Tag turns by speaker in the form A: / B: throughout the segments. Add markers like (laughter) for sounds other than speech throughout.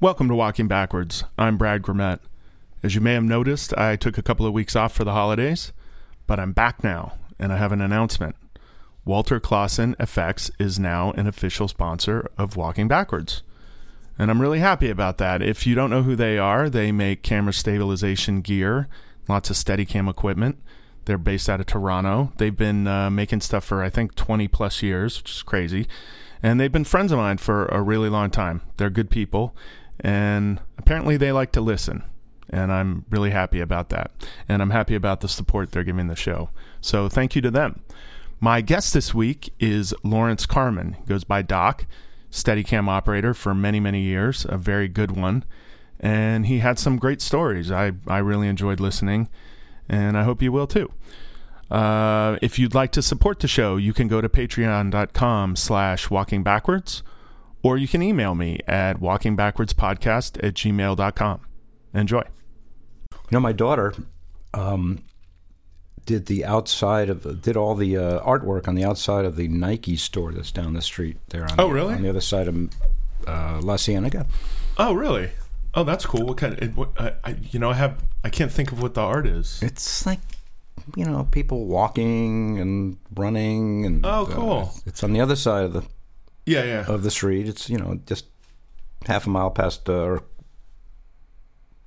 A: Welcome to Walking Backwards. I'm Brad Grimet. As you may have noticed, I took a couple of weeks off for the holidays, but I'm back now, and I have an announcement. Walter Clausen FX is now an official sponsor of Walking Backwards. And I'm really happy about that. If you don't know who they are, they make camera stabilization gear, lots of Steadicam equipment. They're based out of Toronto. They've been uh, making stuff for, I think, 20 plus years, which is crazy. And they've been friends of mine for a really long time. They're good people. And apparently they like to listen. And I'm really happy about that. And I'm happy about the support they're giving the show. So thank you to them. My guest this week is Lawrence Carmen. He goes by Doc, Steadicam operator for many, many years, a very good one. And he had some great stories. I, I really enjoyed listening, and I hope you will too. Uh, if you'd like to support the show, you can go to patreon.com slash walkingbackwards, or you can email me at walkingbackwardspodcast at gmail.com. Enjoy.
B: You know, my daughter um, did the outside of did all the uh, artwork on the outside of the Nike store that's down the street there. On
A: Oh,
B: the,
A: really?
B: On the other side of uh, La Cienega.
A: Oh, really? Oh, that's cool. What kind? Of, it, what, I, I, you know, I have I can't think of what the art is.
B: It's like you know people walking and running and uh,
A: Oh, cool.
B: it's on the other side of the
A: Yeah, yeah.
B: of the street. It's you know just half a mile past uh, or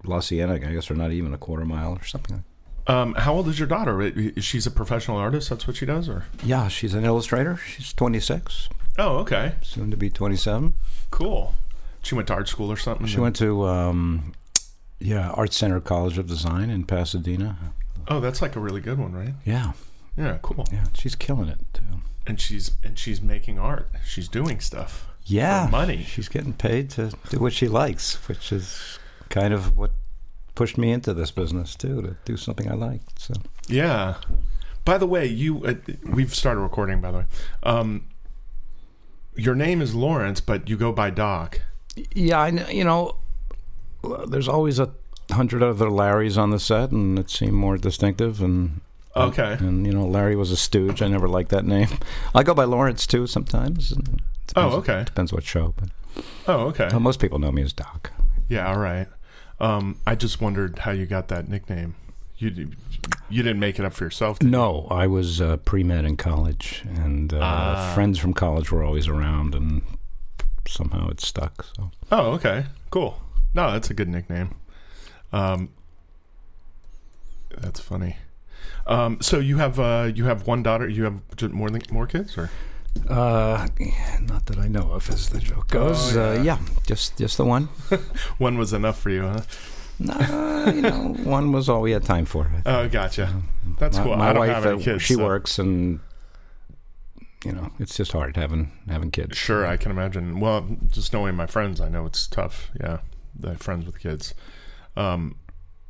B: La Cienega, I guess, or not even a quarter mile or something. like
A: Um, how old is your daughter? I- i- She's a professional artist. That's what she does, or
B: that. Yeah, she's an illustrator. She's 26,
A: oh, okay,
B: soon to be 27.
A: cool. She went to art school or something.
B: She went to um, yeah Art Center College of Design in Pasadena.
A: Oh, that's like a really good one, right?
B: Yeah,
A: Yeah, cool.
B: yeah, she's killing it. Too.
A: And she's and she's making art. She's doing stuff.
B: Yeah,
A: For money.
B: She's getting paid to do what she likes, which is kind of what pushed me into this business too to do something I liked. So
A: Yeah. By the way, you uh, we've started recording. By the way, um, your name is Lawrence, but you go by Doc.
B: yeah, I kn- you know, there's always a hundred other Larrys on the set, and it seemed more distinctive and.
A: Okay.
B: And you know, Larry was a stooge. I never liked that name. I go by Lawrence too sometimes. and
A: Oh,
B: depends-
A: okay.
B: Depends what show, but
A: Oh, okay.
B: Well, most people know me as Doc.
A: Yeah, all right. Um, I just wondered how you got that nickname. You d- you didn't make it up for yourself. did you?
B: No, I was uh, pre med in college, and uh,
A: Ah.
B: friends from college were always around, and somehow it stuck. So
A: Oh, okay. Cool. No, that's a good nickname. Um, that's funny. Um, so you have uh, you have one daughter. You have j- more than more kids, or
B: uh, not that I know of, as the joke goes.
A: Oh,
B: yeah.
A: yeah.
B: Uh, yeah, just just the (laughs) one.
A: one was enough for you, huh?
B: No, Uh, you know, one was all we had time for.
A: Oh, gotcha. That's
B: my,
A: cool.
B: My
A: I don't
B: wife,
A: have any
B: uh,
A: kids.
B: she
A: so-
B: works, and you know, it's just hard having having kids.
A: Sure, I can imagine. Well, just knowing my friends, I know it's tough. Yeah, the friends with kids. Um,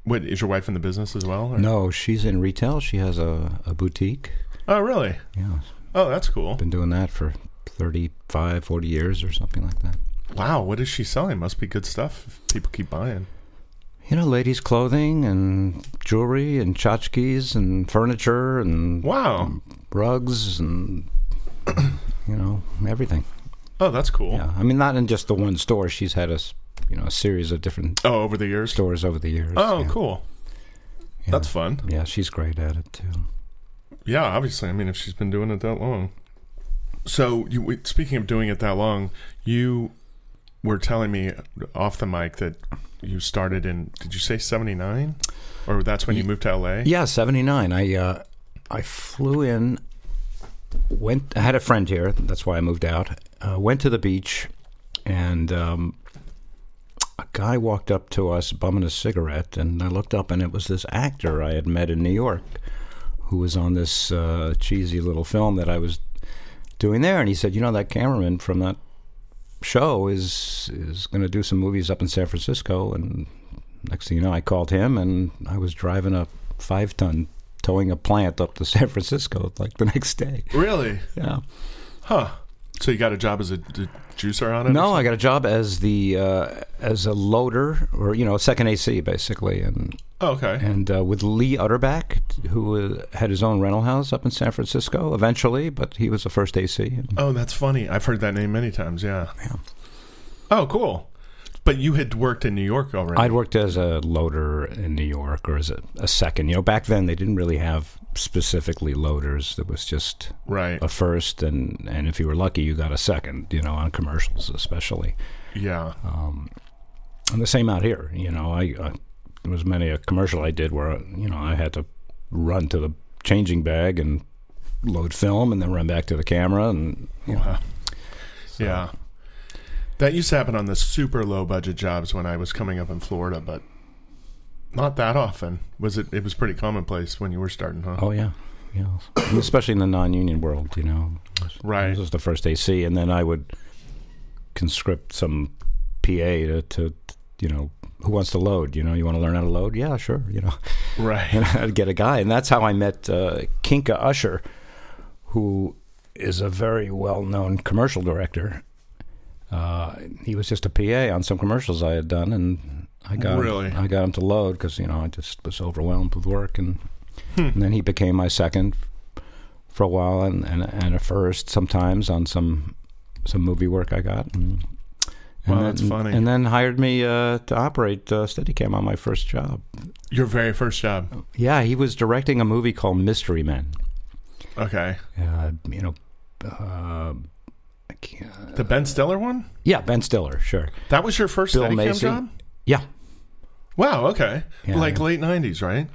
A: what is your wife in the business as well? or-
B: No, she's in retail. She has a, a boutique.
A: Oh, really?
B: Yeah,
A: Oh, that's cool.
B: been doing that for 35, 40 years or something like that.
A: Wow, what is she selling? Must be good stuff. If people keep buying.
B: You know, ladies' clothing and jewelry and tchotchkes and furniture and
A: Wow.
B: rugs and, you know, everything.
A: Oh, that's cool.
B: Yeah. I mean, not in just the one store. She's had a, s- you know, a series of different
A: Oh, over the years.
B: stores over the years.
A: Oh,
B: yeah.
A: cool.
B: Yeah.
A: That's fun.
B: Yeah, she's great at it, too.
A: Yeah, obviously. I mean, if she's been doing it that long. So, you, we- speaking of doing it that long, you were telling me off the mic that you started in, did you say 79? Or that's when you moved to LA?
B: Yeah, 79. I, uh, I flew in, went, I had a friend here. That's why I moved out. Uh, went to the beach and, um, a guy walked up to us bumming a cigarette, and I looked up, and it was this actor I had met in New York who was on this uh, cheesy little film that I was doing there. And he said, You know, that cameraman from that show is is going to do some movies up in San Francisco. And next thing you know, I called him, and I was driving a five ton towing a plant up to (laughs) San Francisco like the next day.
A: Really?
B: Yeah.
A: Huh. So, you got a job as a, d- juicer on it? or
B: No, I got a job as the uh, as a loader or you know, second AC basically and
A: something? Oh, okay.
B: and uh, with Lee Utterback, who uh, had his own rental house up in San Francisco eventually, but he was the first AC.
A: Oh, that's funny. I've heard that name many times. Yeah.
B: Yeah.
A: Oh, cool. But you had worked in New York already.
B: I'd worked as a loader in New York or as a, a second. You know, back then they didn't really have specifically loaders. There was just
A: right.
B: a first, and, and if you were lucky, you got a second, you know, on commercials especially.
A: Yeah.
B: Um, and the same out here. You know, I, I there was many a commercial I did where, you know, I had to run to the changing bag and load film and then run back to the camera and, you know.
A: Wow.
B: so-
A: Yeah. That used to happen on the super low budget jobs when I was coming up in Florida, but not that often. Was it it was pretty commonplace when you were starting, huh?
B: Oh yeah, yeah. And especially in the non-union world, you know.
A: Right.
B: This was the first AC, and then I would conscript some PA to, to you know, who wants to load? You know, you want to learn how to load? Yeah, sure. You know,
A: Right.
B: (laughs) and I'd get a guy, and that's how I met uh, Kinka Usher, who is a very well-known commercial director. Uh, he was just a PA on some commercials I had done, and I got
A: Really?
B: I got him to load because you know I just was overwhelmed with work, and,
A: Hmm.
B: and then he became my second for a while, and, and and a first sometimes on some some movie work I got. And,
A: Wow,
B: and
A: that's
B: then,
A: funny.
B: And then hired me uh, to operate uh, Steadicam on my first job.
A: Your very first job.
B: Yeah, he was directing a movie called Mystery Men.
A: Okay.
B: Uh, you know, uh, I can't.
A: The Ben Stiller one?
B: Yeah, Ben Stiller, sure.
A: That was your first
B: Bill
A: Steadicam
B: Macy.
A: job?
B: Yeah.
A: Wow, okay.
B: Yeah,
A: like
B: yeah.
A: late 90s, right?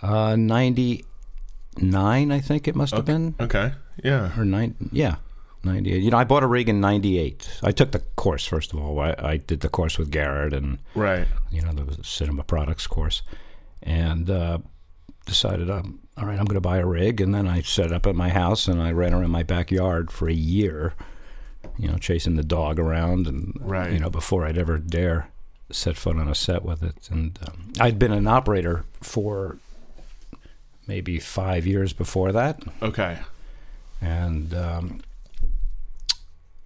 B: Uh, 99, I think it must have been.
A: Okay. Yeah.
B: Or nine, yeah, 98. You know, I bought a rig in 98. I took the course, first of all. I, I did the course with Garrett and,
A: Right.
B: you know, the cinema products course. And uh, decided, um, all right, I'm going to buy a rig. And then I set it up at my house and I ran around my backyard for a year, you know, chasing the dog around and,
A: Right.
B: you know, before I'd ever dare set foot on a set with it. And um, I'd been an operator for maybe five years before that.
A: Okay.
B: And um,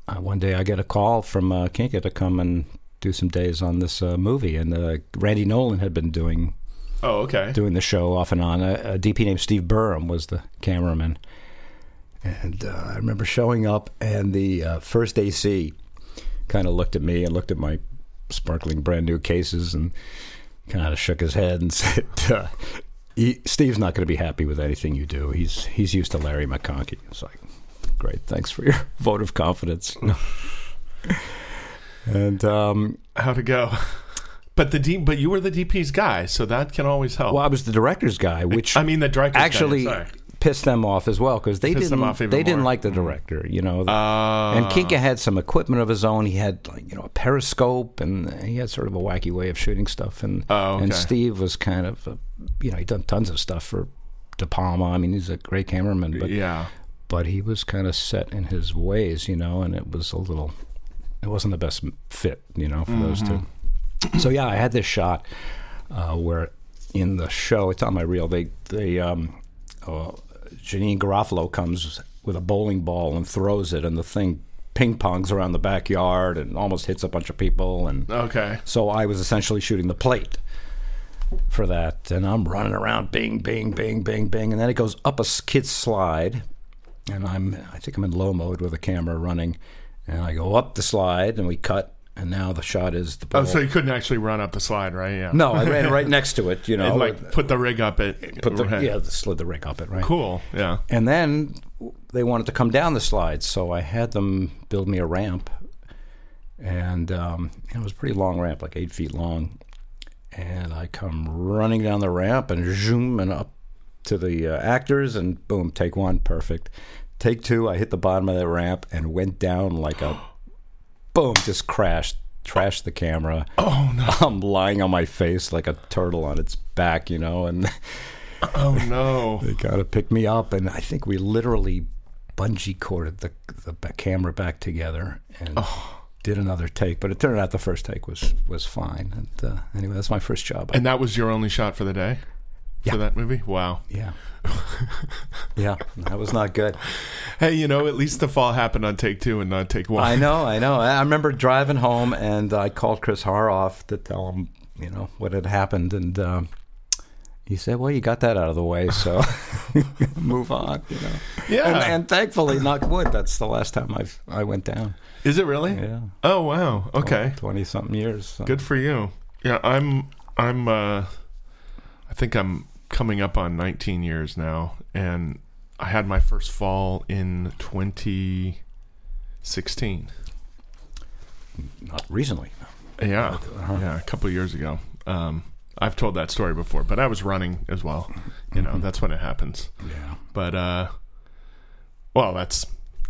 B: I, one day I get a call from uh, Kinka to come and do some days on this uh, movie. And uh, Randy Nolan had been doing
A: Oh, okay.
B: doing the show off and on. A, a DP named Steve Burham was the cameraman. And uh, I remember showing up, and the uh, first AC kind of looked at me and looked at my sparkling brand new cases and kind of shook his head and (laughs) said, uh, he, Steve's not going to be happy with anything you do. He's he's used to Larry McConkey. It's like, great, thanks for your (laughs) vote of confidence. (laughs) and um,
A: How to go. But the D, but you were the DP's guy, so that can always help.
B: well, I was the director's guy, which
A: I mean the director's
B: actually
A: guy. Sorry.
B: pissed them off as well because they
A: Pissed them
B: didn't
A: off
B: they
A: even
B: didn't
A: more.
B: like the director, you know.
A: Uh,
B: and Kinka had some equipment of his own. He had like you know a periscope, and he had sort of a wacky way of shooting stuff. And
A: Oh, okay.
B: and Steve was kind of a, you know he done tons of stuff for De Palma. I mean he's a great cameraman, but
A: yeah.
B: but he was kind of set in his ways, you know, and it was a little, it wasn't the best fit, you know, for those two. So yeah, I had this shot uh, where in the show, it's on my reel. They they um, uh, Janine Garofalo comes with a bowling ball and throws it, and the thing ping pongs around the backyard and almost hits a bunch of people and.
A: Okay.
B: So I was essentially shooting the plate for that, and I'm running around, bing, bing, bing, bing, bing, and then it goes up a s- kid's slide, and I'm I think I'm in low mode with the camera running, and I go up the slide, and we cut, and now the shot is the ball.
A: Oh, so you couldn't actually run up the slide, right? Yeah.
B: no, I ran right next to it, you know,
A: And, like put the rig up it.
B: put the, yeah, slid the rig up it, right?
A: Cool. Yeah.
B: And then they wanted to come down the slide, so I had them build me a ramp, and um, it was a pretty long ramp, like eight feet long. And I come running down the ramp and zoom and up to the uh, actors, and boom, take one, perfect. Take two, I hit the bottom of that ramp and went down
A: (gasps)
B: like a boom, just crashed, trashed the camera.
A: Oh no.
B: (laughs) I'm lying on my face like a turtle on its back, you know, and.
A: (laughs) Oh no.
B: They kind of picked me up, and I think we literally bungee corded the the ba- camera back together and
A: Oh.
B: did another take. But it turned out the first take was was fine. And uh, anyway, that's my first job.
A: And that was your only shot for the day.
B: Yeah.
A: For that movie. Wow.
B: yeah, (laughs) yeah, that was not good.
A: Hey, you know, at least the fall happened on take two and not take one. (laughs)
B: I know, I know. I I remember driving home, and I called Chris Haroff to tell him, you know, what had happened, and. Um, He said, "Well, you got that out of the way, so (laughs) move on." You know.
A: Yeah.
B: And, and thankfully, knock wood, that's the last time I've I went down.
A: Is it really?
B: Yeah.
A: Oh wow. Okay.
B: Twenty something years. so.
A: Good for you. Yeah, I'm I'm uh I think I'm coming up on 19 years now and I had my first fall in 2016.
B: Not recently.
A: Yeah.
B: Uh-huh.
A: Yeah, a couple of years ago. Um I've told that story before, but I was running as well. You know,
B: Mhm.
A: that's when it happens.
B: Yeah.
A: But uh well, that's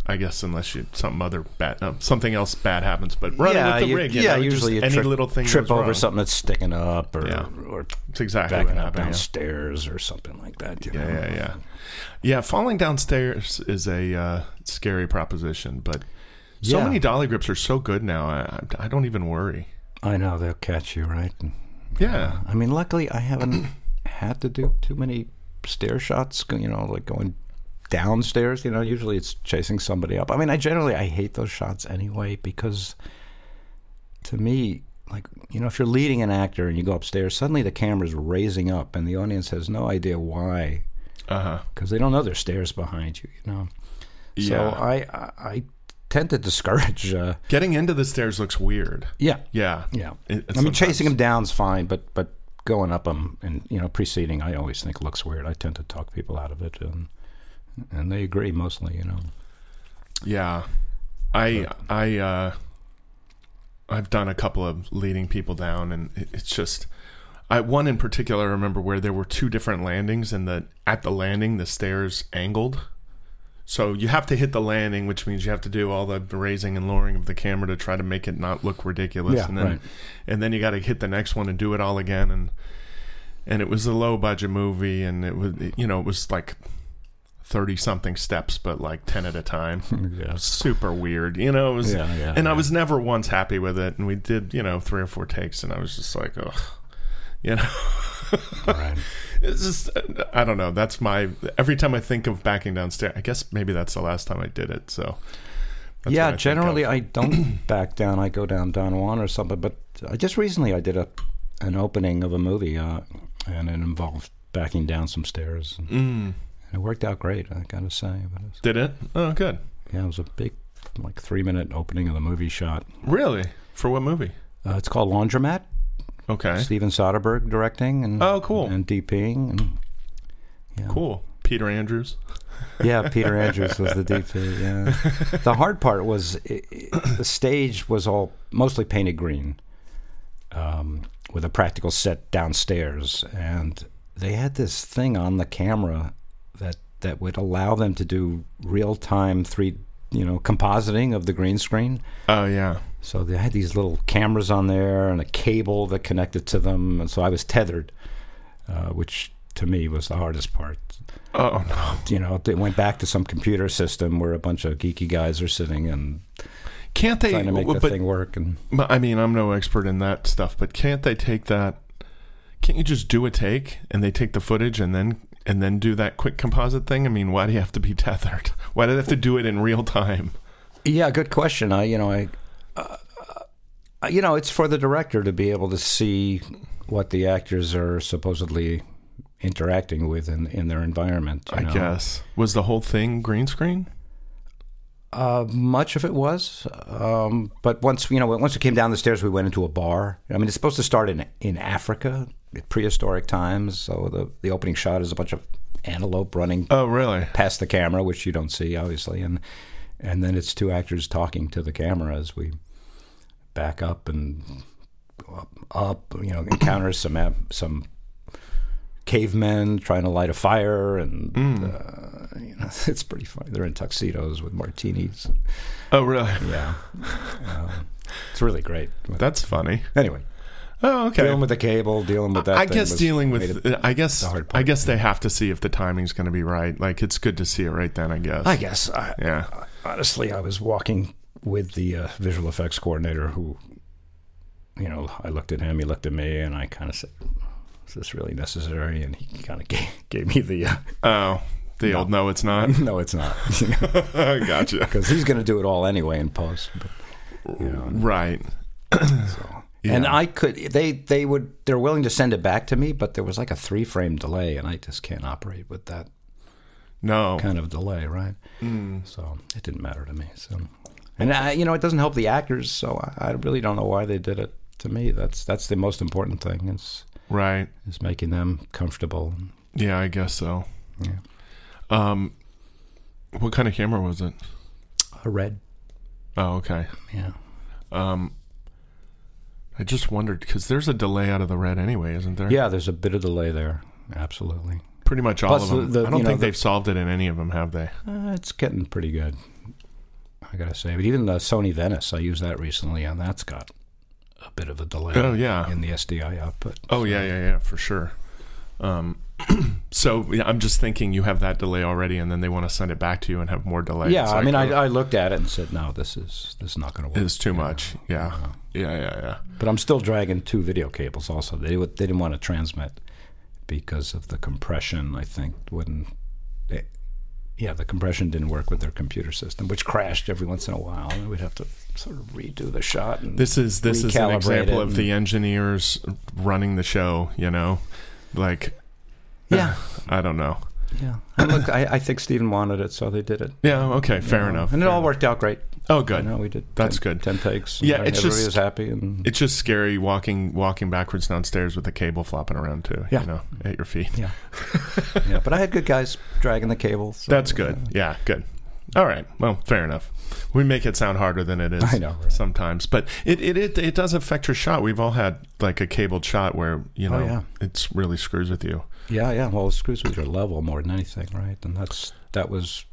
A: I guess unless you something other bad uh, something else bad happens, but running
B: Yeah,
A: with the
B: you-
A: rig,
B: yeah,
A: know, just
B: usually you
A: any
B: trip-
A: little thing
B: Trip
A: goes
B: over
A: wrong.
B: something that's sticking up, or
A: Yeah.
B: or
A: It's exactly what
B: backing up
A: happened. yeah.
B: downstairs, or something like that. You
A: Yeah,
B: know?
A: yeah, yeah. Yeah, falling downstairs is a uh, scary proposition, but so
B: Yeah.
A: many dolly grips are so good now. I, I don't even worry.
B: I know they'll catch you, right? And-
A: Yeah.
B: I mean, luckily, I haven't had to do too many stair shots. You know, like going downstairs. You know, usually it's chasing somebody up. I mean, I generally I hate those shots anyway because to me, like you know, if you're leading an actor and you go upstairs, suddenly the camera's raising up and the audience has no idea why
A: Uh huh.
B: because they don't know there's stairs behind you. You know, so
A: Yeah.
B: uh, I I, I tend to discourage. Uh,
A: Getting into the stairs looks weird.
B: yeah,
A: Yeah.
B: yeah.
A: It-
B: I mean,
A: sometimes-
B: chasing them down's fine, but but going up them and you know preceding, I always think looks weird. I tend to talk people out of it, and and they agree mostly.
A: (laughs)
B: You know,
A: Yeah. I, I, uh, I've done a couple of leading people down, and it- it's just. I, one in particular, I remember where there were two different landings, and the at the landing, the stairs angled. So you have to hit the landing, which means you have to do all the raising and lowering of the camera to try to make it not look ridiculous.
B: Yeah,
A: and then
B: right.
A: and then you got to hit the next one and do it all again. And and it was a low budget movie, and it was you know it was like thirty something steps, but like ten at a time.
B: yeah,
A: Super weird, you know. It was,
B: yeah, yeah.
A: and I
B: yeah.
A: was never once happy with it. And we did you know three or four takes, and I was just like, ugh, you know. (laughs)
B: Right.
A: It's just I don't know. That's my every time I think of backing downstairs. I guess maybe that's the last time I did it. So (laughs) that's what I
B: yeah.
A: think
B: generally,
A: of. (clears throat)
B: I don't back down. I go down Don Juan or something. But I just recently I did a an opening of a movie, uh, and it involved backing down some stairs, and
A: Mm,
B: it worked out great. I gotta say, but it was,
A: did it. Oh, good.
B: yeah, it was a big like three minute opening of the movie shot.
A: Really? For what movie?
B: Uh, it's called Laundromat.
A: Okay.
B: Steven Soderbergh directing and
A: Oh, cool.
B: and DPing and yeah.
A: Cool. Peter Andrews.
B: (laughs) Yeah, Peter Andrews was the DP.
A: (laughs)
B: Yeah, the hard part was i i the stage was all mostly painted green, um, with a practical set downstairs, and they had this thing on the camera that that would allow them to do real time three you know compositing of the green screen.
A: Oh yeah.
B: So they had these little cameras on there and a cable that connected to them, and so I was tethered, uh, which to me was the hardest part.
A: Oh no.
B: You know, it went back to some computer system where a bunch of geeky guys are sitting and
A: Can't they?
B: trying to make the
A: but
B: thing work. And
A: but, I mean, I'm no expert in that stuff. But can't they take that? Can't you just do a take and they take the footage and then and then do that quick composite thing? I mean, why do you have to be (laughs) tethered? Why do they have to do it in real time?
B: yeah, good question. I, you know, I, uh, you know, it's for the director to be able to see what the actors are supposedly interacting with in, in their environment. you
A: I
B: know.
A: guess was the whole thing green screen.
B: Uh, much of it was, um, but once you know, once we came down the stairs, we went into a bar. I mean, it's supposed to start in in Africa, in prehistoric times. So the the opening shot is a bunch of antelope running
A: Oh really?
B: past the camera, which you don't see obviously, and and then it's two actors talking to the camera as we back up and up, up you know, encounter some ab- some cavemen trying to light a fire, and uh, you know, (laughs) it's pretty funny. They're in tuxedos with martinis.
A: Oh really?
B: Yeah, Um, it's really great. But
A: That's funny.
B: anyway,
A: Oh okay.
B: dealing with the cable, dealing with that.
A: I
B: thing
A: guess
B: was-
A: dealing
B: made it-
A: with, I guess,
B: the hard part.
A: I guess they have to see if the timing's going to be right. Like it's good to see it right then. I guess.
B: I guess. I,
A: yeah.
B: honestly, I was walking with the uh, visual effects coordinator who, you know, I looked at him, he looked at me, and I kind of said, Is this really necessary? And he kind of gave, (laughs) gave me the, uh,
A: Oh, the old no, it's
B: (laughs)
A: not.
B: No, it's not.
A: gotcha. (laughs)
B: Because he's going to do it all anyway in post. But, you know,
A: Right.
B: so. And I could they they would they're willing to send it back to me, but there was like a three frame delay, and I just can't operate with that
A: no.
B: kind of delay, right? So it didn't matter to me. So, Hmm. and I, you know, it doesn't help the actors. So I, I really don't know why they did it. To me, that's that's the most important thing is
A: Right.
B: is making them comfortable.
A: Yeah, I guess so.
B: Yeah.
A: Um, what kind of camera was it?
B: A red,
A: Oh, okay.
B: yeah.
A: Um, I just wondered because there's a delay out of the red anyway, isn't there?
B: Yeah, there's a bit of delay there. Absolutely.
A: Pretty much all
B: Plus
A: of them.
B: the- the-
A: I don't
B: you
A: think
B: know, the-
A: they've solved it in any of them, have they?
B: Uh, it's getting pretty good. I gotta say, but even the Sony Venice, I used that recently, and that's got a bit of a delay
A: Oh yeah.
B: in the SDI output.
A: Oh yeah, yeah, yeah, for sure. Um, (clears throat) so yeah, I'm just thinking you have that delay already, and then they want to send it back to you and have more delay.
B: yeah,
A: It's
B: I
A: like,
B: mean, I,
A: oh,
B: I looked at it and said, no, this is this is not going to work.
A: it's too much. Yeah,
B: Yeah.
A: yeah, yeah, yeah.
B: But I'm still dragging two video cables. Also, they would- they didn't want to transmit because of the compression. I think wouldn't. It, yeah, the compression didn't work with their computer system, which crashed every once in a while, and we'd have to sort of redo the shot. And
A: This is this is an
B: Recalibrate
A: example
B: it
A: of the engineers running the show. You know, like
B: (laughs) yeah,
A: (sighs) I don't know.
B: yeah. And look, I, I think Steven wanted it, so they did it.
A: Yeah, okay, fair
B: You know,
A: enough.
B: And it
A: fair
B: all
A: enough.
B: worked out great.
A: Oh,
B: You
A: good.
B: know, we did.
A: That's
B: 10
A: good.
B: Ten takes. and
A: Yeah, it's
B: everybody
A: just-
B: was happy, and
A: It's just scary walking walking backwards downstairs with the cable flopping around too.
B: Yeah.
A: you know, at your
B: (laughs)
A: feet.
B: yeah, yeah. But I had good guys dragging the cables. so,
A: That's
B: yeah.
A: good. Yeah, good. All right. Well, fair enough. We make it sound harder than it is.
B: I know, right?
A: sometimes, but it, it it it does affect your shot. We've all had like a cabled shot where you know
B: Oh, yeah.
A: it's really screws with you.
B: Yeah, yeah. Well, it screws with your level more than anything, right? And that's that was,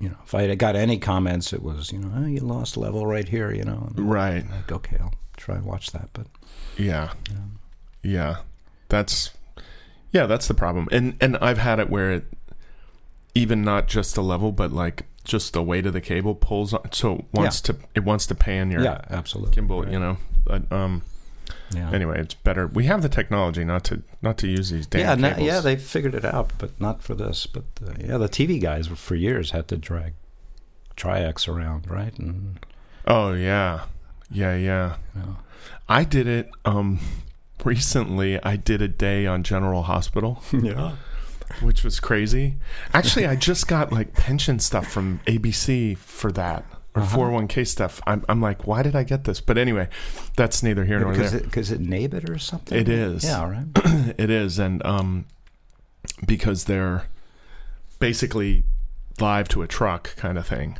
B: you know, if I had got any comments, it was, you know, oh, you lost level right here, you know. And
A: Right.
B: like, okay, I'll try and watch that, but
A: Yeah.
B: you know.
A: Yeah. That's yeah. That's the problem. And and I've had it where it, even not just the level, but like just the weight of the cable pulls on. So it wants to it wants to pan your
B: yeah, absolutely.
A: gimbal.
B: Right.
A: You know. But, um.
B: yeah.
A: Anyway, it's better. We have the technology not to not to use these damn
B: yeah, no-
A: cables.
B: yeah, they figured it out, but not for this. But uh, yeah, the TV guys were- for years had to drag Triax around, right? And
A: oh yeah. Yeah. Yeah.
B: you know,
A: I did it um (laughs) recently. I did a day on General Hospital,
B: (laughs) yeah,
A: which was crazy. Actually, I just got like pension stuff from ABC for that or
B: Uh-huh.
A: 401k stuff. I'm I'm like, why did I get this? But anyway, that's neither here nor
B: because
A: there.
B: it, because it Nabit or something.
A: It is.
B: Yeah, all right.
A: (laughs) it is and um because they're basically live to a truck kind of thing.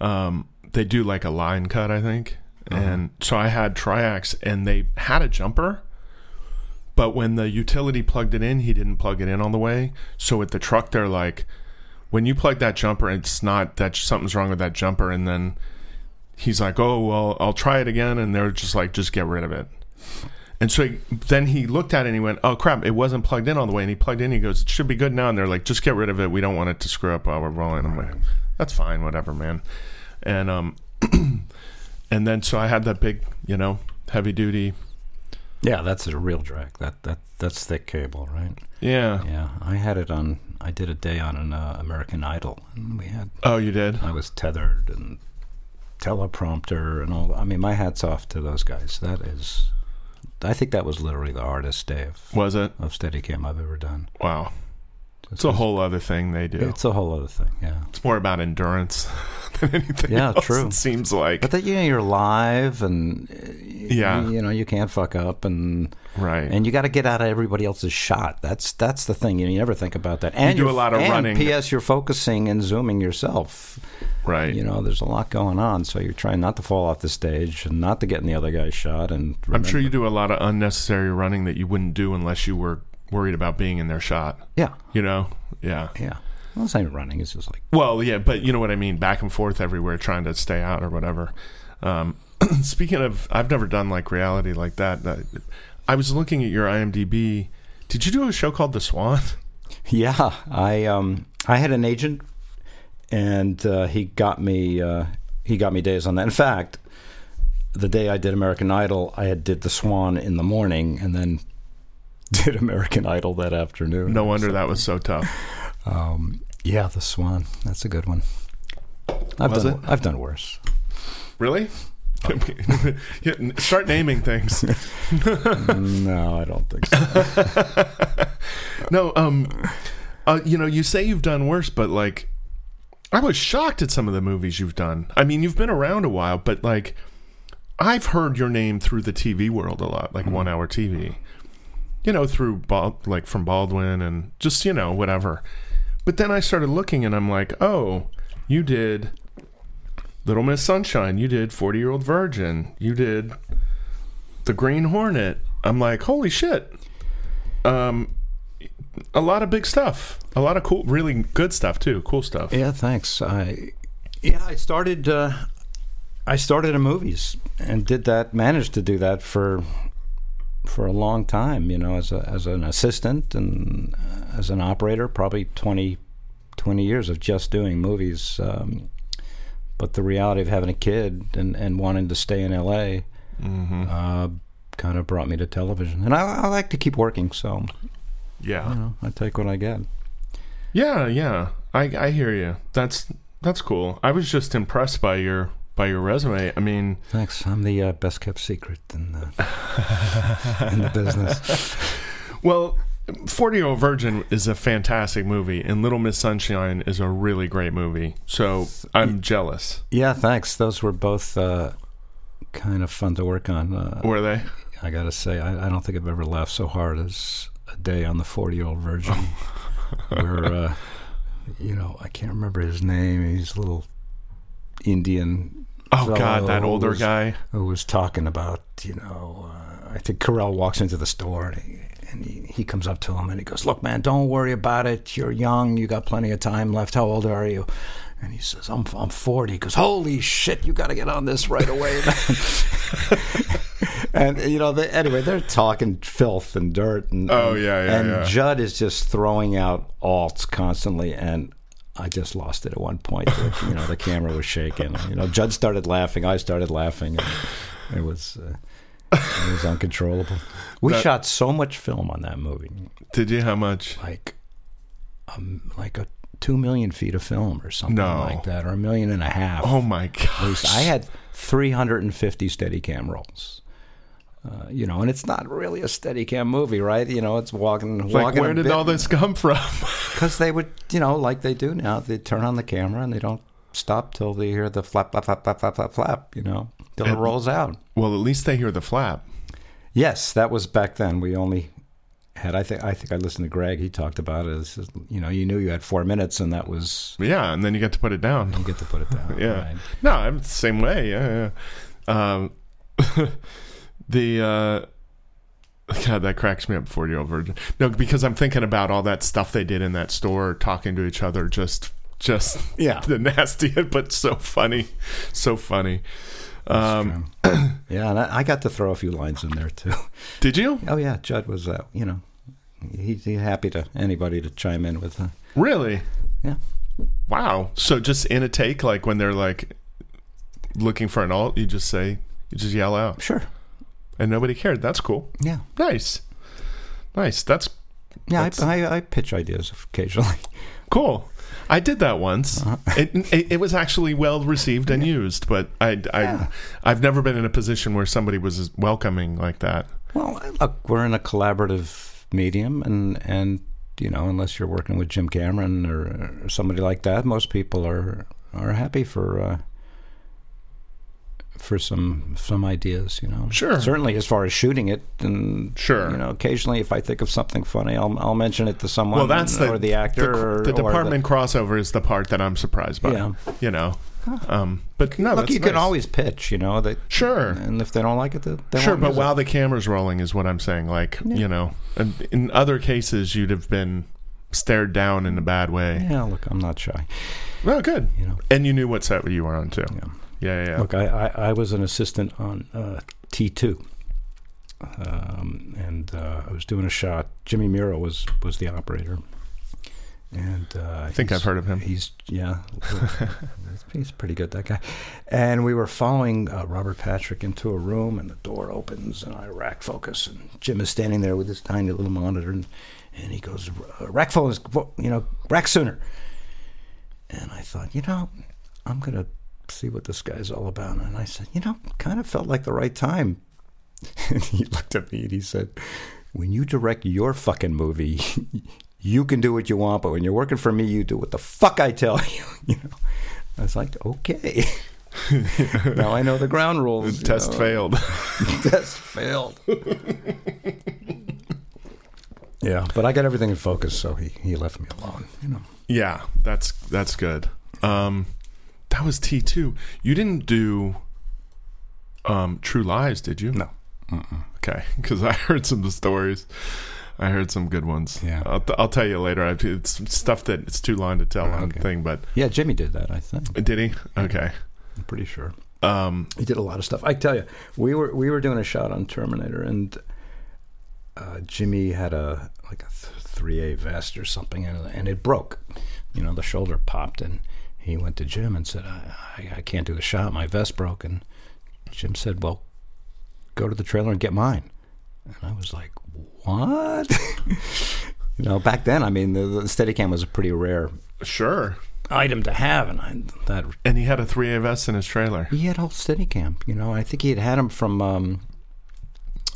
A: Um they do like a line cut, I think.
B: Uh-huh.
A: And so I had Triax and they had a jumper, but when the utility plugged it in, he didn't plug it in all the way. So at the truck, they're like, when you plug that jumper, it's not that something's wrong with that jumper. And then he's like, oh, well, I'll try it again. And they're just like, just get rid of it. And so he, then he looked at it and he went, oh, crap, it wasn't plugged in all the way. And he plugged in, he goes, it should be good now. And they're like, just get rid of it. We don't want it to screw up while we're rolling. I'm like, that's fine, whatever, man. And, um, (clears throat) and then so I had that big, you know, heavy duty.
B: (clears throat) Yeah, that's a real drag. That that that's thick cable, right?
A: Yeah.
B: Yeah, I had it on. I did a day on an uh, American Idol, and we had.
A: Oh, you did?
B: I was tethered and teleprompter and all. I mean, my hats off to those guys. That is, I think that was literally the hardest day of,
A: Was it?
B: of Steadicam I've ever done.
A: Wow.
B: Just
A: It's a
B: 'cause-
A: whole other thing they do. It's,
B: It's a whole other thing. Yeah,
A: more about endurance (laughs) than anything.
B: Yeah,
A: else,
B: true.
A: It seems like
B: but that you know, you're live and uh,
A: Yeah.
B: you know you can't fuck up and
A: right.
B: and you got to get out of everybody else's shot. That's that's the thing. You, know, you never think about that. And
A: do
B: you're-
A: a lot of
B: and
A: running.
B: P.S. You're focusing and zooming yourself.
A: right.
B: you know, there's a lot going on, so you're trying not to fall off the stage and not to get in the other guy's shot. And
A: I'm sure
B: remember-
A: you do a lot of unnecessary running that you wouldn't do unless you were worried about being in their shot.
B: yeah,
A: You know? Yeah.
B: yeah. Well, it's not even running; it's just like (laughs)
A: Well, yeah, but you know what I mean? Back and forth everywhere trying to stay out or whatever. Um, (clears throat) speaking of, I've never done like reality like that. Uh, I was looking at your IMDb. Did you do a show called The Swan?
B: Yeah, I um I had an agent, and uh, he got me uh, he got me days on that. In fact, the day I did American Idol, I had did The Swan in the morning, and then (laughs) did American Idol that afternoon.
A: No wonder that was so tough.
B: Um, yeah, The Swan. That's a good one. I've
A: Was (laughs)
B: done. I've done worse.
A: Really? (laughs) Yeah, n- Start naming things.
B: no, I don't think so.
A: No, um, uh, you know, you say you've done worse, but like, I was shocked at some of the movies you've done. I mean, you've been around a while, but like, I've heard your name through the TV world a lot, like one hour TV, you know, through Bal- like from Baldwin and just, you know, whatever. But then I started looking and I'm like, oh, you did Little Miss Sunshine, you did 40 Year Old Virgin, you did The Green Hornet. I'm like, holy shit. Um, a lot of big stuff, a lot of cool, really good stuff too, cool stuff.
B: Yeah, thanks. I yeah, I started uh, I started in movies and did that. Managed to do that for for a long time. You know, as a, as an assistant and uh, as an operator, probably 20, 20 years of just doing movies. Um, but the reality of having a kid and, and wanting to stay in L.A. Uh, kind of brought me to television, and I, I like to keep working. So
A: Yeah.
B: you know, I take what I get.
A: Yeah, yeah. I I hear you. That's that's cool. I was just impressed by your by your resume. I mean,
B: Thanks. I'm the uh, best kept secret in the, (laughs) in the business.
A: well, 40 Year Old Virgin is a fantastic movie, and Little Miss Sunshine is a really great movie. So I'm jealous.
B: Yeah, thanks. Those were both uh, kind of fun to work on. Uh,
A: Were they?
B: I got to say, I, I don't think I've ever laughed so hard as a day on the 40 year old virgin. where, uh, you know, I can't remember his name. He's a little Indian
A: Oh
B: Fellow
A: God, that older
B: was-
A: guy.
B: who was talking about, you know, uh, I think Carell walks into the store and he, and he, he comes up to him and he goes, Look, man, don't worry about it. You're young. You got plenty of time left. How old are you? And he says, I'm, I'm 40. He goes, Holy shit, you got to get on this right away, man. (laughs) and, you know, they, anyway, they're talking filth and dirt. And,
A: Oh, yeah, yeah,
B: And
A: yeah.
B: Judd is just throwing out alts constantly. And I just lost it at one point. (laughs) The- you know, the camera was shaking. You know, Judd started laughing. I started laughing. And it was. Uh, it was uncontrollable. We
A: That-
B: shot so much film on that movie,
A: Did you? How much?
B: like, um, like a two million feet of film or something
A: No.
B: like that, or a million and a half.
A: Oh my
B: At least.
A: gosh.
B: I had three hundred and fifty steady cam rolls. Uh, you know, and it's not really a steady cam movie, right? You know, it's walking,
A: like,
B: walking.
A: where did all this come from? (laughs)
B: Because they would, you know, like they do now, they turn on the camera and they don't stop till they hear the flap, flap, flap, flap, flap, flap, flap. You know, till it
A: And-
B: rolls out.
A: well, at least they hear the flap.
B: Yes, that was back then. We only had I think I think I listened to Greg. He talked about it. It's just, you know, you knew you had four minutes, and that was
A: Yeah, and then you get to put it down.
B: you get to put it down.
A: (laughs) Yeah.
B: right?
A: No, I'm the same way. Yeah, yeah. Um, (laughs) the uh, God that cracks me up. Forty year old virgin. No, because I'm thinking about all that stuff they did in that store, talking to each other, just just
B: (laughs) Yeah.
A: the nasty, (laughs) but so funny, so funny. Um,
B: That's
A: (clears throat)
B: true. yeah, and I, I got to throw a few lines in there too. (laughs)
A: did you
B: Oh yeah, Judd was uh, you know, he, he happy to anybody to chime in with. Uh,
A: really?
B: yeah.
A: Wow. So just in a take, like when they're like looking for an alt, you just say, you just yell out,
B: Sure.
A: and nobody cared. That's cool.
B: Yeah.
A: Nice, nice. That's
B: Yeah,
A: That's-
B: I, I, I pitch ideas occasionally.
A: Cool. I did that once.
B: Uh-huh.
A: It, it it was actually well received and used, but I I
B: Yeah.
A: I've never been in a position where somebody was as welcoming like that.
B: Well, look, we're in a collaborative medium, and and you know, unless you're working with Jim Cameron or, or somebody like that, most people are are happy for uh, for some some ideas. You know,
A: Sure.
B: Certainly, as far as shooting it, and
A: Sure.
B: you know, occasionally if I think of something funny, I'll I'll mention it to someone.
A: well, that's the
B: or the actor
A: The,
B: or
A: the
B: or
A: department crossover is the part that I'm surprised by.
B: Yeah.
A: You know, um, but no,
B: Look,
A: that's
B: you can
A: nice.
B: always pitch. You know that.
A: sure.
B: And if they don't like it, they they
A: Sure,
B: won't
A: but
B: use it.
A: while the camera's rolling is what I'm saying. Like, you know, and in other cases, you'd have been stared down in a bad way.
B: Yeah, look, I'm not shy.
A: Well, good.
B: You know.
A: And you knew what set you were on, too.
B: Yeah.
A: Yeah, yeah. yeah.
B: Look, I, I, I was an assistant on uh, T2. Um, and uh, I was doing a shot. Jimmy Miro was, was the operator. And uh,
A: I think I've heard of him.
B: He's, yeah, he's- he's pretty good, that guy. And we were following uh, Robert Patrick into a room, and the door opens, and I rack focus. And Jim is standing there with his tiny little monitor, and, and he goes, "Uh, Rack phone is, you know, rack sooner. And I thought, you know, I'm going to see what this guy's all about. And I said, you know, kind of felt like the right time. (laughs) And he looked at me and he said, when you direct your fucking movie, (laughs) you can do what you want, but when you're working for me, you do what the fuck I tell (laughs) you. you know? I was like, okay. (laughs) now I know the ground rules.
A: The
B: you
A: test
B: know.
A: failed.
B: (laughs) Test failed. yeah, but I got everything in focus, so he, he left me alone. You know,
A: yeah, that's that's good. Um, that was T two. You didn't do um, True Lies, did you?
B: No. Mm-mm.
A: Okay, (laughs) because I heard some of the stories. I heard some good ones.
B: Yeah.
A: I'll, t- I'll tell you later. I, it's stuff that it's too long to tell
B: Oh,
A: on
B: okay.
A: thing, but
B: yeah, Jimmy did that. I think
A: did he? Okay.
B: I'm pretty sure.
A: Um,
B: He did a lot of stuff. I tell you, we were we were doing a shot on Terminator, and uh, Jimmy had a like a three A vest or something, and, and it broke. You know, the shoulder popped, and he went to Jim and said, I, I, "I can't do the shot. My vest broke." And Jim said, "Well, go to the trailer and get mine." And I was like, "What?" (laughs) you know, back then, I mean, the, the Steadicam was a pretty rare
A: sure.
B: item to have, and I, that
A: And he had a 3A vest in his trailer.
B: he had whole Steadicam, you know. I think he had had them from um,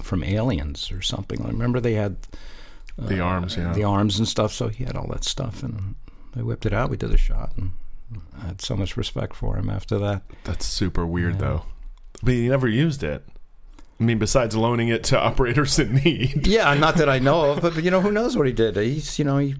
B: from Aliens or something. I remember they had uh,
A: The arms, yeah.
B: the arms and stuff. So he had all that stuff, and they whipped it out. We did a shot, and I had so much respect for him after that.
A: That's super weird,
B: Yeah.
A: though. But he never used it. I mean, besides loaning it to (laughs) operators in need.
B: Yeah, not that I know of, but, but you know, who knows what he did? He's you know he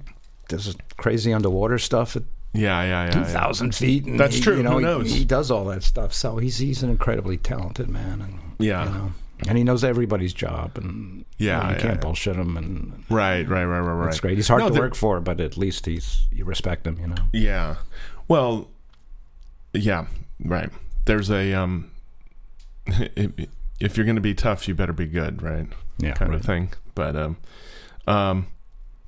B: does crazy underwater stuff at
A: Yeah, yeah, yeah.
B: two
A: yeah.
B: thousand feet. And
A: That's
B: he-
A: true.
B: You know,
A: Who
B: he-
A: knows?
B: He, does all that stuff. So he's he's an incredibly talented man, and
A: Yeah.
B: you know, and he knows everybody's job, and
A: Yeah,
B: you, know, you
A: yeah,
B: can't
A: yeah.
B: bullshit him, and
A: Right, right, right, right, right.
B: It's great. He's hard
A: No,
B: to
A: there-
B: work for, but at least he's you respect him, you know.
A: Yeah. Well, yeah, right. There's a um (laughs) if- if you're going to be tough, you better be good, right?
B: Yeah,
A: Kind of thing. But um um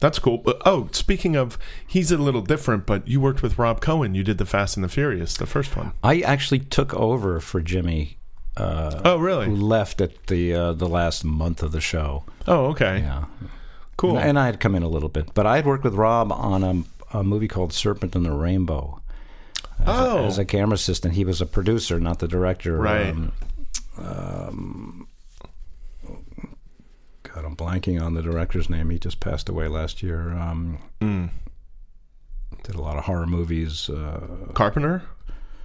A: that's cool. But- Oh, speaking of, he's a little different, but you worked with Rob Cohen. You did the Fast and the Furious, the first one.
B: I actually took over for Jimmy, uh,
A: Oh,
B: who
A: really?
B: left at the uh, the last month of the show.
A: Oh, okay.
B: Yeah,
A: Cool.
B: And, and I had come in a little bit, but I had worked with Rob on a, a movie called Serpent and the Rainbow. As
A: Oh.
B: a, as a camera assistant, he was a producer, not the director.
A: Right.
B: Um, um, God, I'm blanking on the director's name. He just passed away last year. Um,
A: Mm.
B: did a lot of horror movies. Uh,
A: Carpenter?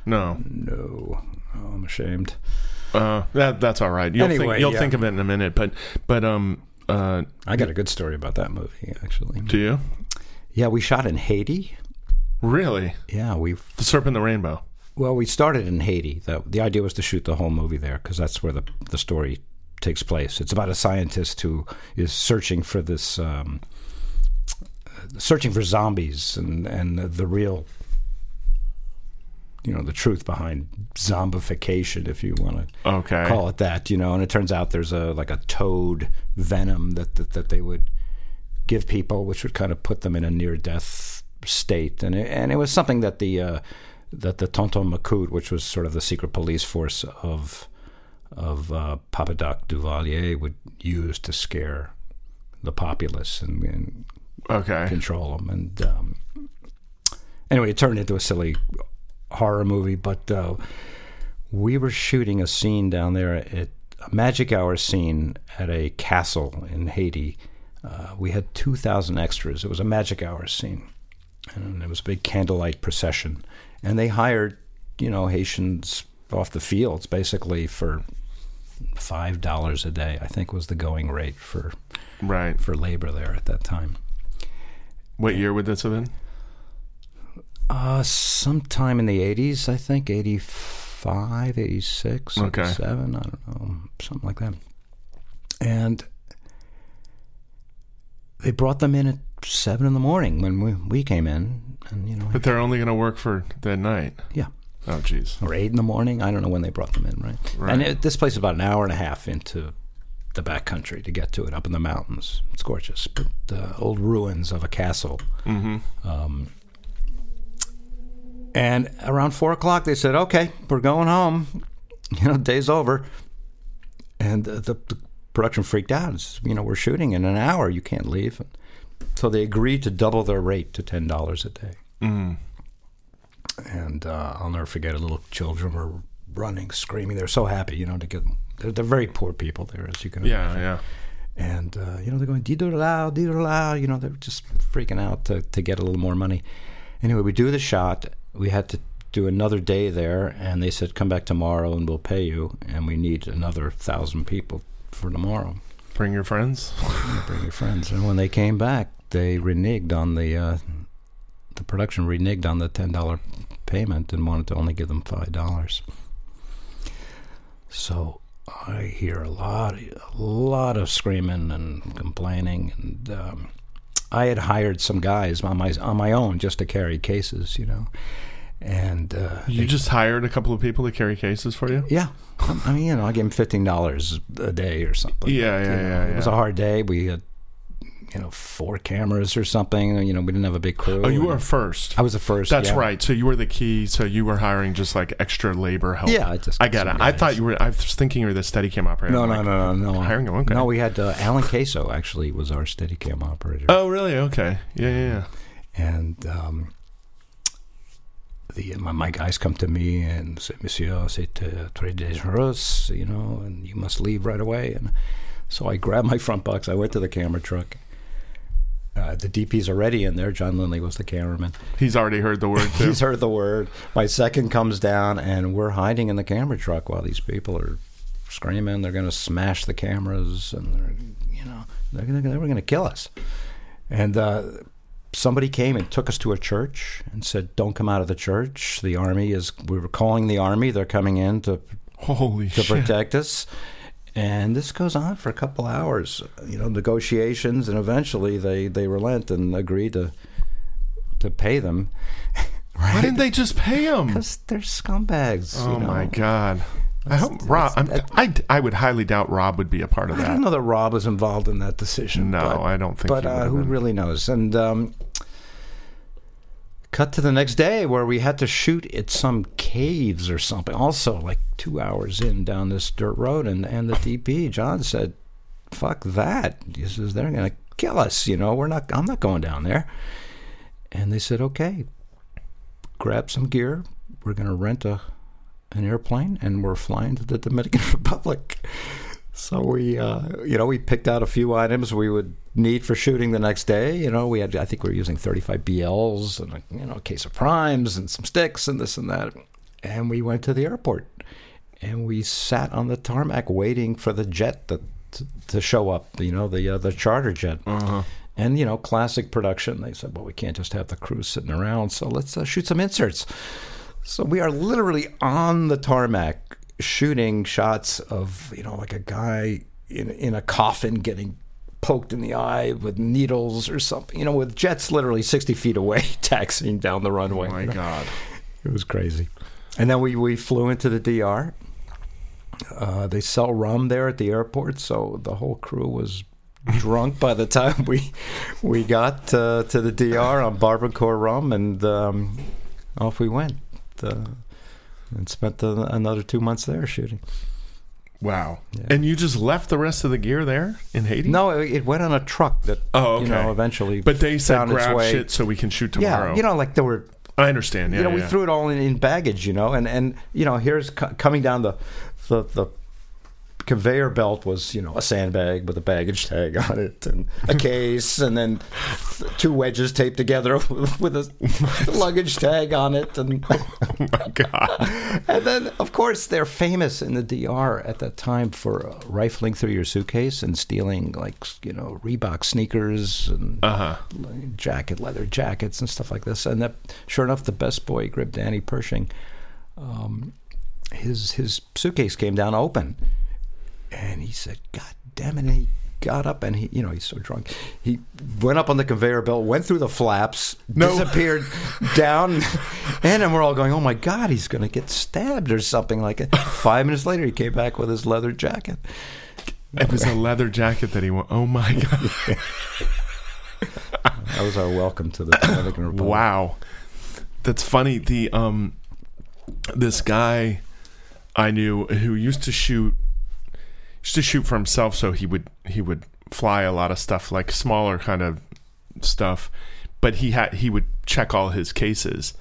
A: No.
B: no, oh, I'm ashamed.
A: Uh that that's all right. You'll think
B: Anyway,
A: you'll
B: yeah.
A: think of it in a minute, but but um uh
B: I got a good story about that movie, actually.
A: do you?
B: Yeah, we shot in Haiti.
A: Really?
B: Yeah, we
A: The Serpent and the Rainbow.
B: Well, we started in Haiti. The, the idea was to shoot the whole movie there because that's where the, the story takes place. It's about a scientist who is searching for this, um, searching for zombies and, and the real, you know, the truth behind zombification, if you want to
A: Okay.
B: call it that, you know. And it turns out there's a like a toad venom that that, that they would give people, which would kind of put them in a near death state. And it, and it was something that the uh, that the Tonton Macoute, which was sort of the secret police force of of uh, Papadoc Duvalier, would use to scare the populace and, and
A: Okay.
B: control them. And um, anyway, it turned into a silly horror movie. But uh, we were shooting a scene down there at a magic hour scene at a castle in Haiti. Uh, we had 2,000 extras. It was a magic hour scene, and it was a big candlelight procession. And they hired, you know, Haitians off the fields basically for five dollars a day. I think was the going rate for
A: Right.
B: for labor there at that time.
A: What year would this have been?
B: Uh, sometime in the 80s, I think, 85, 86,
A: Okay.
B: 87, I don't know, something like that. And they brought them in at 7 in the morning when we, we came in. And, you know,
A: But they're only going to work for that night.
B: Yeah.
A: Oh, jeez.
B: or eight in the morning. I don't know when they brought them in, right?
A: Right.
B: And it, this place is about an hour and a half into the back country to get to it, up in the mountains. It's gorgeous, but uh, old ruins of a castle. Mm-hmm. Um, and around four o'clock, they said, "Okay, we're going home. (laughs) You know, day's over." And uh, the, the production freaked out. It's, you know, we're shooting in an hour. You can't leave. so they agreed to double their rate to ten dollars a day.
A: Mm.
B: and uh, I'll never forget. it. Little children were running, screaming. They're so happy, you know, to get. They're, they're very poor people there, as you can
A: Yeah, yeah.
B: and uh, you know they're going dee-doo-la, dee-doo-la, you know they're just freaking out to, to get a little more money anyway we do the shot we had to do another day there and they said come back tomorrow and we'll pay you and we need another thousand people for tomorrow
A: Bring your friends.
B: bring your friends and when they came back they reneged on the uh, the production reneged on the ten dollar payment and wanted to only give them five dollars so I hear a lot a lot of screaming and complaining and um, I had hired some guys on my on my own just to carry cases you know and uh,
A: You just hired a couple of people to carry cases for you.
B: yeah. I mean, you know, I gave him fifteen dollars a day or something.
A: Yeah,
B: You
A: yeah,
B: know,
A: yeah,
B: It was
A: yeah.
B: a hard day. We had, you know, four cameras or something. You know, we didn't have a big crew.
A: Oh, you
B: And
A: were first.
B: I was the first.
A: That's
B: yeah.
A: right. So you were the key. So you were hiring just like extra labor help.
B: Yeah, I just.
A: Oh, I get it.
B: some
A: I
B: guys.
A: thought you were. I was thinking you were the Steadicam operator.
B: No,
A: I'm
B: no,
A: like,
B: no, no, no.
A: Hiring a one guy.
B: No, we had uh, Alan Queso actually was our steady cam operator,
A: Oh, really? Okay. Yeah, yeah, yeah.
B: and um, the my, my guys come to me and say, "Monsieur, c'est uh, très dangereux," you know, and you must leave right away. And so I grabbed my front box. I went to the camera truck. Uh, the DP's already in there. John Lindley was the cameraman.
A: He's already heard the
B: (laughs)
A: word too.
B: He's heard the word. My second comes down, and we're hiding in the camera truck while these people are screaming. They're going to smash the cameras, and they're, you know, they're going to, they were going to kill us. And uh, somebody came and took us to a church and said, "Don't come out of the church. The army is. We were calling the army. They're coming in to
A: Holy
B: to
A: shit!
B: protect us. And this goes on for a couple hours, you know, negotiations, and eventually they, they relent and agree to to pay them. (laughs)
A: Why
B: right?
A: didn't they just pay
B: (laughs)
A: him?
B: Because they're scumbags.
A: Oh
B: you know.
A: my god! I hope Rob. I'm, I I would highly doubt Rob would be a part of
B: I
A: that.
B: don't know that Rob was involved in that decision.
A: No,
B: but,
A: I don't think.
B: but
A: he would
B: uh,
A: have
B: who
A: been.
B: really knows? And um, cut to the next day where we had to shoot at some caves or something. Also, like two hours in down this dirt road, and and the DP John said, "Fuck that!" He says, "They're gonna kill us." You know, we're not. I'm not going down there. And they said, "Okay, grab some gear. We're gonna rent a." An airplane, and we're flying to the Dominican (laughs) Republic. So we, uh, you know, we picked out a few items we would need for shooting the next day. You know, we had, I think we were using 35 BLs and, a, you know, a case of primes and some sticks and this and that. And we went to the airport and we sat on the tarmac waiting for the jet that, to, to show up, you know, the, uh, the charter jet.
A: Uh-huh.
B: And, you know, classic production. They said, well, we can't just have the crew sitting around. So let's uh, shoot some inserts. So we are literally on the tarmac shooting shots of, you know, like a guy in, in a coffin getting poked in the eye with needles or something, you know, with jets literally 60 feet away (laughs) taxiing down the runway.
A: Oh my
B: you (laughs) know.
A: god!
B: It was crazy. And then we, we flew into the DR. Uh, they sell rum there at the airport, so the whole crew was drunk by the time we we got uh, to the DR on barbacoa rum, and um, off we went. Uh, and spent the, another two months there shooting.
A: Wow!
B: Yeah.
A: And you just left the rest of the gear there in Haiti?
B: No, it, it went on a truck that
A: Oh, okay.
B: you know eventually.
A: But they said
B: found its
A: grab
B: way-
A: shit so we can shoot tomorrow.
B: yeah, you know, like there were
A: I understand. Yeah,
B: you know, we
A: yeah.
B: threw it all in, in baggage, you know, and and you know, here's co- coming down the the the conveyor belt was you know a sandbag with a baggage tag on it and
A: (laughs)
B: a case and then th- two wedges taped together (laughs) with a luggage tag on it and
A: Oh (laughs) my god!
B: and then of course they're famous in the DR at that time for uh, rifling through your suitcase and stealing like s- you know Reebok sneakers and
A: Uh huh.
B: jacket, leather jackets, and stuff like this. And that, sure enough, the best boy grip, Danny Pershing, um, his his suitcase came down open, and he said, "God damn it!" And he got up and he, you know, he's so drunk. He went up on the conveyor belt, went through the flaps,
A: No. (laughs)
B: disappeared down, and then we're all going, "Oh my God, he's going to get stabbed or something like it." Five minutes later, he came back with his leather jacket.
A: It was a leather jacket that he wore. Oh my
B: (laughs)
A: god!
B: That was our welcome to the
A: (coughs)
B: Dominican Republic.
A: Wow, that's funny. The um, this guy I knew who used to shoot used to shoot for himself, so he would he would fly a lot of stuff, like smaller kind of stuff. But he had he would check all his cases,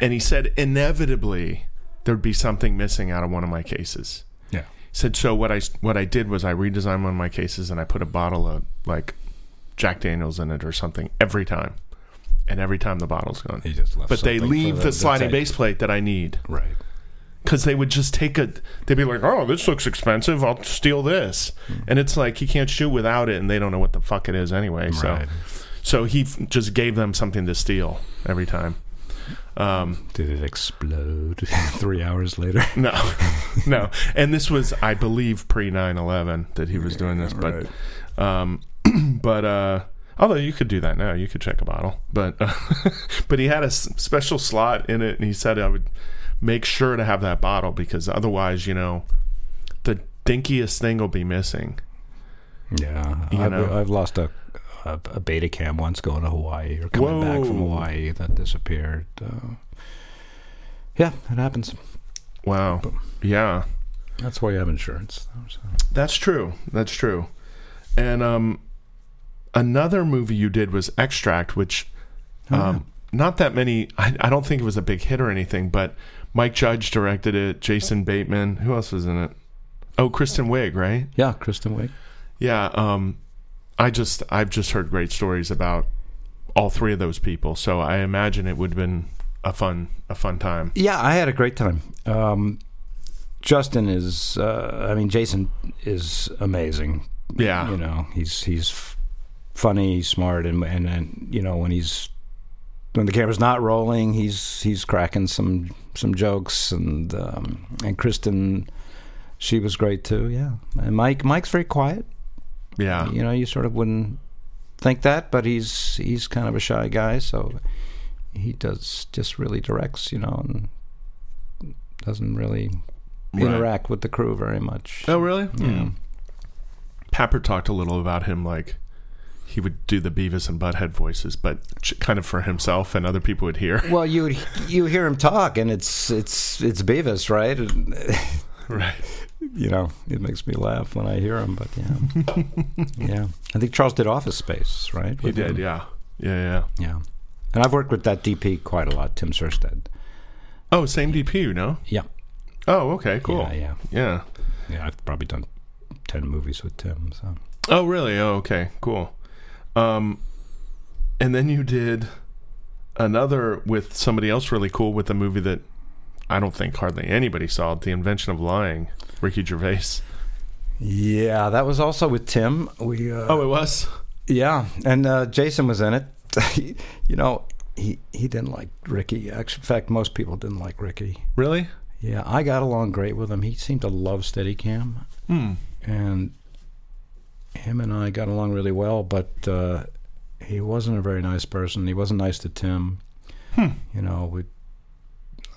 A: And he said, inevitably, there'd be something missing out of one of my cases.
B: Yeah.
A: He said, so what I, what I did was I redesigned one of my cases and I put a bottle of like Jack Daniels in it or something every time. And every time the bottle's gone.
B: He just left
A: But they
B: something for
A: leave
B: the-
A: the,
B: the
A: sliding
B: type.
A: base plate that I need
B: Right.
A: because they would just take a they'd be like oh this looks expensive i'll steal this
B: Hmm.
A: and it's like you can't shoot without it and they don't know what the fuck it is anyway so
B: Right.
A: so he f- just gave them something to steal every time um
B: Did it explode (laughs) three hours later?
A: no (laughs) no and this was i believe pre 9-11 that he was doing this but
B: Right.
A: Um, (clears throat) but uh, although you could do that now, you could check a bottle. But uh, (laughs) but he had a s- special slot in it, and he said I would make sure to have that bottle because otherwise, you know, the dinkiest thing will be missing.
B: Yeah,
A: You
B: I've,
A: know?
B: I've lost a, a a beta cam once going to Hawaii or coming back from
A: Whoa.
B: Hawaii that disappeared. Uh, yeah, it happens.
A: Wow. Yeah,
B: That's why you have insurance. So-
A: that's true. That's true. And um, another movie you did was Extract, which Um, not that many. I, I don't think it was a big hit or anything, but Mike Judge directed it. Jason Bateman. Who else was in it? Oh, Kristen Wiig, right?
B: yeah, Kristen Wiig.
A: Yeah. Um, I just I've just heard great stories about all three of those people, so I imagine it would have been a fun a fun time.
B: Yeah, I had a great time. Um, Justin is, uh, I mean, Jason is amazing.
A: Yeah.
B: you know, he's he's f- funny, he's smart, and and and you know when he's when the camera's not rolling, he's he's cracking some some jokes, and um, and Kristen, she was great too. Yeah, and Mike Mike's very quiet.
A: Yeah.
B: You know, you sort of wouldn't think that, but he's he's kind of a shy guy, so he does just really directs, you know, and doesn't really
A: Right.
B: interact with the crew very much.
A: Oh, really?
B: Yeah.
A: Papper talked a little about him, like he would do the Beavis and Butthead voices, but ch- kind of for himself, and other people would
B: (laughs)
A: hear.
B: Well, you would, you hear him talk, and it's it's it's Beavis, right? And,
A: right.
B: you know, it makes me laugh when I hear him. But yeah, (laughs) yeah. I think Charles did Office Space, right?
A: He
B: with
A: did.
B: him?
A: Yeah. Yeah. Yeah.
B: yeah. And I've worked with that DP quite a lot, Tim Surstead.
A: Oh, same DP, no?
B: Yeah.
A: Oh, okay, cool.
B: Yeah,
A: Yeah.
B: yeah, yeah. I've probably done ten movies with Tim. So
A: Oh, really? Oh, okay, cool. Um, and then you did another with somebody else really cool with a movie that I don't think hardly anybody saw, The Invention of Lying, Ricky Gervais.
B: yeah, that was also with Tim. We uh,
A: Oh, it was?
B: Yeah, and uh, Jason was in it. (laughs) He- you know, he he didn't like Ricky. Actually, in fact, most people didn't like Ricky.
A: Really?
B: Yeah, I got along great with him. He seemed to love Steadicam,
A: Hmm.
B: and him and I got along really well. But uh, he wasn't a very nice person. He wasn't nice to Tim. You know, we.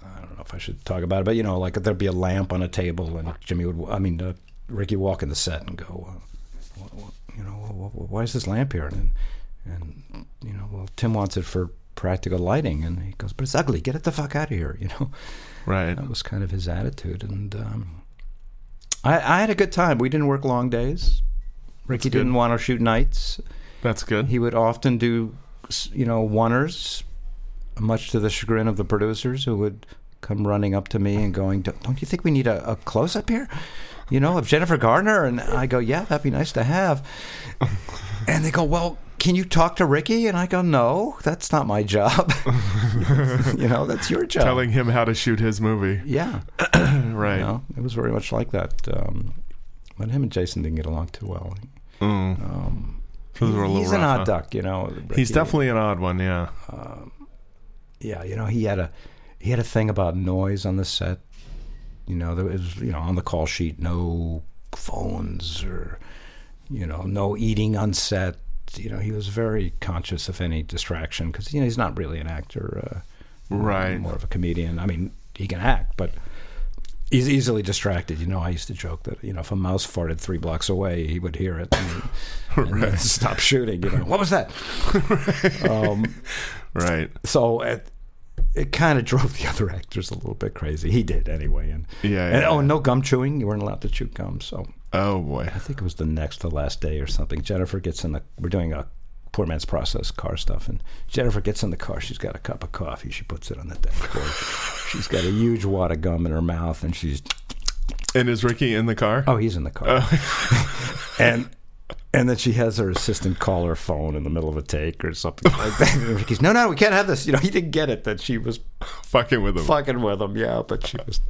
B: I don't know if I should talk about it, but you know, like there'd be a lamp on a table, and Jimmy would. I mean, uh, Ricky would walk in the set and go, uh, "Wha- wha- you know, wha- wha- why is this lamp here? And and you know, well, Tim wants it for practical lighting, and he goes, but it's ugly. Get it the fuck out of here, (laughs) you know.
A: Right.
B: That was kind of his attitude, and um, I, I had a good time. We didn't work long days. Ricky
A: good. Mm-hmm.
B: didn't want to shoot nights.
A: That's good.
B: He would often do, you know, oneers, much to the chagrin of the producers who would come running up to me and going, "Don't don't you think we need a, a close up here? You know, of Jennifer Garner?" And I go, "Yeah, that'd be nice to
A: (laughs)
B: have." And they go, "Well." Can you talk to Ricky? And I go, no, that's not my job. (laughs) you know, that's your job.
A: Telling him how to shoot his movie.
B: yeah.
A: Right.
B: You know, it was very much like that. Um, but him and Jason didn't get along too well.
A: Mm.
B: Um,
A: Those were a little
B: he's an
A: rough,
B: odd
A: huh?
B: duck, you know.
A: He's
B: Ricky.
A: definitely an odd one, yeah.
B: yeah. You know, he had a he had a thing about noise on the set. You know, there was you know on the call sheet no phones or you know no eating on set. You know, he was very conscious of any distraction because you know he's not really an actor, uh,
A: Right.
B: More of a comedian. I mean, he can act, but he's easily distracted. You know, I used to joke that you know if a mouse farted three blocks away, he would hear it and, and then stop shooting. You know, what was that? um,
A: Right.
B: so it, it kind of drove the (laughs) other actors a little bit crazy. He did anyway, and,
A: Yeah.
B: and
A: yeah.
B: oh, no gum chewing. You weren't allowed to chew gum. So
A: oh, boy.
B: I think it was the next to last day or something. Jennifer gets in the. We're doing a poor man's process car stuff. And Jennifer gets in the car. She's got a cup of coffee. She puts it on the dashboard. she's got a huge wad of gum in her mouth, and she's
A: And is Ricky in the car?
B: oh, he's in the car. (laughs) and and then she has her assistant call her phone in the middle of a take or something like that. And Ricky's, no, no, we can't have this. You know, he didn't get it that she was
A: Fucking with him.
B: fucking with him. Yeah, but she was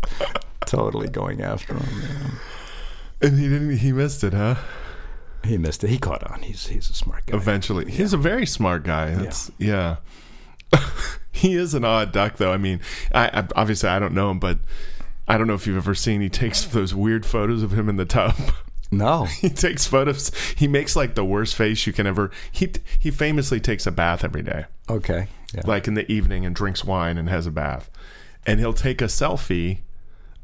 B: totally going after him. yeah.
A: And he didn't. He missed it, huh?
B: He missed it. He caught on. He's he's a smart guy.
A: Eventually, he's a very smart guy. That's yeah. (laughs) he is an odd duck, though. I mean, I, I obviously I don't know him, but I don't know if you've ever seen. He takes those weird photos of him in the tub. (laughs)
B: No.
A: he takes photos. He makes like the worst face you can ever. He he famously takes a bath every day,
B: Okay. Yeah.
A: like in the evening, and drinks wine and has a bath, and he'll take a selfie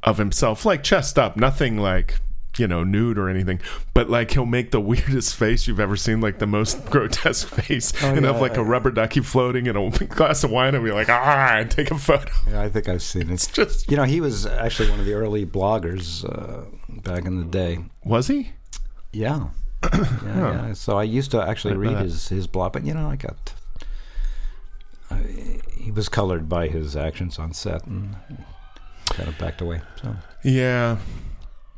A: of himself, like chest up, nothing like you know nude or anything, but like he'll make the (laughs) weirdest face you've ever seen, like the most (laughs) grotesque face, and
B: Oh, yeah,
A: have like
B: I-
A: a rubber ducky floating and a (laughs) glass of wine, and be like, ah, and take a photo. (laughs)
B: yeah, I think I've seen it.
A: Just
B: You know, he was actually one of the early bloggers uh, back in the day.
A: was he?
B: (coughs) Yeah. yeah, yeah. So I used to actually
A: Didn't know
B: read
A: that.
B: his, his blog, but you know, I got. I, he was colored by his actions on set and kind of backed away. So
A: Yeah.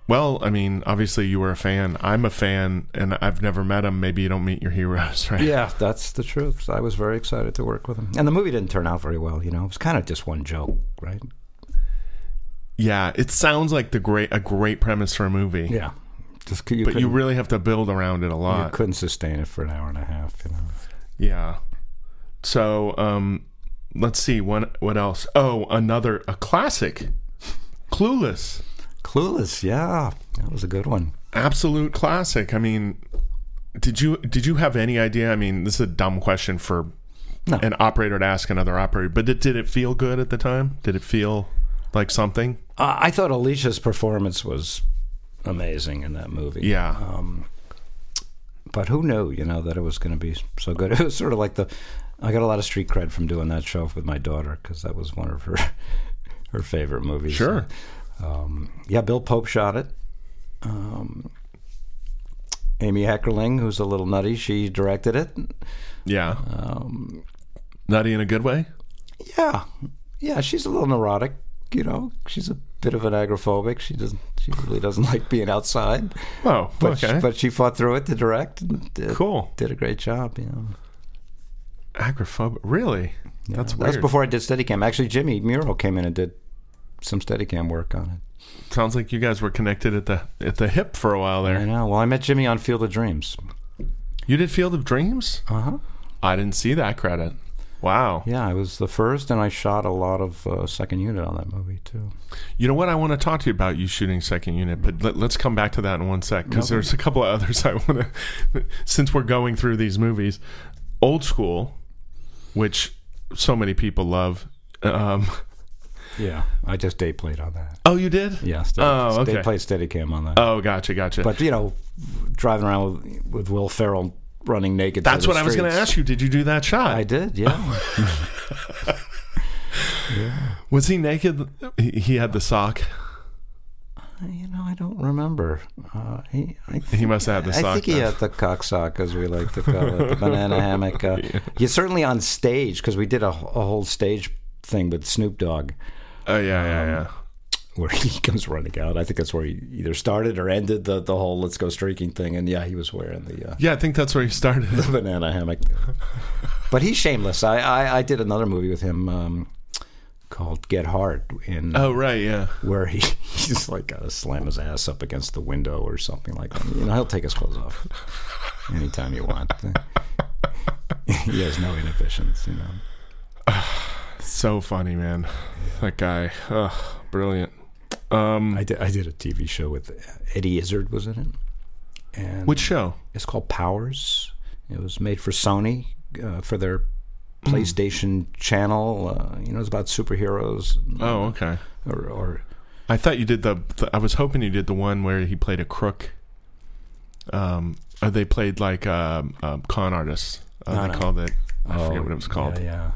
A: Well, I mean, obviously you were a fan. I'm a fan, and I've never met him. Maybe you don't meet your heroes, (laughs) right?
B: Yeah, that's the truth. I was very excited to work with him. And the movie didn't turn out very well, you know. It was kind of just one joke, right?
A: Yeah, it sounds like the great a great premise for a movie.
B: Yeah. Just c- you
A: But you
B: couldn't-
A: really have to build around it a
B: you
A: lot.
B: couldn't sustain it for an hour and a half, you know.
A: Yeah. So, um let's see what what else. Oh, another a classic. Clueless.
B: Clueless, yeah. That was a good one.
A: Absolute classic. I mean, did you did you have any idea? I mean, this is a dumb question for
B: No.
A: an operator to ask another operator, but did, did it feel good at the time? Did it feel like something?
B: Uh, I thought Alicia's performance was amazing in that movie.
A: Yeah.
B: Um, but who knew, you know, that it was going to be so good? (laughs) It was sort of like the. I got a lot of street cred from doing that show with my daughter because that was one of her (laughs) her favorite movies.
A: Sure.
B: Um, yeah, Bill Pope shot it. Um, Amy Heckerling, who's a little nutty, she directed it.
A: Yeah.
B: Um,
A: Nutty in a good way?
B: yeah, yeah, she's a little neurotic. You know, she's a bit of an agoraphobic. She doesn't. She really doesn't (laughs) like being outside.
A: Oh,
B: But
A: okay.
B: she, but she fought through it to direct. And did,
A: cool.
B: Did a great job. You know.
A: Agoraphobic. Really? That's
B: Yeah,
A: weird.
B: That's before I did Steadicam. Actually, Jimmy Muro came in and did some Steadicam work on it.
A: Sounds like you guys were connected at the at the hip for a while
B: I
A: there.
B: know. Well, I met Jimmy on Field of Dreams.
A: You did Field of Dreams?
B: Uh huh.
A: I didn't see that credit. Wow.
B: Yeah, I was the first, and I shot a lot of uh, second unit on that movie too.
A: You know what? I want to talk to you about you shooting second unit, but let, us come back to that in one sec because
B: Okay.
A: there's a couple of others I want to. (laughs) Since we're going through these movies, old school, which so many people love. Um, (laughs)
B: Yeah, I just day played on that.
A: oh, you did?
B: Yeah,
A: Oh, okay.
B: They played Steadicam on that.
A: Oh, gotcha, gotcha.
B: but you know, driving around with, with Will Ferrell running naked.
A: That's what I was going to ask you. Did you Oh. do that shot?
B: I did.
A: (laughs)
B: Yeah.
A: was he naked? He, he had the sock.
B: you know, I don't remember. Uh, he, I
A: He must have had the
B: I
A: sock.
B: think he uh,
A: then.
B: had the cock sock, as we like to call
A: (laughs)
B: it, the banana hammock. Uh, yeah, certainly on stage because we did a, a whole stage thing with Snoop Dogg
A: oh yeah, yeah, yeah.
B: um, where he (laughs) comes running out. I think that's where he either started or ended the, the whole "let's go streaking" thing. And yeah, he was wearing the, uh,
A: Yeah, I think that's where he started.
B: the banana hammock. But he's shameless. I, I, I did another movie with him um, called Get Hard in
A: oh right, yeah.
B: where he, (laughs) he's like gotta slam his ass up against the window or something like that. You know, he'll take his clothes off anytime you want. (laughs) he has no inhibitions, you know.
A: So funny, man. That guy. Ugh, brilliant. Um,
B: I did I did a TV show with Eddie Izzard was in it, and
A: which show?
B: it's called Powers. It was made for Sony uh, for their PlayStation channel. Uh, you know, it's about superheroes
A: Oh, okay.
B: or, or
A: I thought you did the, the. I was hoping you did the one where he played a crook. Um, or they played like um, um, con artists. Uh,
B: No,
A: they
B: no.
A: called it. I forget what it was called.
B: oh, Yeah,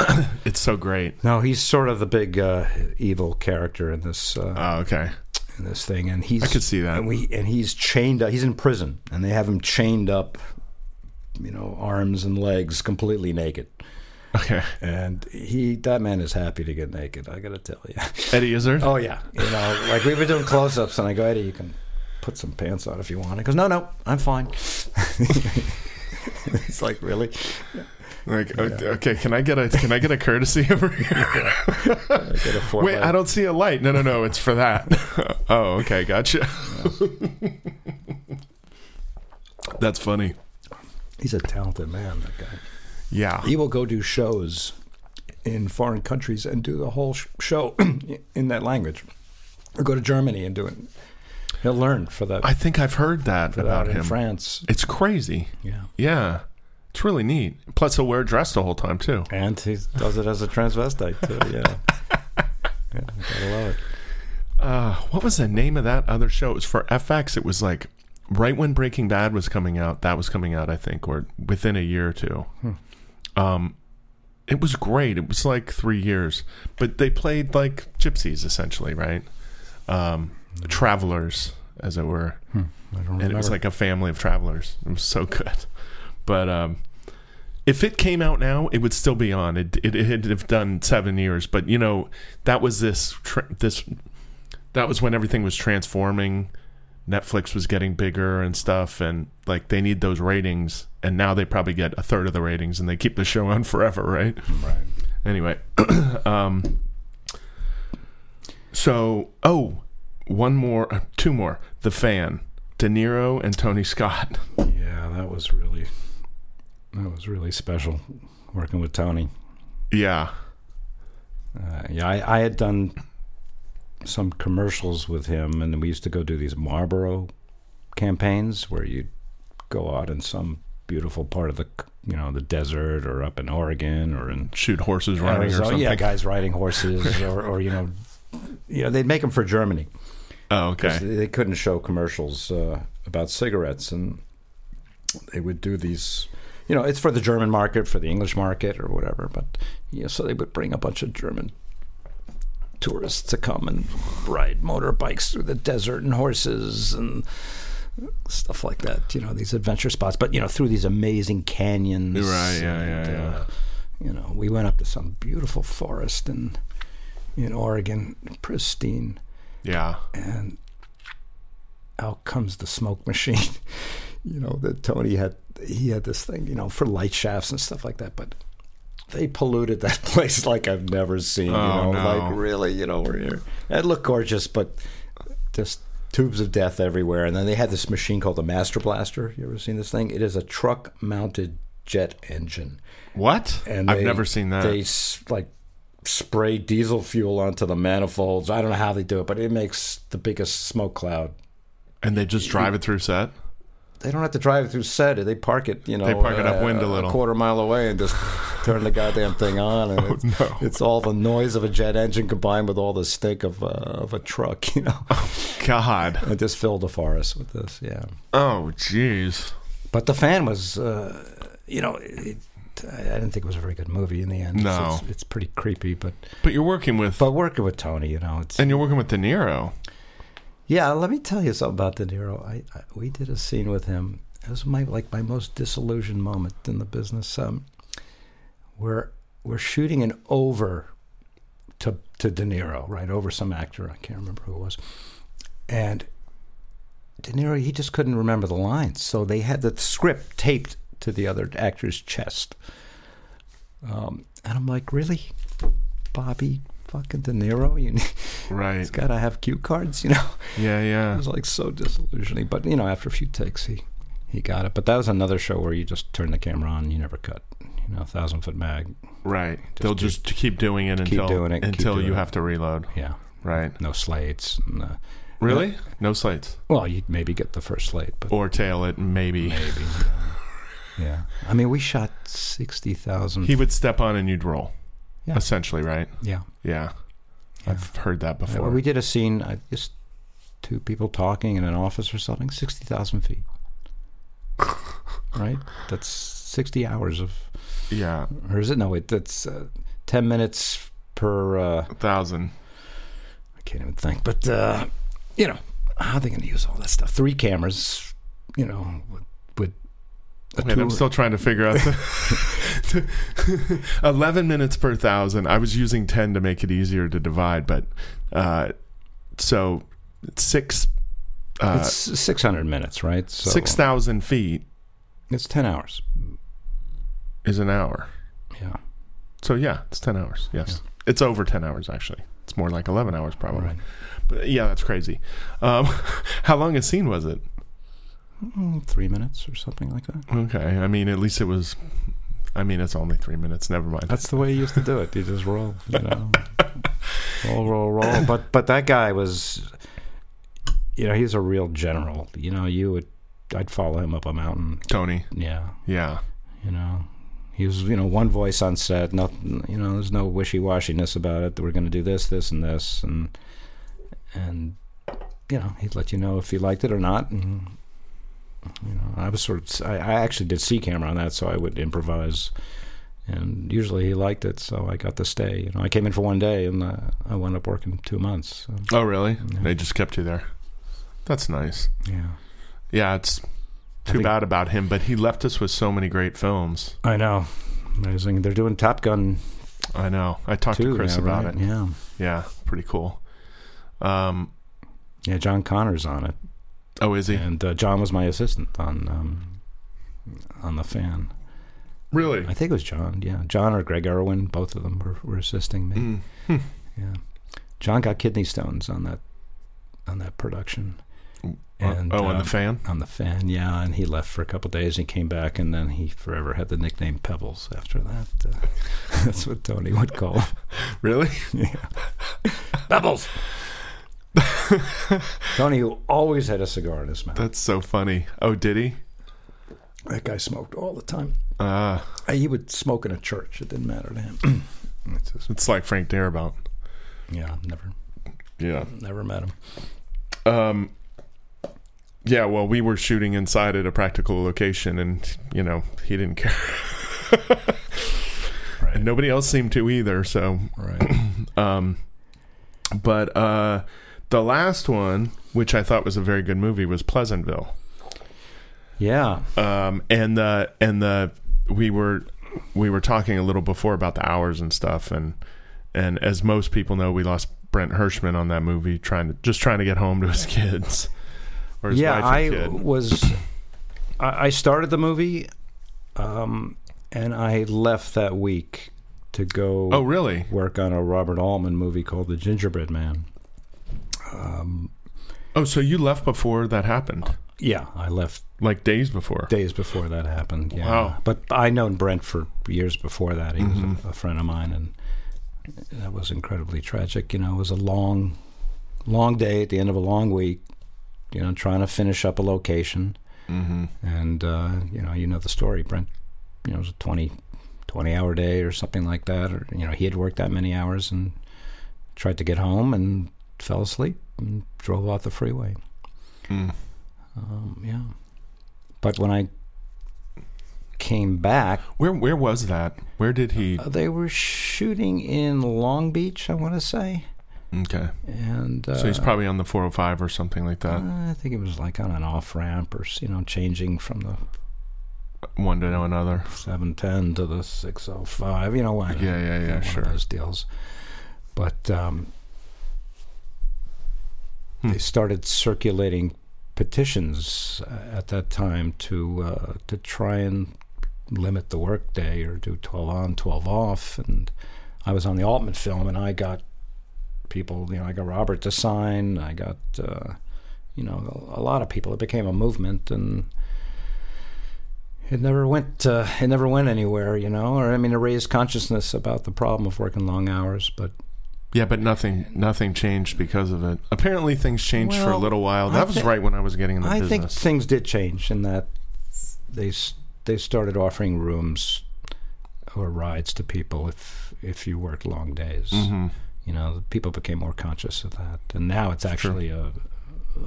B: yeah.
A: It's so great.
B: No, he's sort of the big uh, evil character in this uh,
A: Oh, okay.
B: in this thing, and he's
A: I could see that.
B: and we and he's chained up. He's in prison, and they have him chained up you know, arms and legs completely naked.
A: (laughs) Okay.
B: And he, that man is happy to get naked. I gotta tell
A: (laughs)
B: you.
A: Eddie Izzard.
B: Oh yeah, you know, like we were doing close-ups, and I go, Eddie, you can put some pants on if you want. He goes, No, no, I'm fine. (laughs) it's like really.
A: Like, o- okay, can I get a can I get a courtesy (laughs) over here?
B: I get a four
A: Wait,
B: by-
A: I don't see a light. No, no, no, it's for that. (laughs) oh, okay, gotcha. (laughs) That's funny.
B: He's a talented man. That guy.
A: Yeah.
B: He will go do shows in foreign countries and do the whole sh- show (clears throat) in that language, or go to Germany and do it. He'll learn for that.
A: I think I've heard that
B: for
A: about
B: that in
A: him.
B: France.
A: It's crazy.
B: Yeah.
A: Yeah. It's really neat. Plus, he'll wear a dress the whole time, too.
B: And he does it as a transvestite too. (laughs) Yeah. yeah gotta love it.
A: Uh, what was the name of that other show? It was for FX. It was like right when Breaking Bad was coming out. That was coming out, I think, or within a year or two.
B: Hmm.
A: Um, it was great. It was like three years, but they played like gypsies essentially, right? Um, travelers, as it were,
B: I don't
A: and it was like a family of travelers. It was so good, but um. If it came out now, it would still be on. It it it had done seven years, but you know that was this tra- this that was when everything was transforming. Netflix was getting bigger and stuff, and like they need those ratings. And now they probably get a third of the ratings, and they keep the show on forever, right?
B: right.
A: Anyway, (coughs) um, so oh, one more, uh, two more. The fan, De Niro and Tony Scott. (laughs)
B: Yeah, that was really that was really special working with Tony.
A: yeah,
B: Uh, yeah, I, I had done some commercials with him, and we used to go do these Marlboro campaigns where you'd go out in some beautiful part of the c- you know the desert or up in Oregon or in
A: shoot horses running or
B: Arizona.
A: something.
B: yeah guys
A: (laughs)
B: riding horses or, or you know you know they'd make them for Germany
A: Oh,
B: 'cause
A: okay.
B: they- they couldn't show commercials uh, about cigarettes, and they would do these. You know, it's for the German market, for the English market, or whatever. But yeah, so they would bring a bunch of German tourists to come and ride motorbikes through the desert and horses and stuff like that. You know, these adventure spots, but you know, through these amazing canyons.
A: Right, yeah,
B: and,
A: yeah, yeah.
B: Uh, you know, we went up to some beautiful forest in in Oregon, pristine
A: Yeah.
B: and out comes the smoke machine. (laughs) you know that Tony had he had this thing, you know, for light shafts and stuff like that, but they polluted that (laughs) place like I've never seen.
A: Oh,
B: you know,
A: no.
B: like really, you know, we're here. It looked gorgeous, but just tubes of death everywhere. And then they had this machine called the Master Blaster. You ever seen this thing? It is a truck mounted jet engine.
A: What?
B: And
A: I've
B: they-
A: never seen that.
B: They s- like spray diesel fuel onto the manifolds. I don't know how they do it, but it makes the biggest smoke cloud.
A: and they just drive it through set.
B: They don't have to drive it through set. They park it, you know,
A: They park it
B: uh,
A: upwind a little.
B: quarter mile away, and just
A: (laughs)
B: turn the goddamn thing on. And it's,
A: Oh, no.
B: it's all the noise of a jet engine combined with all the stink of uh, of a truck, (laughs)
A: (laughs)
B: you know.
A: God.
B: and just filled the forest with this, yeah.
A: Oh, jeez.
B: But the fan was, uh, you know, it, I didn't think it was a very good movie in the end.
A: No.
B: it's, it's, it's pretty creepy, but
A: But you're working with
B: but working with Tony, you know, it's
A: And you're working with De Niro.
B: Yeah, let me tell you something about De Niro. I, I we did a scene with him. It was my like my most disillusioned moment in the business. Um, we're we're shooting an over to to De Niro, right over some actor I can't remember who it was, and De Niro he just couldn't remember the lines, so they had the script taped to the other actor's chest. Um, and I'm like, really, Bobby fucking De Niro, you (laughs)
A: Right.
B: he's got to have cue cards, you know.
A: Yeah,
B: It
A: yeah.
B: was like so disillusioning. But you know, after a few takes, he he got it. But that was another show where you just turn the camera on, and you never cut. You know, thousand foot mag.
A: Right. They'll just keep doing it
B: keep
A: until
B: doing it, keep
A: until
B: doing
A: you
B: it.
A: have to reload.
B: Yeah,
A: Right.
B: no slates. And, uh,
A: Really? No slates.
B: well, you'd maybe get the first slate, but
A: Or tail it maybe.
B: maybe. yeah. yeah, I mean, we shot sixty thousand.
A: He would step on and you'd roll.
B: Yeah.
A: Essentially, right?
B: Yeah,
A: Yeah. I've heard that
B: Yeah,
A: before.
B: well, we did a scene. Uh, just two people talking in an office or something. Sixty thousand feet. right. That's sixty hours of
A: yeah.
B: or is it no it that's uh, 10 minutes per uh,
A: A thousand.
B: i can't even think but uh, you know how are they going to use all that stuff three cameras you know with, with
A: Wait, I'm still trying to figure out.
B: (laughs)
A: the- 11 minutes per thousand. I was using 10 to make it easier to divide, but uh, so six, uh,
B: it's 600 minutes, right? So
A: 6,000 feet
B: It's 10 hours.
A: is an hour.
B: Yeah.
A: So yeah, it's 10 hours. Yes. It's over 10 hours, actually. It's more like 11 hours, probably.
B: Right.
A: But yeah, that's crazy. Um, (laughs) how long a scene was it?
B: Mm, Three minutes or something like that.
A: Okay. I mean, at least it was. I mean, it's only three minutes. Never mind.
B: That's the way you used to do it. You just roll, you know, (laughs) roll, roll, (coughs) roll. But but that guy was, you know, he's a real general. You know, you would, I'd follow him up a mountain.
A: Tony.
B: Yeah,
A: Yeah.
B: you know, he was, you know, one voice on set. Nothing, you know, there's no wishy washiness about it. We're going to do this, this, and this, and and you know, he'd let you know if he liked it or not. And you know, I was sort of, I, I actually did C camera on that, so I would improvise. And usually he liked it, so I got to stay. You know, I came in for one day, and uh, I wound up working two months. So,
A: Oh, really?
B: Yeah.
A: They just kept you there. That's nice.
B: yeah,
A: Yeah, it's
B: I
A: too
B: think-
A: bad about him, but he left us with so many great films.
B: I know, amazing. They're doing Top Gun
A: I know. I talked
B: too.
A: to Chris
B: now,
A: about
B: right?
A: it.
B: Yeah,
A: Yeah, pretty cool. Um,
B: yeah. John Connor's on it.
A: oh, is he
B: And uh, John was my assistant on um, on the fan.
A: really?
B: I think it was John. Yeah, John or Greg Irwin, both of them were, were assisting me.
A: Mm.
B: Yeah, John got kidney stones on that on that production.
A: oh, and
B: um,
A: the fan.
B: on the fan, yeah, and he left for a couple days. And he came back, and then he forever had the nickname Pebbles. After that, uh, (laughs) that's what Tony would
A: (laughs)
B: call him.
A: Really?
B: yeah. Pebbles. Tony, who always had a cigar in his mouth.
A: That's so funny. Oh, did he?
B: That guy smoked all the time.
A: Uh,
B: Uh, He would smoke in a church. It didn't matter to him. (clears throat) It's just-
A: it's like Frank Darabont.
B: yeah, never,
A: Yeah.
B: never met him.
A: Um, yeah. Well, we were shooting inside at a practical location, and you know he didn't care, (laughs)
B: Right,
A: and nobody else seemed to either. So
B: right.
A: Um, but uh, the last one, which I thought was a very good movie, was Pleasantville.
B: Yeah,
A: Um, and the and the we were we were talking a little before about the hours and stuff, and and as most people know, we lost Brent Hirschman on that movie, trying to just trying to get home to his (laughs) kids or his
B: yeah.
A: wife
B: I
A: and kid.
B: was. I I started the movie, um, and I left that week to go
A: Oh, really?
B: work on a Robert Altman movie called The Gingerbread Man. Um,
A: Oh, so you left before that happened,
B: yeah, I left
A: like days before.
B: days before that happened. Yeah.
A: Wow.
B: But I known Brent for years before that. He was
A: Mhm.
B: a, a friend of mine, and that was incredibly tragic. You know, it was a long, long day at the end of a long week. You know, trying to finish up a location,
A: Mm-hmm.
B: and uh, you know, you know the story. Brent, you know, it was a 20, 20 hour day or something like that, or you know, he had worked that many hours and tried to get home and fell asleep and drove off the freeway.
A: Mm.
B: Um, yeah. But when I came back,
A: Where where was that? Where did he?
B: uh, they were shooting in Long Beach, I want to say.
A: Okay,
B: And uh,
A: so he's probably on the 405 or something like that.
B: I think it was like on an off ramp or, s- you know, changing from the
A: one to know another.
B: 710 to the 605, you know, one,
A: Yeah, yeah, yeah,
B: one
A: sure.
B: of those deals. But um,
A: Hmm.
B: they started circulating petitions uh, at that time to uh, to try and limit the workday or do 12 on, 12 off. And I was on the Altman film and I got people, you know, I got Robert to sign, I got, uh, you know, a, a lot of people. It became a movement and it never went uh, it never went anywhere, you know, or I mean, it raised consciousness about the problem of working long hours, but
A: Yeah, but nothing nothing changed because of it. Apparently things changed for a
B: Well,
A: little while.
B: I
A: That was
B: thi-
A: right when I was getting in the
B: I think
A: business.
B: things did change in that they s- they started offering rooms or rides to people if if you worked long days.
A: hmm
B: You know, the people became more conscious of that, and now it's actually a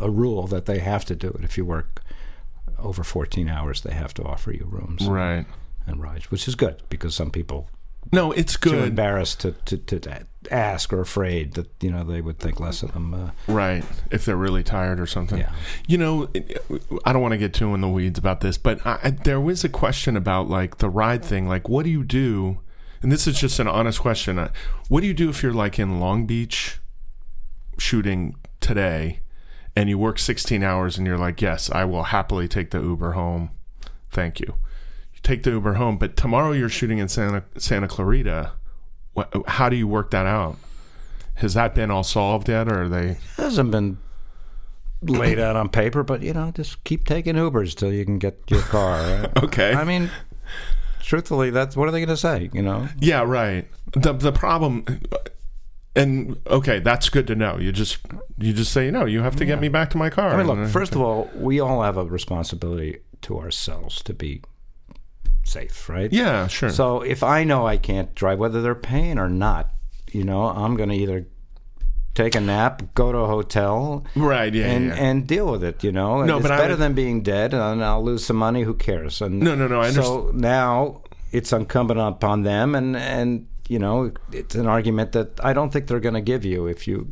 B: a rule that they have to do it if you work over 14 hours they have to offer you rooms
A: Right. Mm-hmm.
B: and rides which is good because some people
A: No, it's
B: too
A: good.
B: embarrassed to, to, to, to ask or afraid that you know they would think less of them. Uh,
A: Right. If they're really tired or something.
B: yeah,
A: You know, I don't want to get too in the weeds about this, but I, I- there was a question about like the ride thing. Like, what do you do? And this is just an honest question. Uh, What do you do if you're like in Long Beach shooting today and you work 16 hours and you're like, yes, I will happily take the Uber home. Thank you. You take the Uber home, but tomorrow you're shooting in Santa, Santa Clarita. What, how do you work that out? Has that been all solved yet or are they?
B: hasn't been laid out on paper, but you know, just keep taking Ubers till you can get your car.
A: (laughs)
B: right?
A: Okay.
B: I mean, truthfully, that's what are they going to say? You know,
A: Yeah, right. The the problem and okay, that's good to know. You just you just say, no, you have to get me back to my car.
B: I mean, look.
A: And, uh,
B: First of all, we all have a responsibility to ourselves to be safe, right?
A: Yeah, sure.
B: So if I know I can't drive, whether they're paying or not, you know, I'm going to either take a nap, go to a hotel,
A: right, yeah,
B: and
A: yeah. yeah.
B: and deal with it. You know,
A: No,
B: it's
A: but I
B: better
A: would-
B: than being dead, and I'll lose some money. Who cares? And
A: No, no, no, I
B: So now it's incumbent upon them, and and you know, it's an argument that I don't think they're going to give you if you.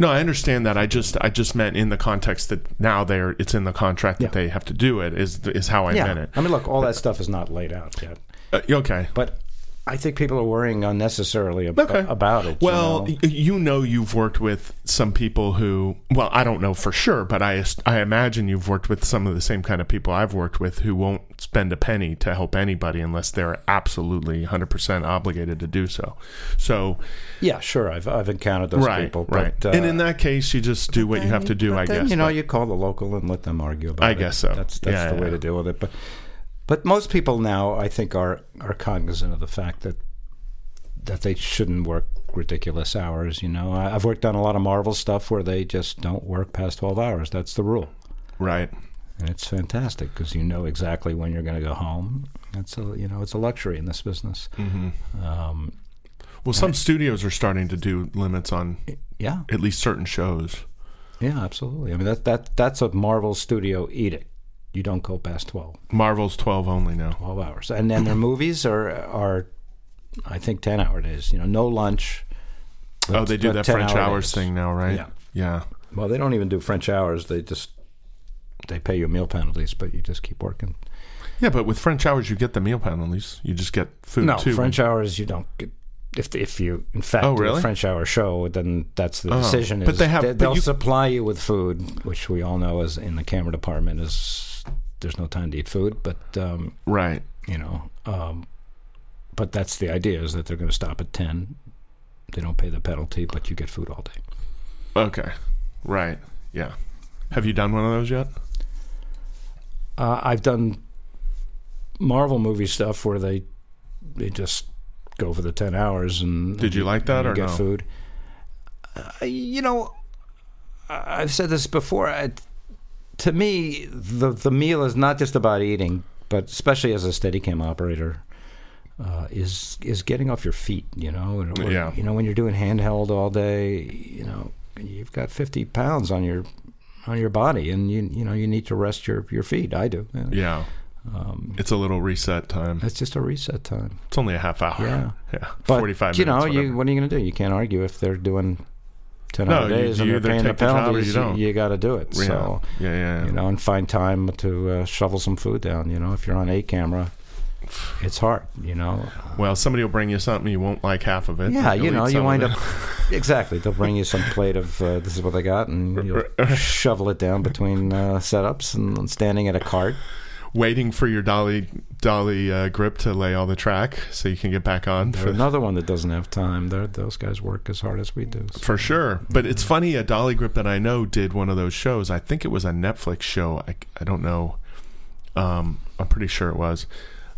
A: no, I understand that. I just I just meant in the context that now they're it's in the contract that
B: Yeah.
A: they have to do it is is how I meant
B: Yeah,
A: it.
B: I mean, look, all that stuff is not laid out yet,
A: Uh, okay.
B: but I think people are worrying unnecessarily ab-
A: Okay.
B: about it. you
A: Well,
B: know?
A: y- you know, you've worked with some people who, well, I don't know for sure, but I, as- I imagine you've worked with some of the same kind of people I've worked with who won't spend a penny to help anybody unless they're absolutely 100% obligated to do so. So,
B: Yeah, sure. I've I've encountered those
A: right,
B: people,
A: right.
B: But, uh,
A: and in that case, you just do what you have to do,
B: but
A: I
B: then,
A: guess.
B: You know,
A: but-
B: you call the local and let them argue about
A: I
B: it.
A: guess so.
B: That's that's
A: Yeah,
B: the way
A: yeah.
B: to deal with it. But but most people now, I think, are are cognizant of the fact that that they shouldn't work ridiculous hours. You know, I, I've worked on a lot of Marvel stuff where they just don't work past twelve hours. That's the rule,
A: right.
B: and it's fantastic because you know exactly when you're going to go home. That's a you know, it's a luxury in this business. Um,
A: Well, some studios are starting to do limits on
B: yeah,
A: at least certain shows.
B: yeah, absolutely. I mean, that that that's a Marvel studio edict. You don't go past twelve.
A: Marvel's 12 only now.
B: 12 hours and then their movies are are i think 10 hour days you know no lunch but-
A: oh, they do
B: but
A: that
B: 10
A: French
B: hour
A: hours
B: days.
A: thing now, right?
B: Yeah.
A: Yeah.
B: well they don't even do french hours they just they pay you meal penalties but you just keep working
A: Yeah, but with French hours, you get the meal penalties. You just get food
B: no
A: too.
B: french hours you don't get if, if you in fact
A: Oh,
B: do
A: really?
B: a french hour show then that's the
A: Oh,
B: decision
A: but
B: is
A: they have-
B: they,
A: but
B: will
A: you-
B: supply you with food which we all know is in the camera department is there's no time to eat food but um,
A: Right.
B: you know um, but that's the idea is that they're going to stop at 10 they don't pay the penalty but you get food all day
A: Okay. Right. Yeah. Have you done one of those yet?
B: uh, i've done marvel movie stuff where they they just go for the 10 hours and
A: Did you like that
B: and
A: or
B: get
A: no?
B: food uh, you know I- i've said this before I, to me the the meal is not just about eating but especially as a steadicam operator uh, is is getting off your feet you know and- or-
A: Yeah.
B: you know when you're doing handheld all day you know you've got 50 pounds on your on your body and you you know you need to rest your your feet i do
A: Yeah.
B: um,
A: It's a little reset time.
B: that's just a reset time
A: It's only a half hour.
B: yeah
A: (laughs) Yeah.
B: but,
A: 45
B: you know,
A: minutes.
B: you
A: whatever.
B: what are you going to do? You can't argue if they're doing ten
A: No,
B: hour
A: you-
B: days
A: you
B: and they're
A: either
B: paying the
A: take the job or
B: penalties.
A: you
B: you
A: don't.
B: got to do it.
A: yeah.
B: So
A: yeah, yeah, yeah.
B: you know, and find time to uh, shovel some food down. You know, if you're on a camera, it's hard. You know,
A: well, somebody will bring you something you won't like half of it.
B: yeah,
A: but
B: you
A: you'll
B: know,
A: eat some
B: you
A: of
B: wind
A: it.
B: up (laughs) exactly. They'll bring you some plate of uh, this is what they got,
A: (laughs)
B: and you'll shovel it down between uh, setups and standing at a cart.
A: waiting for your dolly dolly uh, grip to lay all the track so you can get back on.
B: They're
A: For, (laughs)
B: another one that doesn't have time. They're, those guys work as hard as we do. So.
A: for sure. But it's funny, a dolly grip that I know did one of those shows. I think it was a Netflix show. I, I don't know. Um, I'm pretty sure it was,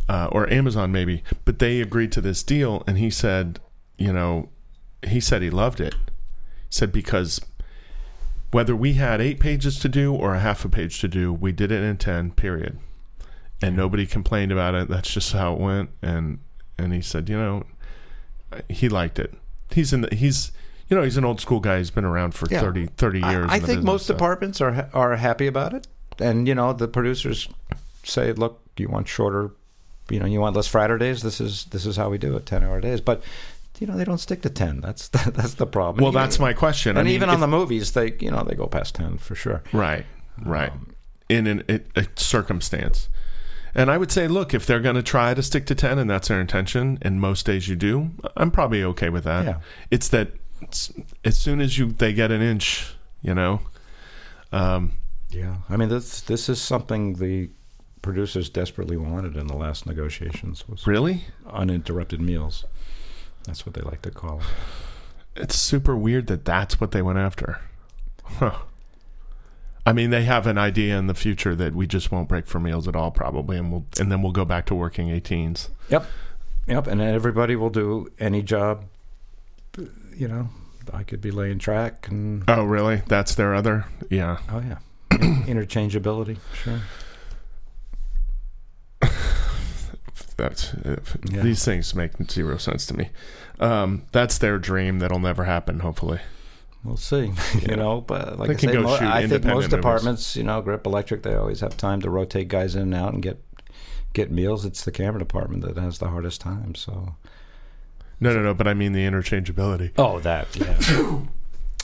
A: uh, or Amazon maybe. But they agreed to this deal, and he said, you know, he said he loved it. said because whether we had eight pages to do or a half a page to do, we did it in ten. Period. And nobody complained about it. That's just how it went. And and he said, you know, he liked it. He's in. The, he's you know he's an old school guy. He's been around for
B: Yeah.
A: thirty thirty 30, 30
B: I-
A: years.
B: I,
A: in the
B: think
A: business,
B: most
A: so.
B: departments are ha- are happy about it, and you know the producers say, "Look, do you want shorter you know you want less Fridays. This is this is how we do it, ten hour days. But you know they don't stick to ten. That's (laughs) that's the problem.
A: Well,
B: And
A: that's
B: even-
A: my question.
B: And
A: I mean,
B: even
A: if-
B: on the movies, they you know they go past ten for sure. Um,
A: Right, right. in an, a, a circumstance. And I would say, look, if they're going to try to stick to 10 and that's their intention, and most days you do, I'm probably okay with that.
B: Yeah.
A: It's that it's, as soon as you they get an inch, you know, um,
B: Yeah, I mean this this is something the producers desperately wanted in the last negotiations was
A: really?
B: uninterrupted meals. That's what they like to call it.
A: It's super weird that that's what they went after. Huh. I mean, they have an idea in the future that we just won't break for meals at all, probably, and we'll and then we'll go back to working 18s.
B: Yep, yep, and everybody will do any job. You know, I could be laying track and
A: Oh, really? That's their other? Yeah.
B: oh yeah, (coughs) In- interchangeability. Sure.
A: that's uh, f-
B: Yeah.
A: these things make zero sense to me. Um, that's their dream that'll never happen. Hopefully,
B: We'll see. (laughs)
A: Yeah.
B: You know, but like
A: They
B: I,
A: can
B: say,
A: go
B: mo-
A: shoot
B: I think
A: independent
B: most
A: movies.
B: departments, you know, Grip Electric, they always have time to rotate guys in and out and get get meals. It's the camera department that has the hardest time. So.
A: no, no, no. But I mean the interchangeability.
B: Oh, that yeah.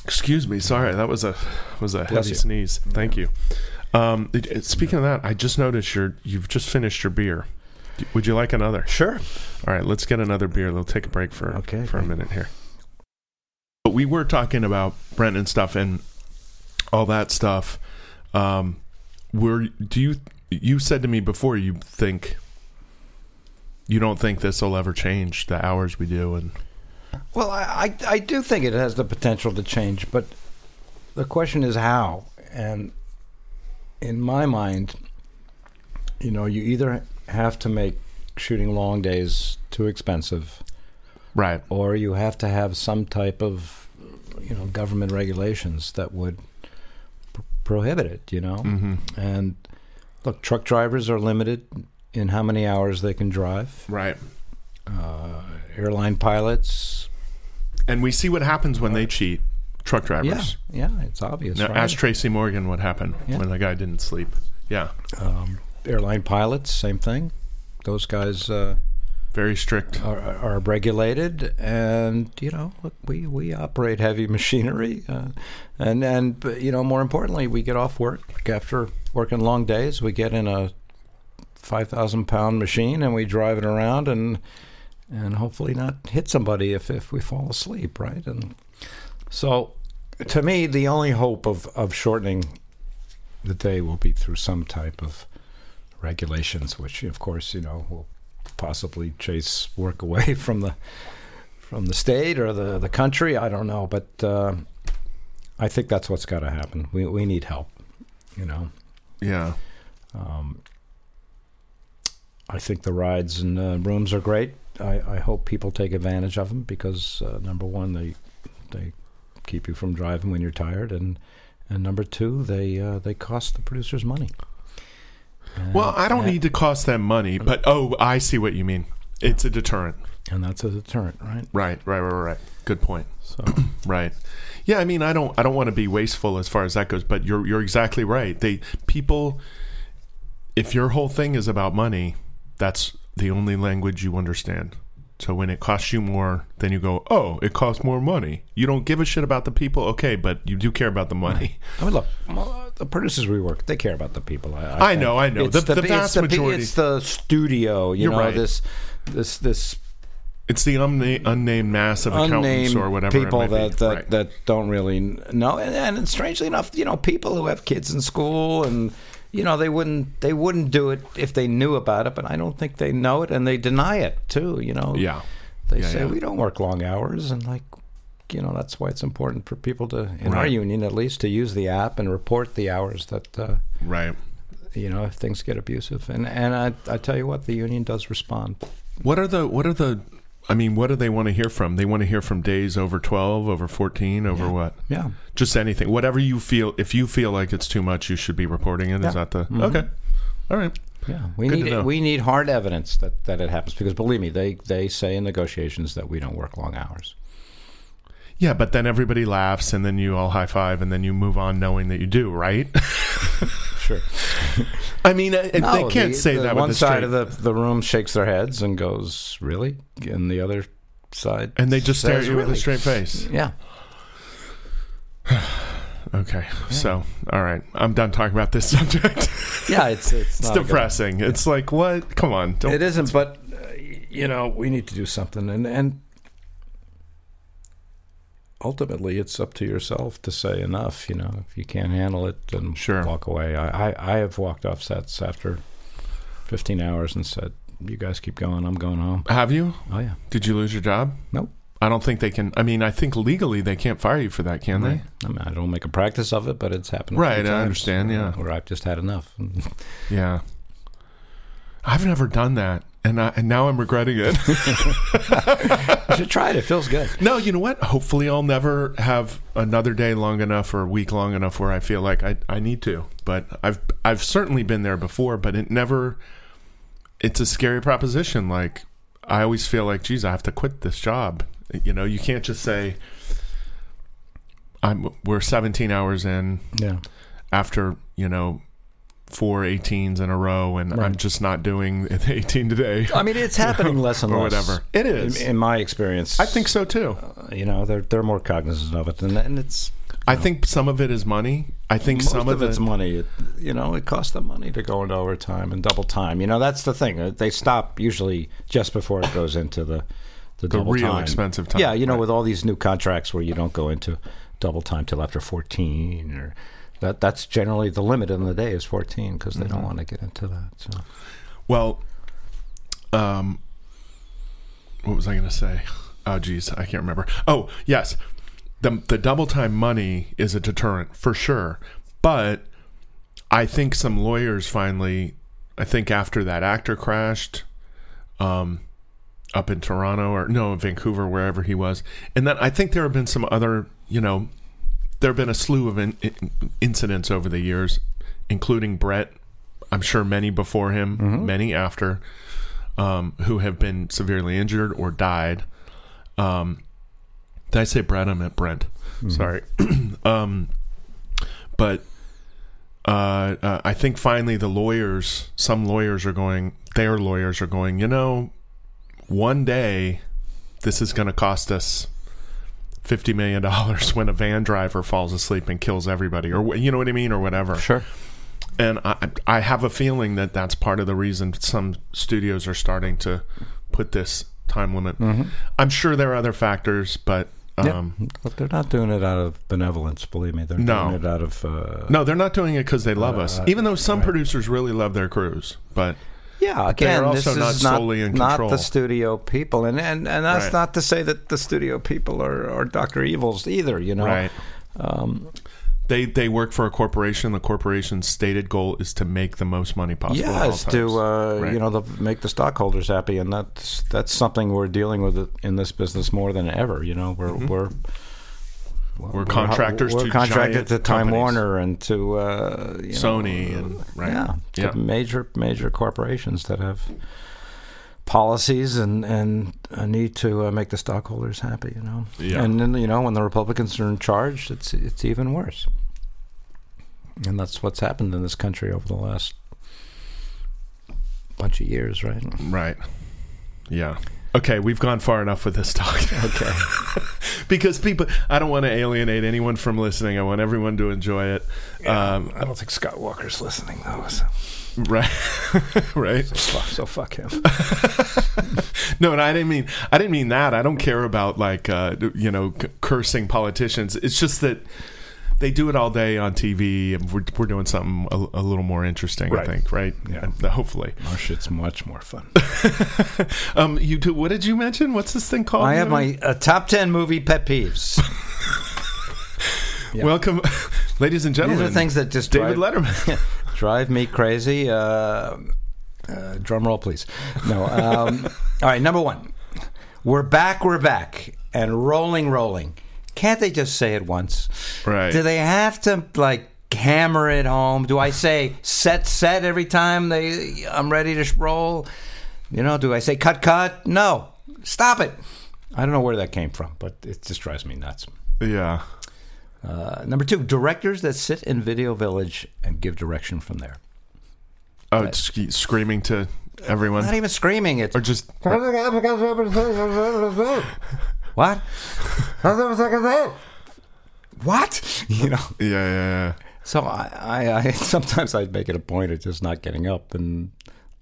A: Excuse me. Sorry, that was a was a
B: Bless
A: heavy
B: you.
A: sneeze. Thank you. Um, it- it- speaking of that, I just noticed you're you've just finished your beer. Would you like another?
B: sure.
A: All right, let's get another beer. We'll take a break for
B: Okay,
A: for a
B: great.
A: minute here. But we were talking about Brent and stuff and all that stuff. Um, were do you you said to me before you think you don't think this will ever change the hours we do and
B: Well, I, I I do think it has the potential to change, but the question is how. And in my mind, you know, you either have to make shooting long days too expensive,
A: right
B: or you have to have some type of you know government regulations that would pr- prohibit it. You know,
A: mm-hmm.
B: and look, truck drivers are limited in how many hours they can drive.
A: right
B: Uh, airline pilots
A: and we see what happens when they cheat truck drivers.
B: Yeah, yeah, it's obvious.
A: now
B: right?
A: ask Tracy Morgan what happened
B: Yeah.
A: when the guy didn't sleep. Yeah,
B: um, airline pilots, same thing. Those guys uh,
A: very strict.
B: are, are regulated, and you know, look, we we operate heavy machinery, uh, and and but, you know, more importantly, we get off work after working long days. We get in a five thousand pound machine and we drive it around and and hopefully not hit somebody if if we fall asleep, right? And so, to me, the only hope of of shortening the day will be through some type of regulations, which of course you know will possibly chase work away (laughs) from the from the state or the the country. I don't know, but uh, I think that's what's got to happen. We we need help, you know.
A: Yeah,
B: Um, I think the rides and uh, rooms are great. I, I hope people take advantage of them because uh, number one, they they keep you from driving when you're tired, and and number two, they uh, they cost the producers money. And-
A: Well, I don't
B: and-
A: need to cost them money, but oh, I see what you mean. It's a deterrent.
B: and that's a deterrent, right?
A: Right, right, right, right. Good point.
B: So
A: (clears throat) Right. Yeah, I mean, I don't I don't want to be wasteful as far as that goes, but you're you're exactly right. They people if your whole thing is about money, that's the only language you understand. So when it costs you more, then you go, "Oh, it costs more money." You don't give a shit about the people, okay, but you do care about the money.
B: I mean, look, well, the producers we work, they care about the people. I,
A: I
B: think.
A: know, I know.
B: It's
A: The- the
B: pe-
A: vast
B: it's the pe-
A: majority-
B: It's the studio, you
A: You're
B: know,
A: right.
B: this, this, this
A: (laughs) It's the unna- unnamed mass of accountants
B: unnamed
A: or whatever it
B: people
A: might be.
B: that that,
A: Right.
B: that don't really know. And, and strangely enough, you know, people who have kids in school and you know they wouldn't they wouldn't do it if they knew about it. But I don't think they know it, and they deny it too. You know,
A: yeah.
B: they
A: Yeah,
B: say
A: yeah.
B: we don't work long hours, and like. You know that's why it's important for people to, in our
A: Right.
B: union at least, to use the app and report the hours that uh,
A: Right.
B: you know if things get abusive. And and I, I tell you what, the union does respond.
A: What are the what are the I mean, what do they want to hear from? They want to hear from days over 12, over 14, over what?
B: Yeah,
A: Just anything. Whatever you feel if you feel like it's too much, you should be reporting it. Is
B: Yeah.
A: that the
B: Mhm.
A: Okay. All right.
B: Yeah, we
A: Good to
B: need
A: know.
B: we need hard evidence that, that it happens because believe me, they they say in negotiations that we don't work long hours.
A: Yeah, but then everybody laughs and then you all high five and then you move on knowing that you do, right?
B: sure.
A: (laughs) I mean, uh, they can't
B: the-
A: say
B: the
A: that
B: one
A: with a
B: side
A: straight-
B: of the, the room shakes their heads and goes, "Really?" And the other side,
A: and they just stare at
B: says,
A: you with a
B: "Really?"
A: straight
B: (laughs)
A: face.
B: Yeah,
A: Okay, so all right, I'm done talking about this (laughs) subject.
B: yeah. It's it's,
A: it's
B: not a good-
A: depressing. It's like what? Come on, don't.
B: It isn't, but uh, you know, we need to do something, and and ultimately, it's up to yourself to say enough. You know, if you can't handle it, then
A: Sure.
B: walk away. I, I I have walked off sets after 15 hours and said, "You guys keep going. I'm going home."
A: Have you?
B: Oh yeah,
A: Did you lose your job?
B: Nope.
A: I don't think they can. I mean, I think legally they can't fire you for that, can they?
B: I mean, I don't make a practice of it, but it's happened. a
A: Right,
B: few
A: I
B: times,
A: understand, yeah.
B: where I've just had enough. (laughs)
A: Yeah. I've never done that, and I, and now I'm regretting it. (laughs)
B: you should try it. It feels good.
A: no, you know what? Hopefully, I'll never have another day long enough or a week long enough where I feel like I, I need to. But I've I've certainly been there before, but it never. It's a scary proposition. Like I always feel like, geez, I have to quit this job. You know, you can't just say. I'm. We're 17 hours in.
B: Yeah.
A: after you know four 18s in a row and i'm
B: Right.
A: just not doing (laughs) the 18 today
B: I mean, it's happening less and
A: (laughs) or
B: less.
A: whatever it
B: In,
A: is
B: in my experience,
A: i think so too
B: you know they're they're more cognizant of it, and, and it's
A: i think some of it is money i think
B: most
A: some
B: of,
A: of,
B: it's
A: it
B: money. It, you know, it costs them money to go into overtime and double time. You know, that's the thing. Uh, They stop usually just before it goes into the the,
A: the
B: double
A: real
B: time.
A: expensive time
B: Yeah, you know, with all these new contracts where you don't go into double time till after fourteen or. That, that's generally the limit in the day is 14 because they
A: Mm-hmm.
B: don't want to get into that. So.
A: well um what was i gonna say oh geez i can't remember oh yes the, the double time money is a deterrent for sure but i think some lawyers finally i think after that actor crashed um, up in Toronto or no, Vancouver, wherever he was. And then I think there have been some other, you know, there have been a slew of in, in- incidents over the years, including Brett. I'm sure many before him, many after, um, who have been severely injured or died. Um, did I say Brett? I meant Brent. Sorry. (clears throat) um, but uh, uh, I think finally the lawyers, some lawyers are going, their lawyers are going, you know, one day this is going to cost us $50 million (laughs) when a van driver falls asleep and kills everybody, or wh- you know what I mean, or whatever.
B: Sure.
A: And I, I have a feeling that that's part of the reason some studios are starting to put this time limit.
B: Mm-hmm.
A: I'm sure there are other factors, but. Um,
B: But they're not doing it out of benevolence, believe me. They're
A: No.
B: doing it out of. Uh,
A: No, they're not doing it because they love us.
B: Uh,
A: Even though some
B: right.
A: producers really love their crews, but
B: Yeah,
A: they're
B: again, this
A: also
B: is
A: not
B: not,
A: solely in
B: not
A: control.
B: the studio people, and and, and that's
A: Right.
B: not to say that the studio people are, are Doctor Evils either. You know, um,
A: They they work for a corporation. The corporation's stated goal is to make the most money possible. at all
B: yeah, it's
A: times.
B: to uh,
A: Right.
B: you know the, make the stockholders happy, and that's that's something we're dealing with in this business more than ever. You know, we're we're
A: Mm-hmm. We're contractors
B: We're
A: to
B: contracted
A: giant
B: to Time
A: companies.
B: Warner and to uh, you know,
A: Sony and right.
B: Yeah, to
A: Yeah.
B: major major corporations that have policies and and a need to uh, make the stockholders happy. You know,
A: Yeah.
B: and then you know when the Republicans are in charge, it's it's even worse. And that's what's happened in this country over the last bunch of years, right?
A: Right. Yeah. Okay, we've gone far enough with this talk (laughs)
B: (laughs) Okay.
A: because people. I don't want to alienate anyone from listening. I want everyone to enjoy it. Um,
B: I don't think Scott Walker's listening though. So,
A: right. (laughs) right.
B: fuck, so fuck (laughs) him.
A: No, and I didn't mean I didn't mean that. I don't care about like uh, you know c- cursing politicians. It's just that they do it all day on TV, and we're, we're doing something a, a little more interesting. I
B: Right.
A: think, right?
B: Yeah.
A: Uh, Hopefully.
B: Our Oh, shit's much more fun.
A: Um, you do. What did you mention? What's this thing called?
B: I have
A: you know?
B: my uh, top ten movie pet peeves. yeah.
A: welcome, (laughs) ladies and
B: These
A: gentlemen.
B: are things that just
A: David
B: drive,
A: Letterman. (laughs)
B: drive me crazy. Uh, uh, drum roll, please. No. Um, all right, number one. We're back, we're back, and rolling, rolling. Can't they just say it once?
A: Right.
B: Do they have to, like, hammer it home? Do I say set, set every time they I'm ready to sh- roll? You know, do I say cut, cut? No. Stop it. I don't know where that came from, but it just drives me nuts.
A: yeah.
B: Uh, number two, directors that sit in Video Village and give direction from there.
A: Oh, it's sc- screaming to
B: Not
A: everyone,
B: even screaming. It's
A: or just (laughs)
B: what?
A: (laughs)
B: what? You know.
A: yeah, yeah, yeah.
B: So I, I, I (laughs) sometimes I make it a point of just not getting up and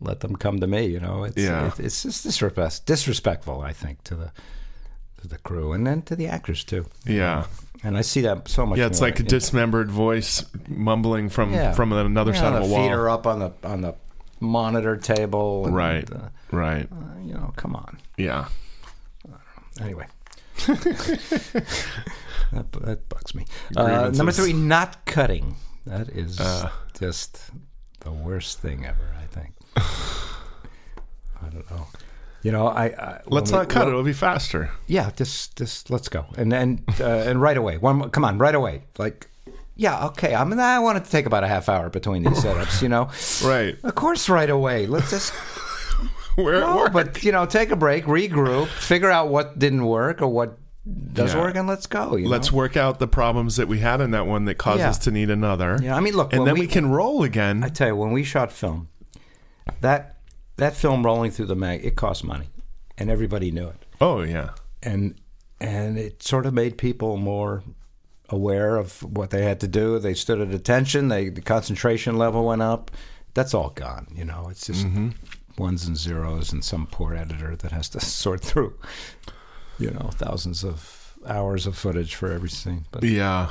B: let them come to me. You know, it's
A: Yeah.
B: it, it's just disrespect, disrespectful, I think, to the to the crew and then to the actors too.
A: yeah.
B: And I see that so much.
A: Yeah, it's
B: more
A: like a
B: in-
A: dismembered voice mumbling from
B: Yeah.
A: from another
B: Yeah,
A: side
B: the
A: of a
B: Feet
A: wall.
B: are up on the on the monitor table. and,
A: Right.
B: uh,
A: Right.
B: uh, you know, come on.
A: Yeah.
B: Anyway.
A: (laughs)
B: that, bu- that bugs me. Uh, number
A: Grievances.
B: three, not cutting. That is
A: Uh.
B: just the worst thing ever, I
A: (laughs)
B: think. I don't know. You know, I. I
A: Let's
B: when we-
A: not cut it.
B: well,
A: It'll be faster.
B: Yeah, just, just let's go. And then, uh, and right away. One, mo- come on, right away. Like, yeah, okay. I mean, I want it to take about a half hour between these setups,
A: (laughs)
B: you know?
A: Right.
B: (laughs) Of course, right away. Let's just
A: Where it
B: no,
A: worked.
B: but you know, take a break, regroup, figure out what didn't work or what does
A: Yeah.
B: work, and let's go. You
A: Let's
B: know?
A: work out the problems that we had in that one that caused
B: Yeah.
A: us to need another.
B: Yeah, I mean, look,
A: and
B: when
A: then
B: we-
A: we, can roll again.
B: I tell you, when we shot film, that that film rolling through the mag, it cost money, and everybody knew it,
A: oh yeah.
B: and and it sort of made people more aware of what they had to do. They stood at attention. They the concentration level went up. That's all gone. You know, it's just ones and zeros and some poor editor that has to (laughs) sort through, you know, thousands of hours of footage for every scene. But
A: Yeah.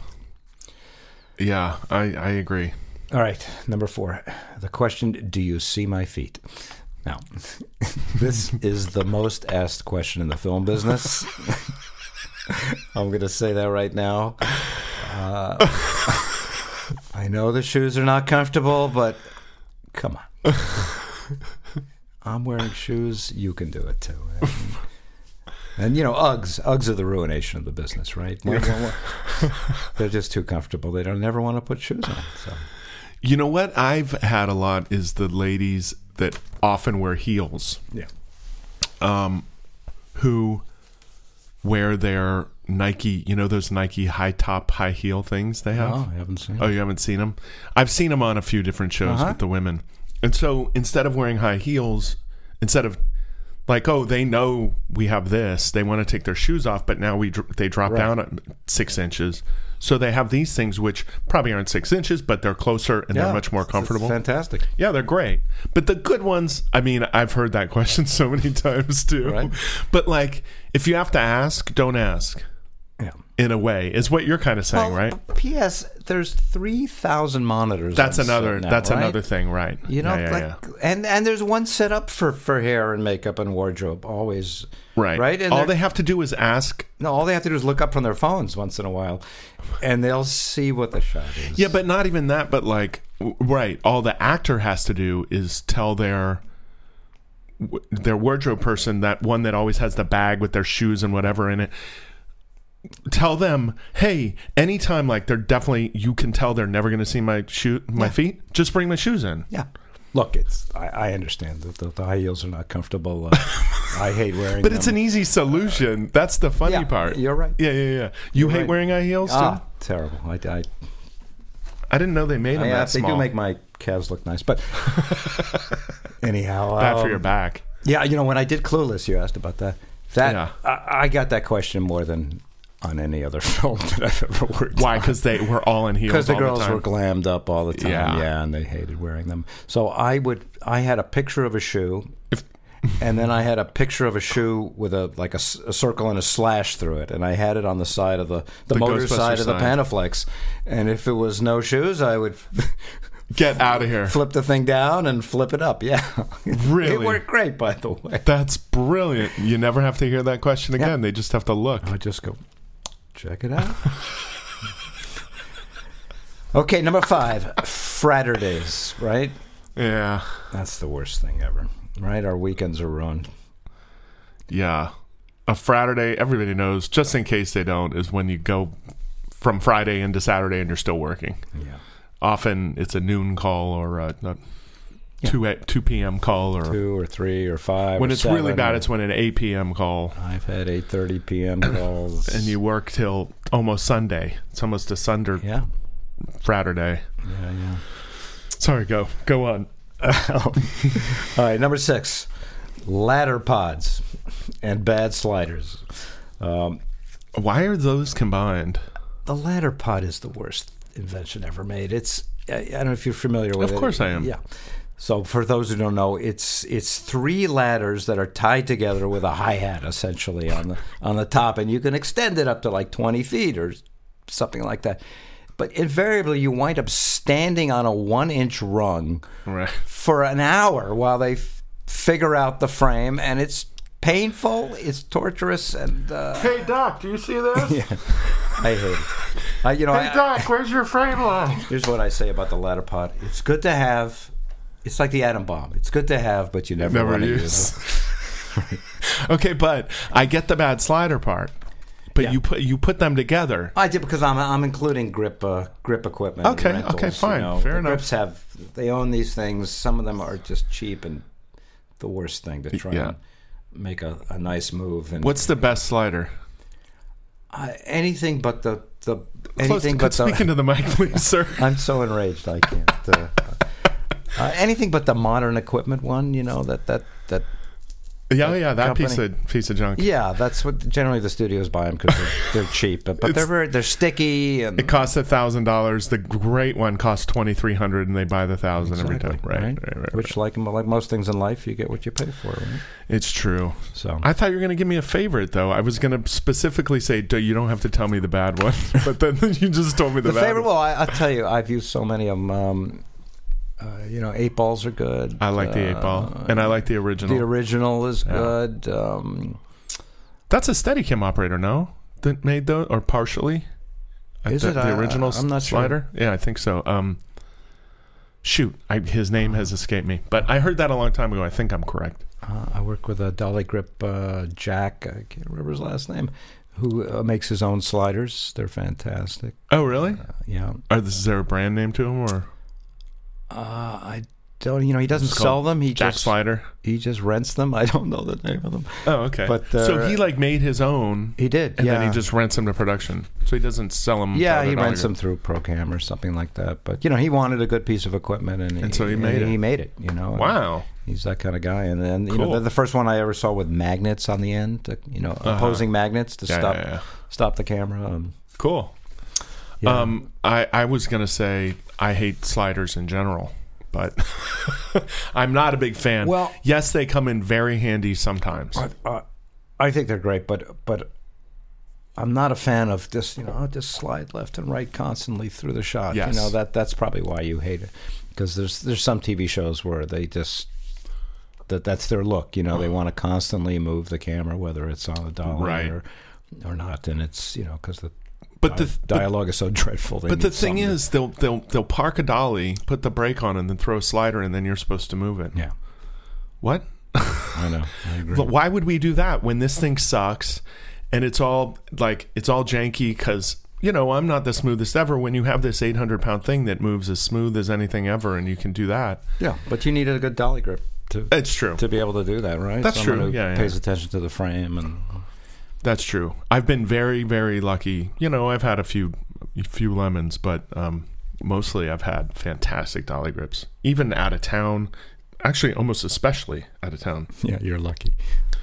A: Yeah, I, I agree.
B: All right, number four. The question Do you see my feet? Now, (laughs) this is the most asked question in the film business. (laughs) I'm going to say that right now. Uh, (laughs) I know the shoes are not comfortable, but come on. I'm wearing shoes. You can do it too. And, and, you know, Uggs. Uggs are the ruination of the business, right? They're just too comfortable. They don't never want to put shoes on. So.
A: You know what I've had a lot is the ladies that often wear heels
B: Yeah.
A: who wear their Nike, you know those Nike high top high heel things they have?
B: Oh, I haven't seen.
A: Oh, you haven't seen them? I've seen them on a few different shows
B: Uh-huh.
A: with the women. And so instead of wearing high heels, instead of like, oh, they know we have this, they want to take their shoes off, but now we dr- they drop
B: Right.
A: down at six inches. So they have these things which probably aren't six inches, but they're closer and they're much more comfortable.
B: fantastic.
A: Yeah, they're great. But the good ones, I mean, I've heard that (laughs) question so many times too.
B: Right.
A: But like, if you have to ask, don't ask.
B: Yeah.
A: In a way, is what you're kind of saying, right?
B: P.S. There's three thousand monitors.
A: That's
B: on set
A: another.
B: now,
A: that's
B: right?
A: another thing, right?
B: You know,
A: Yeah, yeah,
B: like,
A: yeah.
B: and and there's one set up for for hair and makeup and wardrobe always.
A: right,
B: Right. And
A: All
B: they're-
A: they have to do is ask.
B: no, all they have to do is look up from their phones once in a while, and they'll see what the shot is.
A: Yeah, but not even that. But like, w- right? All the actor has to do is tell their w- their wardrobe person that one that always has the bag with their shoes and whatever in it. Tell them, hey, anytime like they're definitely you can tell they're never going to see my shoe, my feet. Just bring my shoes in.
B: Yeah. Look, it's I, I understand that the, the high heels are
A: (laughs)
B: not comfortable. Uh, I hate wearing.
A: But it's an easy solution. That's the funny
B: Yeah,
A: part.
B: you're right.
A: Yeah, yeah, yeah. You hate
B: right.
A: wearing high heels too.
B: ah terrible. I, I
A: I didn't know they made them
B: Yeah,
A: that
B: they
A: small.
B: do make my calves look
A: (laughs)
B: nice, but anyhow,
A: bad for
B: um,
A: your back.
B: Yeah, you know when I did Clueless, you asked about that. That
A: Yeah.
B: I, I got that question more than on any other (laughs) film that I've ever worked.
A: Why? Because they were all in
B: (laughs)
A: heels.
B: Because the
A: all
B: girls
A: time.
B: were glammed up all the time,
A: Yeah.
B: yeah. and they hated wearing them. So I would, I had a picture of a shoe, and then I had a picture of a shoe with a like a, s- a circle and a slash through it, and I had it on the side of the the,
A: The
B: motor
A: Ghostbuster
B: side of the
A: sign.
B: Panaflex, and if it was no shoes, I would (laughs)
A: Get out of here.
B: flip the thing down and flip it up. Yeah, (laughs)
A: Really?
B: it worked great, by the way.
A: That's brilliant. You never have to hear that question again. They just have to look.
B: I just go check it out. (laughs) okay, number five, Fraterdays. Right,
A: Yeah.
B: that's the worst thing ever. Right, our weekends are ruined.
A: Yeah. A Friday, everybody knows, just in case they don't, is when you go from Friday into Saturday and you're still working.
B: Yeah,
A: Often it's a noon call or a, a
B: Yeah.
A: two at two p.m. call or
B: two or three or five.
A: when
B: or
A: it's really
B: seven.
A: bad, it's when an eight p.m. call
B: I've had eight thirty (coughs) p.m. calls,
A: and you work till almost Sunday. It's almost a Sunday
B: yeah,
A: Saturday.
B: yeah, yeah.
A: Sorry, go go on.
B: All right, number six, ladder pods and bad sliders. Um,
A: (laughs) Why are those combined?
B: the ladder pod is the worst invention ever made. It's I, I don't know if you're familiar with it.
A: Of course I am.
B: Yeah. So for those who don't know, it's it's three ladders that are tied together with a hi hat essentially on the on the top, and you can extend it up to like 20 feet or something like that. But invariably, you wind up standing on a one inch rung
A: Right.
B: for an hour while they f- figure out the frame, and it's painful, it's torturous, and uh,
A: Hey Doc, do you see this?
B: I hate it. I, you know, I,
A: Doc, where's your frame line?
B: Here's what I say about the ladder pod. It's good to have. It's like the atom bomb. It's good to have, but you never,
A: Never
B: want
A: (laughs)
B: to
A: use. okay, but I get the bad slider part. But
B: Yeah.
A: you put you put them together.
B: I did because I'm I'm including grip uh, grip equipment. and
A: Okay,
B: rentals,
A: okay,
B: you
A: fine.
B: know.
A: Fair
B: The
A: enough.
B: Grips have they own these things. Some of them are just cheap and the worst thing to try
A: yeah.
B: and make a, a nice move and
A: What's the best slider?
B: uh, anything but the the
A: Close,
B: anything
A: could
B: but the
A: speak into the mic, please, sir.
B: (laughs) I'm so enraged I can't. Uh, uh, anything but the modern equipment one. You know that that that
A: Yeah, yeah, that
B: Company.
A: piece of piece of junk.
B: Yeah, that's what generally the studios buy them because they're,
A: (laughs)
B: they're cheap, but, but they're very they're sticky and
A: It costs a thousand dollars. The great one costs twenty three hundred, and they buy the thousand every time.
B: Exactly,
A: Right, right, right. right.
B: Which like like most things in life, you get what you pay for. Right?
A: It's true.
B: So
A: I thought you were going to give me a favorite, though. I was going to specifically say, "D- "You don't have to tell me the bad one," (laughs) but then you just told me the,
B: the
A: bad
B: favorite,
A: one.
B: well, I, I'll tell you, I've used so many of them. Um, uh, you know, eight balls are good.
A: I like the eight ball,
B: Uh,
A: and I like the original.
B: the original is
A: Yeah.
B: good. Um,
A: That's a Steadicam operator, no? That made those, or partially? I
B: Is
A: thi-
B: it?
A: the
B: I-
A: original
B: I'm not sure.
A: slider? Yeah, I think so. Um, shoot, I, his name has escaped me, but I heard that a long time ago. I think I'm correct.
B: uh, I work with a dolly grip uh, Jack. I can't remember his last name. Who uh, makes his own sliders? They're fantastic.
A: Oh, really?
B: Uh, yeah.
A: Are this is there a brand name to him or
B: Uh, I don't. You know, he doesn't
A: It's
B: sell
A: called
B: them. He
A: Jack
B: just
A: Slider?
B: he just rents
A: (laughs)
B: them. I don't know the name of them,
A: Oh, okay.
B: but uh,
A: so he like made his own,
B: he did.
A: and
B: yeah,
A: then he just rents them to production. So he doesn't sell them.
B: yeah he rents them through Procam or something like that. But you know, he wanted a good piece of equipment, and,
A: And so he made it.
B: He made it. You know, and
A: Wow.
B: he's that kind of guy. And then you know,
A: Cool.
B: the, the first one I ever saw with magnets on the end. uh, You know, opposing magnets to
A: Uh-huh. Yeah,
B: stop
A: yeah, yeah.
B: stop the camera. Um,
A: Cool.
B: yeah.
A: Um, I, I was gonna say I hate sliders in general, but (laughs) I'm not a big fan.
B: Well-
A: yes, they come in very handy sometimes.
B: I- I, Uh, I think they're great, but but I'm not a fan of just you know oh, just slide left and right constantly through the shot.
A: Yes.
B: You know that that's probably why you hate it because there's there's some TV shows where they just that that's their look. You know they want to constantly move the camera whether it's on a dolly
A: Mm-hmm. Right.
B: or or not, and it's you know because the
A: But the
B: di-
A: but,
B: dialogue is so dreadful. they
A: but the
B: need
A: thing
B: something to-
A: is, they'll they'll they'll park a dolly, put the brake on, and then throw a slider, and then you're supposed to move it.
B: yeah,
A: What?
B: I know. I agree.
A: But why would we do that when this thing sucks and it's all like it's all janky because you know i'm not the smoothest ever when you have this 800 pound thing that moves as smooth as anything ever and you can do that
B: yeah, but you needed a good dolly grip to.
A: it's true
B: to be able to do that, right?
A: That's
B: Someone
A: true.
B: Who
A: Yeah, yeah.
B: Pays attention to the frame and
A: That's true. I've been very, very lucky. You know, I've had a few, a few lemons, but um, mostly I've had fantastic dolly grips, even out of town. Actually, almost especially out of town.
B: (laughs) Yeah, you're lucky.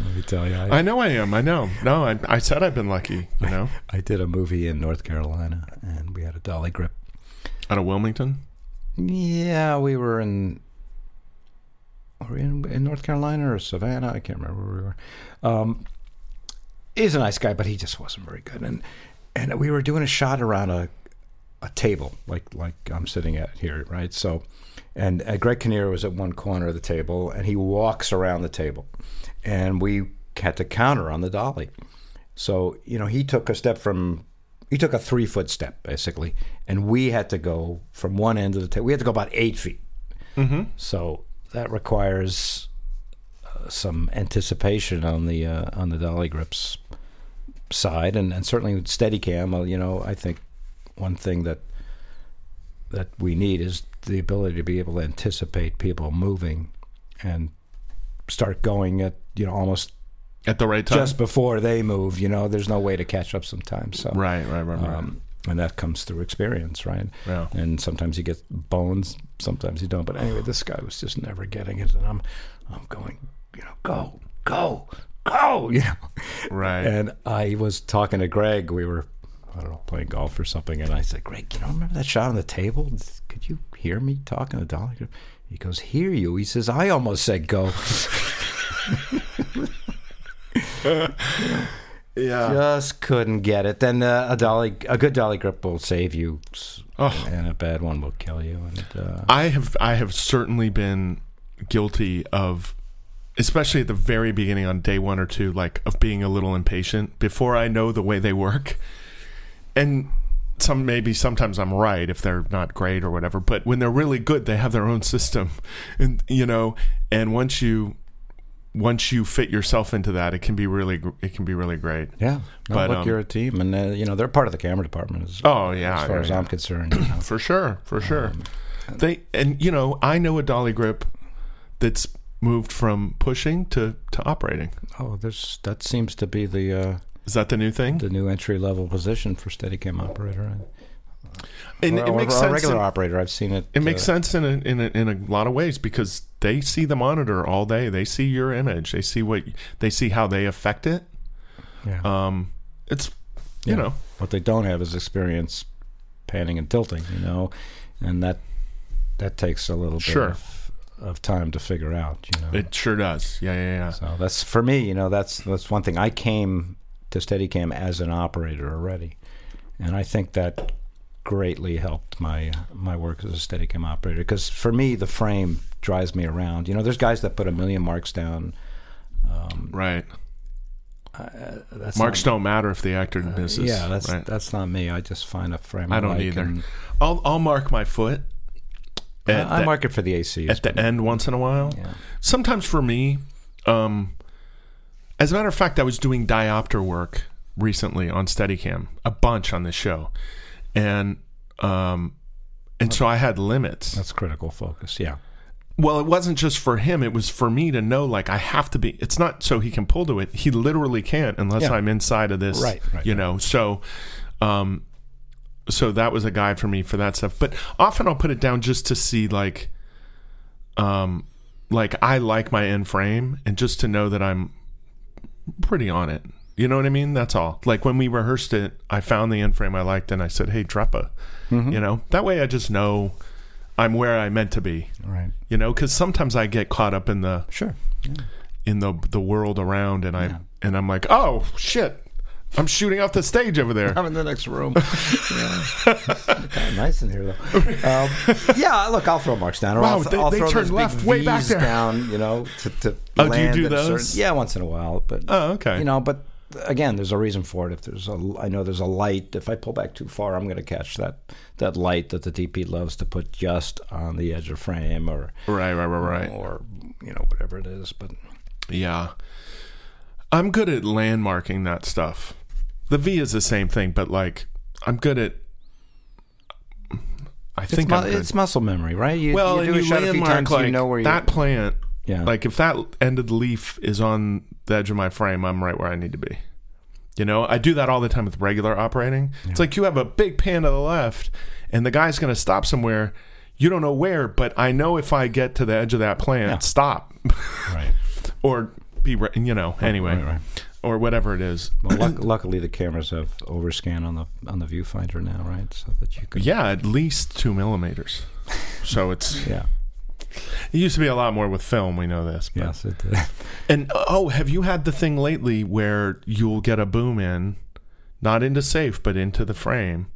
B: Let me tell you, I,
A: I know I am. I know. No, I, I said I've been lucky. You know,
B: I did a movie in North Carolina, and we had a dolly grip.
A: out of Wilmington.
B: Yeah, we were in. Were we in, in North Carolina or Savannah? I can't remember where we were. Um, he's a nice guy, but he just wasn't very good. And and we were doing a shot around a a table, like like I'm sitting at here, right? So, and uh, Greg Kinnear was at one corner of the table, and he walks around the table, and we had to counter on the dolly. So you know, he took a step from he took a three foot step basically, and we had to go from one end of the table. We had to go about eight feet.
A: Mm-hmm.
B: So that requires uh, some anticipation on the uh, on the dolly grips side, and, and certainly with Steadicam. uh, You know, I think one thing that that we need is the ability to be able to anticipate people moving and start going at you know almost
A: at the right time.
B: just before they move. You know, there's no way to catch up sometimes. So,
A: right, right, right, right.
B: um, and that comes through experience, right?
A: yeah.
B: And sometimes you get bones, sometimes you don't. But anyway, this guy was just never getting it, and I'm, I'm going, you know, go, go, go, (laughs) you know.
A: Right.
B: And I was talking to Greg. We were, I don't know, playing golf or something. And I said, Greg, you know, remember that shot on the table? Could you hear me talking to Dolly? He goes, Hear you. He says, I almost said go.
A: yeah.
B: Just couldn't get it. Then uh, a dolly, a good dolly grip will save you, s-
A: Oh.
B: and a bad one will kill you. And uh,
A: I have I have certainly been guilty of especially at the very beginning on day 1 or 2 like of being a little impatient before I know the way they work. And some maybe sometimes I'm right if they're not great or whatever, but when they're really good they have their own system. (laughs) And you know, and once you once you fit yourself into that, it can be really gr- it can be really great.
B: yeah, no,
A: But,
B: look,
A: um,
B: you're a team, and uh, you know they're part of the camera department as,
A: Oh yeah.
B: as far
A: yeah,
B: as
A: yeah.
B: I'm concerned. You know. (clears throat)
A: For sure,
B: Um,
A: for sure. they and you know, I know a dolly grip that's moved from pushing to to operating.
B: oh, there's that seems to be the uh,
A: Is that the new thing?
B: the new entry level position for Steadicam operator.
A: And
B: or,
A: it makes
B: or
A: sense.
B: A regular
A: in,
B: operator, I've seen it.
A: it makes
B: uh,
A: sense in a, in a, in a lot of ways because they see the monitor all day. They see your image. They see what they see how they affect it.
B: Yeah.
A: Um, it's you
B: Yeah.
A: know
B: what they don't have is experience panning and tilting, you know, and that that takes a little
A: Sure.
B: bit of, of time to figure out, you know.
A: it sure does. Yeah, yeah, yeah.
B: so that's for me, you know, that's that's one thing. I came to Steadicam as an operator already, and I think that greatly helped my my work as a Steadicam operator because for me the frame drives me around. You know, there's guys that put a million marks down.
A: Right.
B: That's
A: Marks don't matter if the actor misses.
B: not, yeah, that's
A: right.
B: that's not me. I just find a frame.
A: I don't
B: like
A: either.
B: and-
A: I'll I'll mark my foot. at
B: I, I
A: the-
B: mark it for the AC.
A: at the end once in a while.
B: Yeah.
A: Sometimes for me, um, as a matter of fact, I was doing diopter work recently on Steadicam, a bunch on this show, and um, and so I had limits.
B: That's critical focus. Yeah.
A: Well, it wasn't just for him; it was for me to know, like, I have to be. It's not so he can pull to it; he literally can't unless
B: Yeah.
A: I'm inside of this,
B: Right, right,
A: you
B: right.
A: know. So, um, so that was a guide for me for that stuff. But often I'll put it down just to see, like, um, like I like my end frame, and just to know that I'm pretty on it. You know what I mean? That's all. Like when we rehearsed it, I found the end frame I liked, and I said, "Hey, drop a,"
B: Mm-hmm.
A: you know. That way, I just know I'm where I meant to be
B: Right.
A: you know because sometimes i get caught up in the
B: Sure.
A: in the the world around and i and i'm like oh shit i'm shooting off the stage over there
B: I'm in the next room. yeah. Kinda nice in here though. Um, yeah. Look, I'll throw marks down. Or
A: Wow,
B: I'll, th-
A: they-
B: I'll
A: they
B: throw
A: turn
B: those
A: left
B: big
A: way back
B: Vs
A: there.
B: down. You know, to, to
A: Oh, do you
B: land
A: do
B: at a
A: those?
B: yeah, once in a while, but
A: oh okay
B: you know, but again, there's a reason for it. If there's a, I know there's a light. If I pull back too far, I'm going to catch that that light that the DP loves to put just on the edge of frame, or
A: (laughs) right right right right
B: or you know whatever it is. But
A: yeah i'm good at landmarking that stuff the v is the same thing but like i'm good at i
B: it's,
A: think
B: mu-
A: I'm good.
B: it's muscle memory, right? You,
A: well
B: you
A: and
B: do a
A: you
B: shot a few
A: landmark
B: times,
A: like
B: you know where you
A: that plant
B: Yeah.
A: Like if that end of the leaf is on the edge of my frame, I'm right where I need to be. You know, I do that all the time with regular operating. It's like you have a big pan to the left and the guy's going to stop somewhere. You don't know where, but I know if I get to the edge of that plant,
B: Yeah.
A: stop (laughs)
B: right.
A: or be, re- you know, anyway,
B: right, right.
A: or whatever it is.
B: Well,
A: (coughs)
B: luck, luckily the cameras have overscan on the on the viewfinder now, right? So that you can
A: Yeah, at least two millimeters. So it's,
B: yeah,
A: it used to be a lot more with film. We know this. But.
B: yes, it, uh,
A: And oh, have you had the thing lately where you'll get a boom in, not into safe, but into the frame,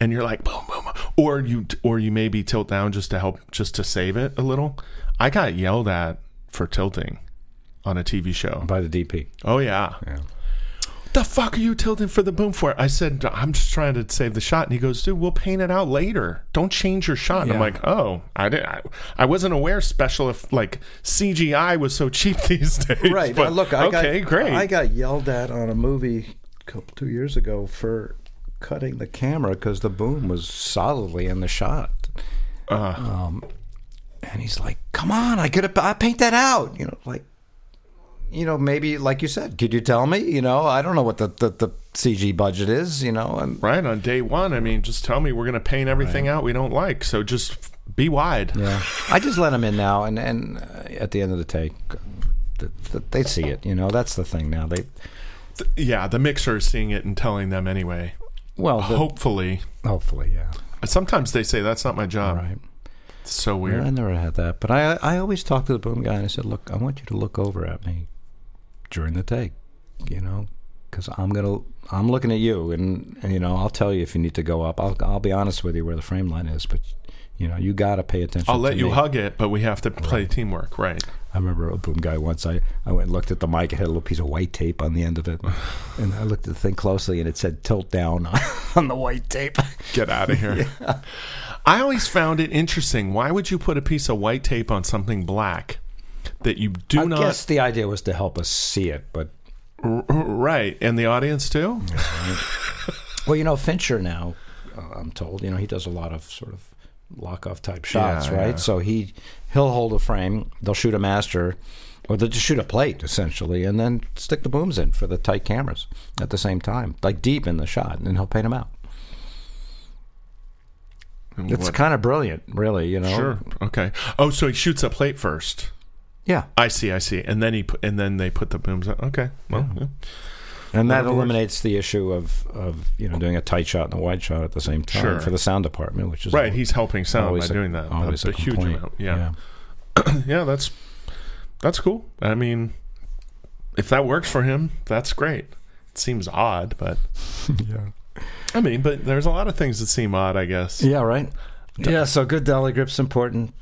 A: and you're like boom, boom, or you or you maybe tilt down just to help, just to save it a little. I got yelled at for tilting on a TV show.
B: (laughs) by the DP.
A: Oh yeah,
B: Yeah.
A: the fuck are you tilting for the boom for? I said I'm just trying to save the shot, and he goes, dude, we'll paint it out later. Don't change your shot. And I'm
B: Yeah.
A: like, oh, I did. I, I wasn't aware special if like CGI was so (laughs) cheap these days.
B: Right.
A: But
B: uh, look, I
A: okay,
B: got,
A: great.
B: I got yelled at on a movie a couple two years ago for cutting the camera because the boom was solidly in the shot.
A: Uh.
B: Um, and he's like, "Come on, I could I paint that out." You know, like, you know, maybe like you said, could you tell me? You know, I don't know what the the, the CG budget is. You know, and
A: Right on day one, I mean, just tell me we're going to paint everything out we don't like. So just f- be wide.
B: yeah, I just let him in now, and and uh, at the end of the take, uh, th- th- they see it. You know, that's the thing now. They
A: Th- yeah, the mixer is seeing it and telling them anyway.
B: well, the,
A: Hopefully,
B: hopefully, yeah,
A: sometimes they say that's not my job.
B: right.
A: It's so
B: Well,
A: weird.
B: I never had that, but I I always talked to the boom guy and I said, look, I want you to look over at me during the take, you know, because I'm gonna I'm looking at you and, and you know I'll tell you if you need to go up. I'll I'll be honest with you where the frame line is, but you know you gotta pay attention.
A: I'll let
B: to
A: you
B: me.
A: hug it, but we have to play teamwork, right?
B: I remember a boom guy once. I I went and looked at the mic. It had a little piece of white tape on the end (laughs) of it, and I looked at the thing closely and it said tilt down (laughs) on the white tape.
A: Get out
B: (laughs)
A: of here. I always found it interesting. Why would you put a piece of white tape on something black that you do
B: I
A: not
B: guess the idea was to help us see it, but
A: R- right and the audience too?
B: Well, you know, Fincher now, uh, I'm told, you know, he does a lot of sort of lock off type shots,
A: Yeah,
B: right?
A: yeah.
B: So he he'll hold a frame, they'll shoot a master, or they'll just shoot a plate essentially, and then stick the booms in for the tight cameras at the same time, like deep in the shot, and then he'll paint them out.
A: And
B: It's
A: what-
B: kind of brilliant, really, you know.
A: sure. Okay. Oh, so he shoots a plate first.
B: Yeah,
A: I see. I see. And then he put, and then they put the booms on. Okay. Well, yeah.
B: and that
A: Whatever works.
B: eliminates the issue of of you know doing a tight shot and a wide shot at the same time
A: Sure.
B: for the sound department, which is
A: right. He's helping sound by
B: always a-
A: doing that.
B: always
A: That's a, huge
B: complaint.
A: amount. Yeah. (laughs) yeah. That's that's cool. I mean, if that works for him, that's great. It seems odd, but
B: yeah.
A: I mean, but there's a lot of things that seem odd. I guess.
B: Yeah, right. Yeah, so good dolly grip's important.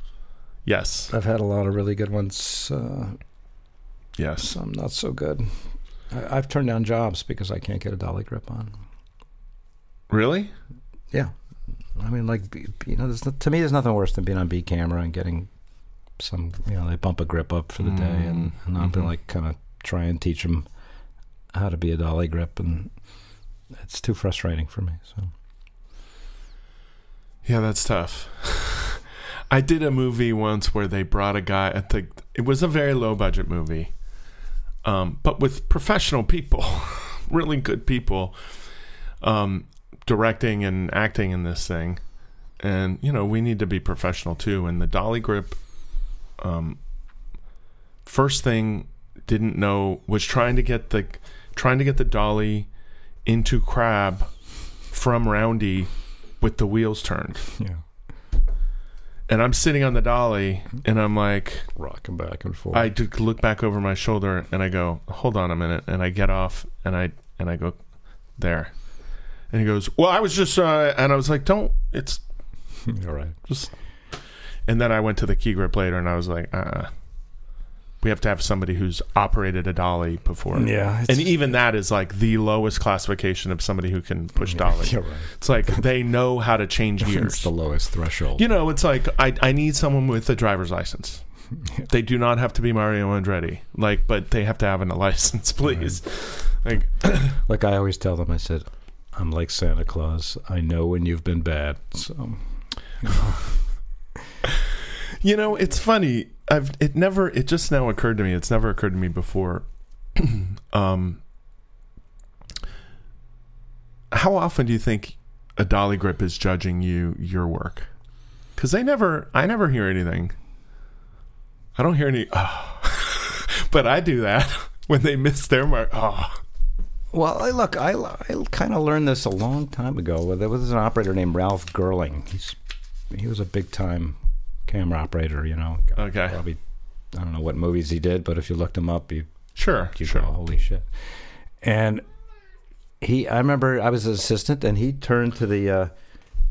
A: Yes.
B: I've had a lot of really good ones. Uh,
A: Yes.
B: some not so good. I, I've turned down jobs because I can't get a dolly grip on.
A: Really?
B: Yeah, I mean, like b- b- you know, there's, no- to me, there's nothing worse than being on B camera and getting some. You know, they bump a grip up for the day, and, and I've been
A: Mhm.
B: like kind of try and teach them how to be a dolly grip, and it's too frustrating for me. So
A: Yeah, that's tough. (laughs) I did a movie once where they brought a guy at the it was a very low budget movie. Um, but with professional people, (laughs) really good people um, directing and acting in this thing. And you know, we need to be professional too and the dolly grip um, first thing didn't know was trying to get the trying to get the dolly into crab from roundy with the wheels turned
B: (laughs) yeah,
A: and I'm sitting on the dolly, and I'm like,
B: rocking back and (laughs) forth.
A: I do look back over my shoulder, and I go, "Hold on a minute," and I get off, and I and I go, "There," and he goes, "Well, I was just," uh, and I was like, "Don't," it's
B: All right.
A: just, and then I went to the key grip later, and I was like, "Uh, we have to have somebody who's operated a dolly before."
B: Yeah,
A: And even that is like the lowest classification of somebody who can push
B: (laughs)
A: dolly.
B: You're right.
A: (laughs) It's like they know how to change gears.
B: (laughs) It's the lowest threshold.
A: You know, it's like I, I need someone with a driver's license.
B: Yeah.
A: They do not have to be Mario Andretti, like, but they have to have a license, (laughs) please. Like,
B: Like I always tell them, I said, I'm like Santa Claus. I know when you've been bad. So
A: you know, it's funny. I've it never it just now occurred to me. It's never occurred to me before. (clears throat) um, how often do you think a dolly grip is judging you your work? Because they never, I never hear anything. I don't hear any. "Oh." (laughs) but I do that (laughs) when they miss their mark. Oh.
B: Well, I, look, I, I kind of learned this a long time ago. There was an operator named Ralph Gerling. He's he was a big time camera operator. You know, God,
A: Okay.
B: probably I don't know what movies he did, but if you looked him up, you
A: Sure,
B: you
A: sure.
B: go, holy shit. And he, I remember I was an assistant, and he turned to the. Uh,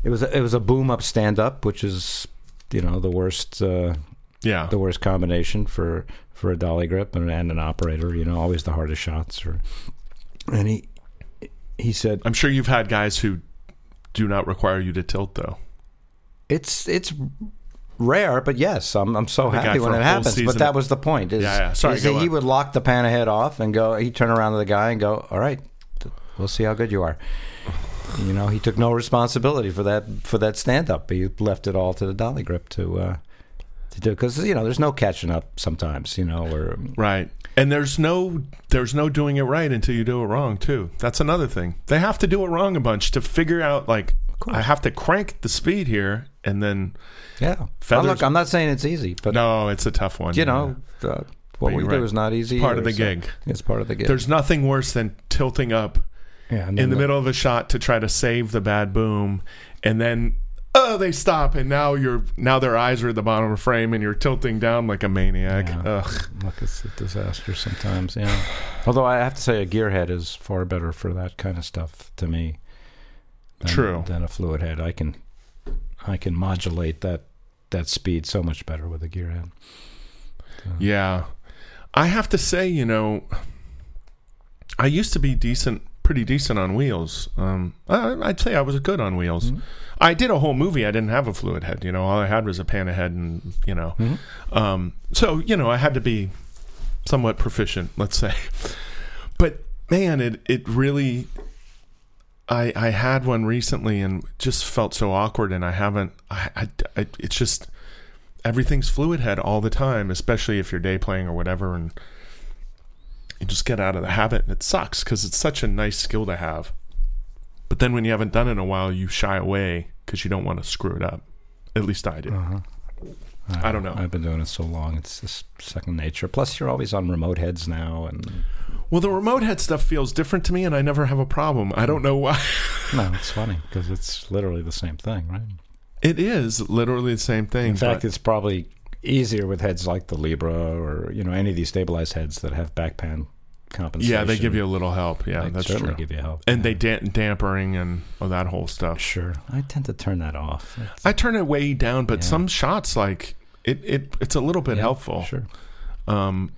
B: it was a, it was a boom up stand up, which is you know the worst. Uh,
A: Yeah.
B: the worst combination for for a dolly grip and, and an operator. You know, always the hardest shots. Or and he he said
A: I'm sure you've had guys who do not require you to tilt though.
B: it's it's rare, but yes, I'm I'm so
A: The guy
B: happy when
A: for a
B: it
A: whole
B: happens.
A: season-
B: But that was the point. Is,
A: Yeah, yeah. Sorry,
B: is that
A: go
B: he
A: on.
B: would lock the pan ahead off and go. He'd turn around to the guy and go, "All right, th- we'll see how good you are." you know, he took no responsibility for that for that stand up. He left it all to the dolly grip to uh, to do because you know there's no catching up sometimes. You know, or
A: Right. And there's no there's no doing it right until you do it wrong too. That's another thing. They have to do it wrong a bunch to figure out like
B: course.
A: I have to crank the speed here and then
B: yeah,
A: Feathers-
B: I'm, look, I'm not saying it's easy, but
A: no, it's a tough one.
B: you know, uh, what
A: But
B: we
A: you're
B: do
A: right.
B: is not easy.
A: part of
B: either,
A: the
B: so
A: gig.
B: It's part of the gig.
A: There's nothing worse than tilting up
B: yeah, and
A: in
B: then
A: the middle of a shot to try to save the bad boom and then oh they stop and now you're now their eyes are at the bottom of the frame and you're tilting down like a maniac.
B: Yeah.
A: Ugh.
B: Look, it's a disaster sometimes. Yeah. (laughs) Although I have to say, a gearhead is far better for that kind of stuff to me. Than,
A: True.
B: Than a fluid head, I can, I can modulate that that speed so much better with a gearhead.
A: Yeah. I have to say, you know, I used to be decent, pretty decent on wheels. Um, I, I'd say I was good on wheels.
B: Mhm.
A: I did a whole movie. I didn't have a fluid head. You know, all I had was a pan head, and you know,
B: Mhm.
A: um, so you know, I had to be somewhat proficient, let's say. But man, it it really. I, I had one recently and just felt so awkward and I haven't I, I, I it's just everything's fluid head all the time especially if you're day playing or whatever and you just get out of the habit and it sucks because it's such a nice skill to have but then when you haven't done it in a while you shy away because you don't want to screw it up at least i did
B: Uh-huh.
A: I don't know.
B: I've been doing it so long; it's just second nature. Plus, you're always on remote heads now, and
A: well the remote head stuff feels different to me and i never have a problem i don't know why (laughs)
B: no, it's funny because it's literally the same thing, right?
A: it is literally the same thing
B: In fact,
A: but-
B: it's probably easier with heads like the Libra or you know any of these stabilized heads that have back pan compensation.
A: yeah they give you a little help yeah
B: They
A: that's
B: certainly
A: true
B: give you help.
A: and
B: yeah.
A: they damp- dampering and all that whole stuff
B: sure. I tend to turn that off.
A: I turn it way down, but
B: Yeah.
A: some shots like it, it it's a little bit
B: Yeah,
A: helpful.
B: Sure.
A: Um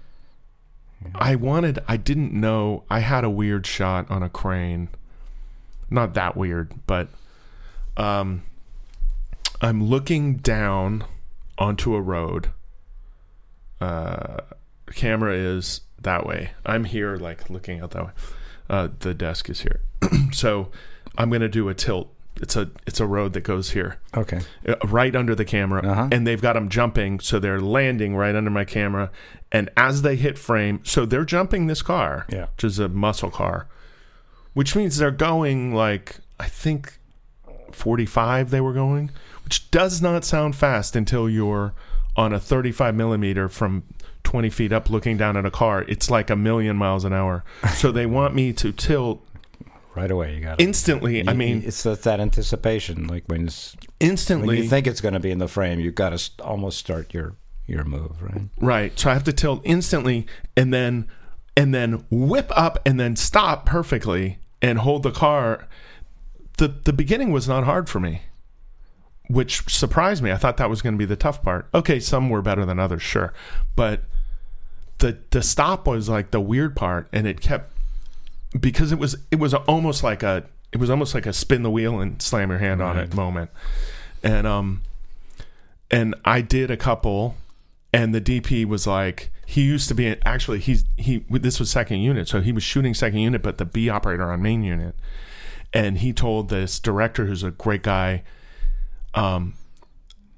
B: Yeah.
A: I wanted I didn't know I had a weird shot on a crane. Not that weird, but um I'm looking down onto a road. Uh camera is that way. I'm here like looking out that way. Uh the desk is here. (clears throat) so I'm going to do a tilt. It's a it's a road that goes here
B: Okay.
A: uh, right under the camera
B: Uh-huh.
A: and they've got them jumping so they're landing right under my camera and as they hit frame so they're jumping this car
B: Yeah.
A: which is a muscle car which means they're going like i think 45 they were going which does not sound fast until you're on a 35 millimeter from 20 feet up looking down at a car it's like a million miles an hour so they want me to tilt
B: Right away, you got it.
A: instantly i
B: You-
A: mean
B: it's that, that anticipation. Like when, it's, when
A: instantly
B: you think it's going to be in the frame, you've got to st- almost start your your move, (laughs) right?
A: Right. So I have to tilt instantly and then and then whip up and then stop perfectly and hold the car. The the beginning was not hard for me. Which surprised me. I thought that was going to be the tough part. Okay, some were better than others, sure. But the the stop was like the weird part and it kept because it was it was almost like a it was almost like a spin the wheel and slam your hand on
B: Right.
A: it moment. And um and I did a couple and the DP was like he used to be actually he's he this was second unit so he was shooting second unit but the B operator on main unit and he told this director who's a great guy um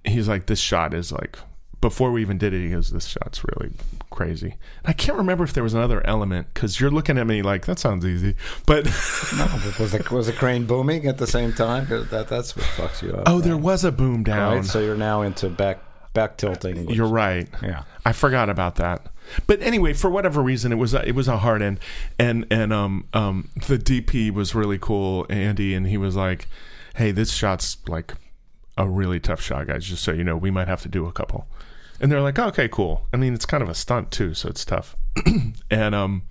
A: he's like this shot is like before we even did it he goes this shot's really crazy and I can't remember if there was another element cuz you're looking at me like that sounds easy but (laughs)
B: No, but was the was the crane booming at the same time? 'Cause That that's what fucks you up.
A: oh there
B: right?
A: was a boom down
B: Right? So you're now into back back tilting. which-
A: you're right
B: yeah.
A: I forgot about that. But anyway, for whatever reason, it was a, it was a hard end, and and um um the DP was really cool, Andy, and he was like, "Hey, this shot's like a really tough shot, guys. Just so you know, we might have to do a couple." And they're like, "Okay, cool." I mean, it's kind of a stunt too, so it's tough. (clears throat) and um,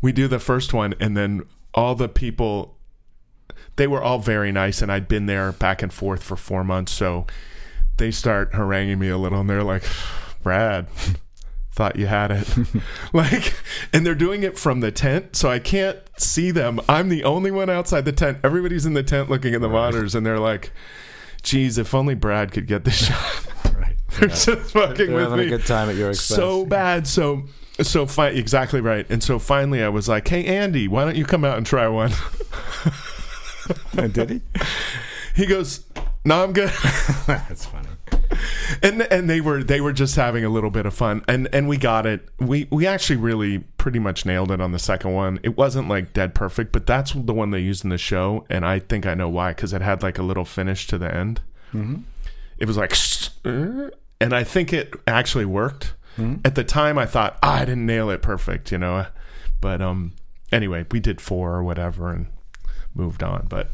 A: we do the first one, and then all the people, they were all very nice, and I'd been there back and forth for four months, so they start haranguing me a little, and they're like, "Brad." thought you had
B: (laughs)
A: it. like, and they're doing it from the tent, so I can't see them. I'm the only one outside the tent. Everybody's in the tent looking at the monitors, and they're like, geez, if only Brad could get this (laughs) shot.
B: Right.
A: they're just fucking
B: They're
A: with
B: having
A: me
B: a good time at your expense.
A: so bad. So so fi- exactly right. And so finally, I was like, "Hey, Andy, why don't you come out and try one?"
B: (laughs) Did he?
A: (laughs) He goes, "No, I'm good."
B: That's funny.
A: and and they were they were just having a little bit of fun and and we got it we we actually really pretty much nailed it on the second one it wasn't like dead perfect but that's the one they used in the show and i think i know why because it had like a little finish to the end it was like (sniffs) and i think it actually worked at the time i thought "Ah, i didn't nail it perfect you know but um anyway we did four or whatever and moved on but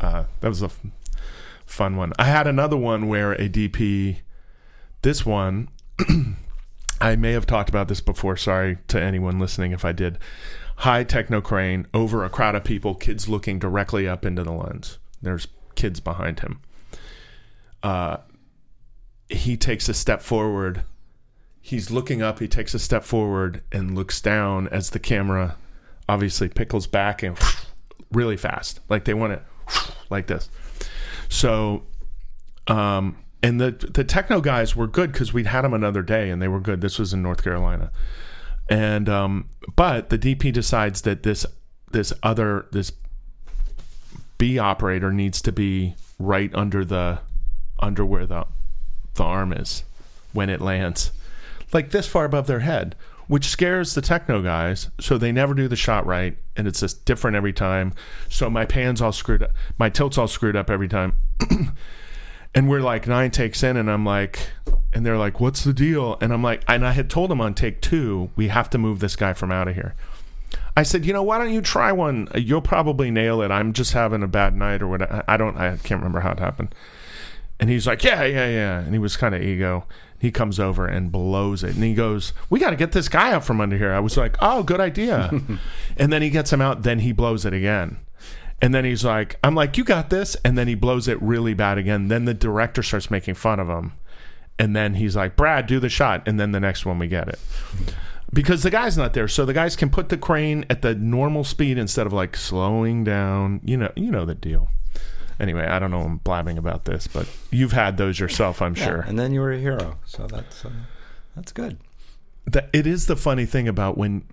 A: uh that was a f- fun one i had another one where a dp this one (clears throat) i may have talked about this before sorry to anyone listening if i did high techno crane over a crowd of people kids looking directly up into the lens there's kids behind him uh, he takes a step forward he's looking up he takes a step forward and looks down as the camera obviously pickles back and (sniffs) really fast like they want it (sniffs) like this so um, and the the techno guys were good because we'd had them another day and they were good. This was in North Carolina, and um, but the DP decides that this this other this B operator needs to be right under the under where the the arm is when it lands, like this far above their head, which scares the techno guys. So they never do the shot right, and it's just different every time. So my pan's all screwed up, my tilt's all screwed up every time and we're like nine takes in and i'm like and they're like what's the deal and i'm like and i had told them on take two we have to move this guy from out of here i said you know why don't you try one you'll probably nail it i'm just having a bad night or what i I don't i can't remember how it happened and he's like yeah yeah yeah and he was kind of ego he comes over and blows it and he goes we got to get this guy out from under here i was like oh good idea and then he gets him out then he blows it again and then he's like, I'm like, you got this. And then he blows it really bad again. Then the director starts making fun of him. And then he's like, Brad, do the shot. And then the next one, we get it. Because the guy's not there. So the guys can put the crane at the normal speed instead of like slowing down. You know, you know the deal. Anyway, I don't know I'm blabbing about this, but you've had those yourself, I'm sure.
B: And then you were a hero, so that's uh, that's good.
A: that it is the funny thing about when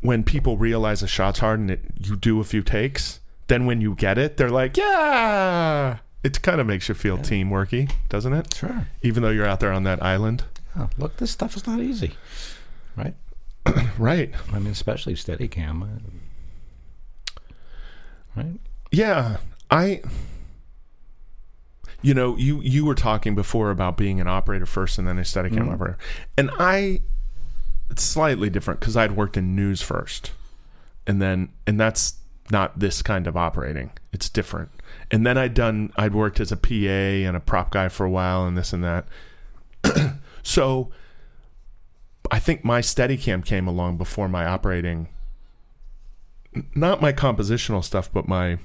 A: when people realize a shot's hard and it, you do a few takes then when you get it they're like yeah it kind of makes you feel teamworky doesn't it
B: Sure.
A: even though you're out there on that island
B: Yeah, look, this stuff is not easy, right?
A: right
B: I mean, especially Steadicam, uh, right?
A: yeah i you know you you were talking before about being an operator first and then a steady cam operator and i it's slightly different because i'd worked in news first and then and that's not this kind of operating it's different and then i'd done i'd worked as a pa and a prop guy for a while and this and that (clears throat) so i think my steady cam came along before my operating n- not my compositional stuff but my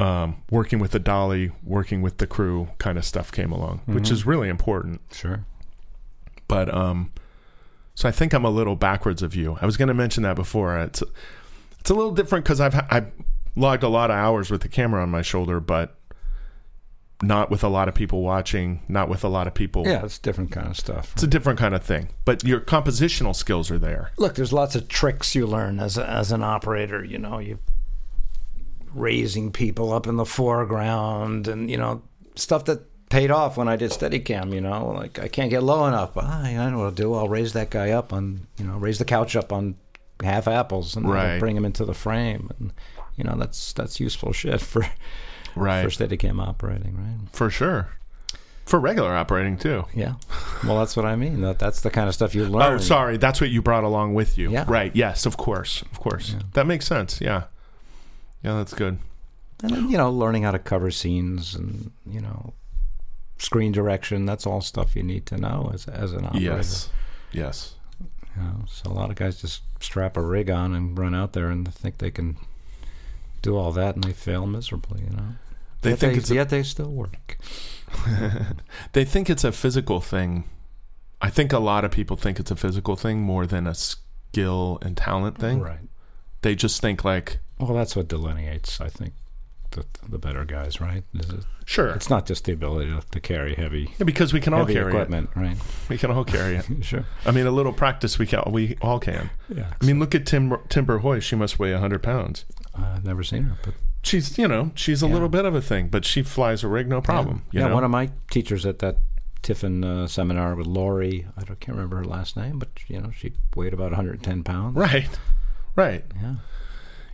A: um, working with the dolly working with the crew kind of stuff came along which is really important
B: Sure.
A: but um so I think I'm a little backwards of you. I was going to mention that before. It's it's a little different cuz I've I logged a lot of hours with the camera on my shoulder but not with a lot of people watching, not with a lot of people.
B: Yeah, it's different kind of stuff.
A: It's a different kind of thing. But your compositional skills are there.
C: Look, there's lots of tricks you learn as a, as an operator. You know, you raising people up in the foreground, and you know stuff that paid off when I did Steadicam. You know, like I can't get low enough. Ah, I know what I'll do. I'll raise that guy up on you know raise the couch up on half apples and I'll
A: Right.
C: bring him into the frame. And you know that's that's useful shit for
A: Right.
C: for Steadicam operating, right?
A: for sure. For regular operating too.
C: Yeah. Well, that's what I mean. That, that's the kind of stuff you learn.
A: Oh, sorry. That's what you brought along with you.
C: Yeah.
A: Right. Yes, of course. Of course. That makes sense. Yeah. Yeah, that's good.
C: And then, you know, learning how to cover scenes and, you know, screen direction, that's all stuff you need to know as, as an operator.
A: Yes. Yes.
C: You know, so a lot of guys just strap a rig on and run out there and think they can do all that and they fail miserably, you know.
A: They
C: Yet
A: think it's a-
C: yet they still work.
A: they think it's a physical thing. I think a lot of people think it's a physical thing more than a skill and talent thing.
C: Right.
A: They just think like
C: Well, that's what delineates, I think,
D: the, the better guys, right? Is it-
A: Sure.
D: It's not just the ability to, to carry heavy,
A: Yeah, because we can all
D: heavy
A: carry
D: equipment, right?
A: it. We can all
C: (laughs)
A: carry it.
D: Sure.
A: I mean, a little practice, we can. We all can.
D: Yeah.
A: I mean, look at Tim, Timber Hoy. She must weigh hundred pounds.
D: I've never seen her, but
A: She's, you know, she's a
D: Yeah.
A: little bit of a thing, but she flies a rig, no problem.
D: Yeah,
A: you know?
D: one of my teachers at that Tiffin uh, seminar with Lori, I don't, can't remember her last name, but you know she weighed about 110 pounds.
A: right, right.
D: Yeah.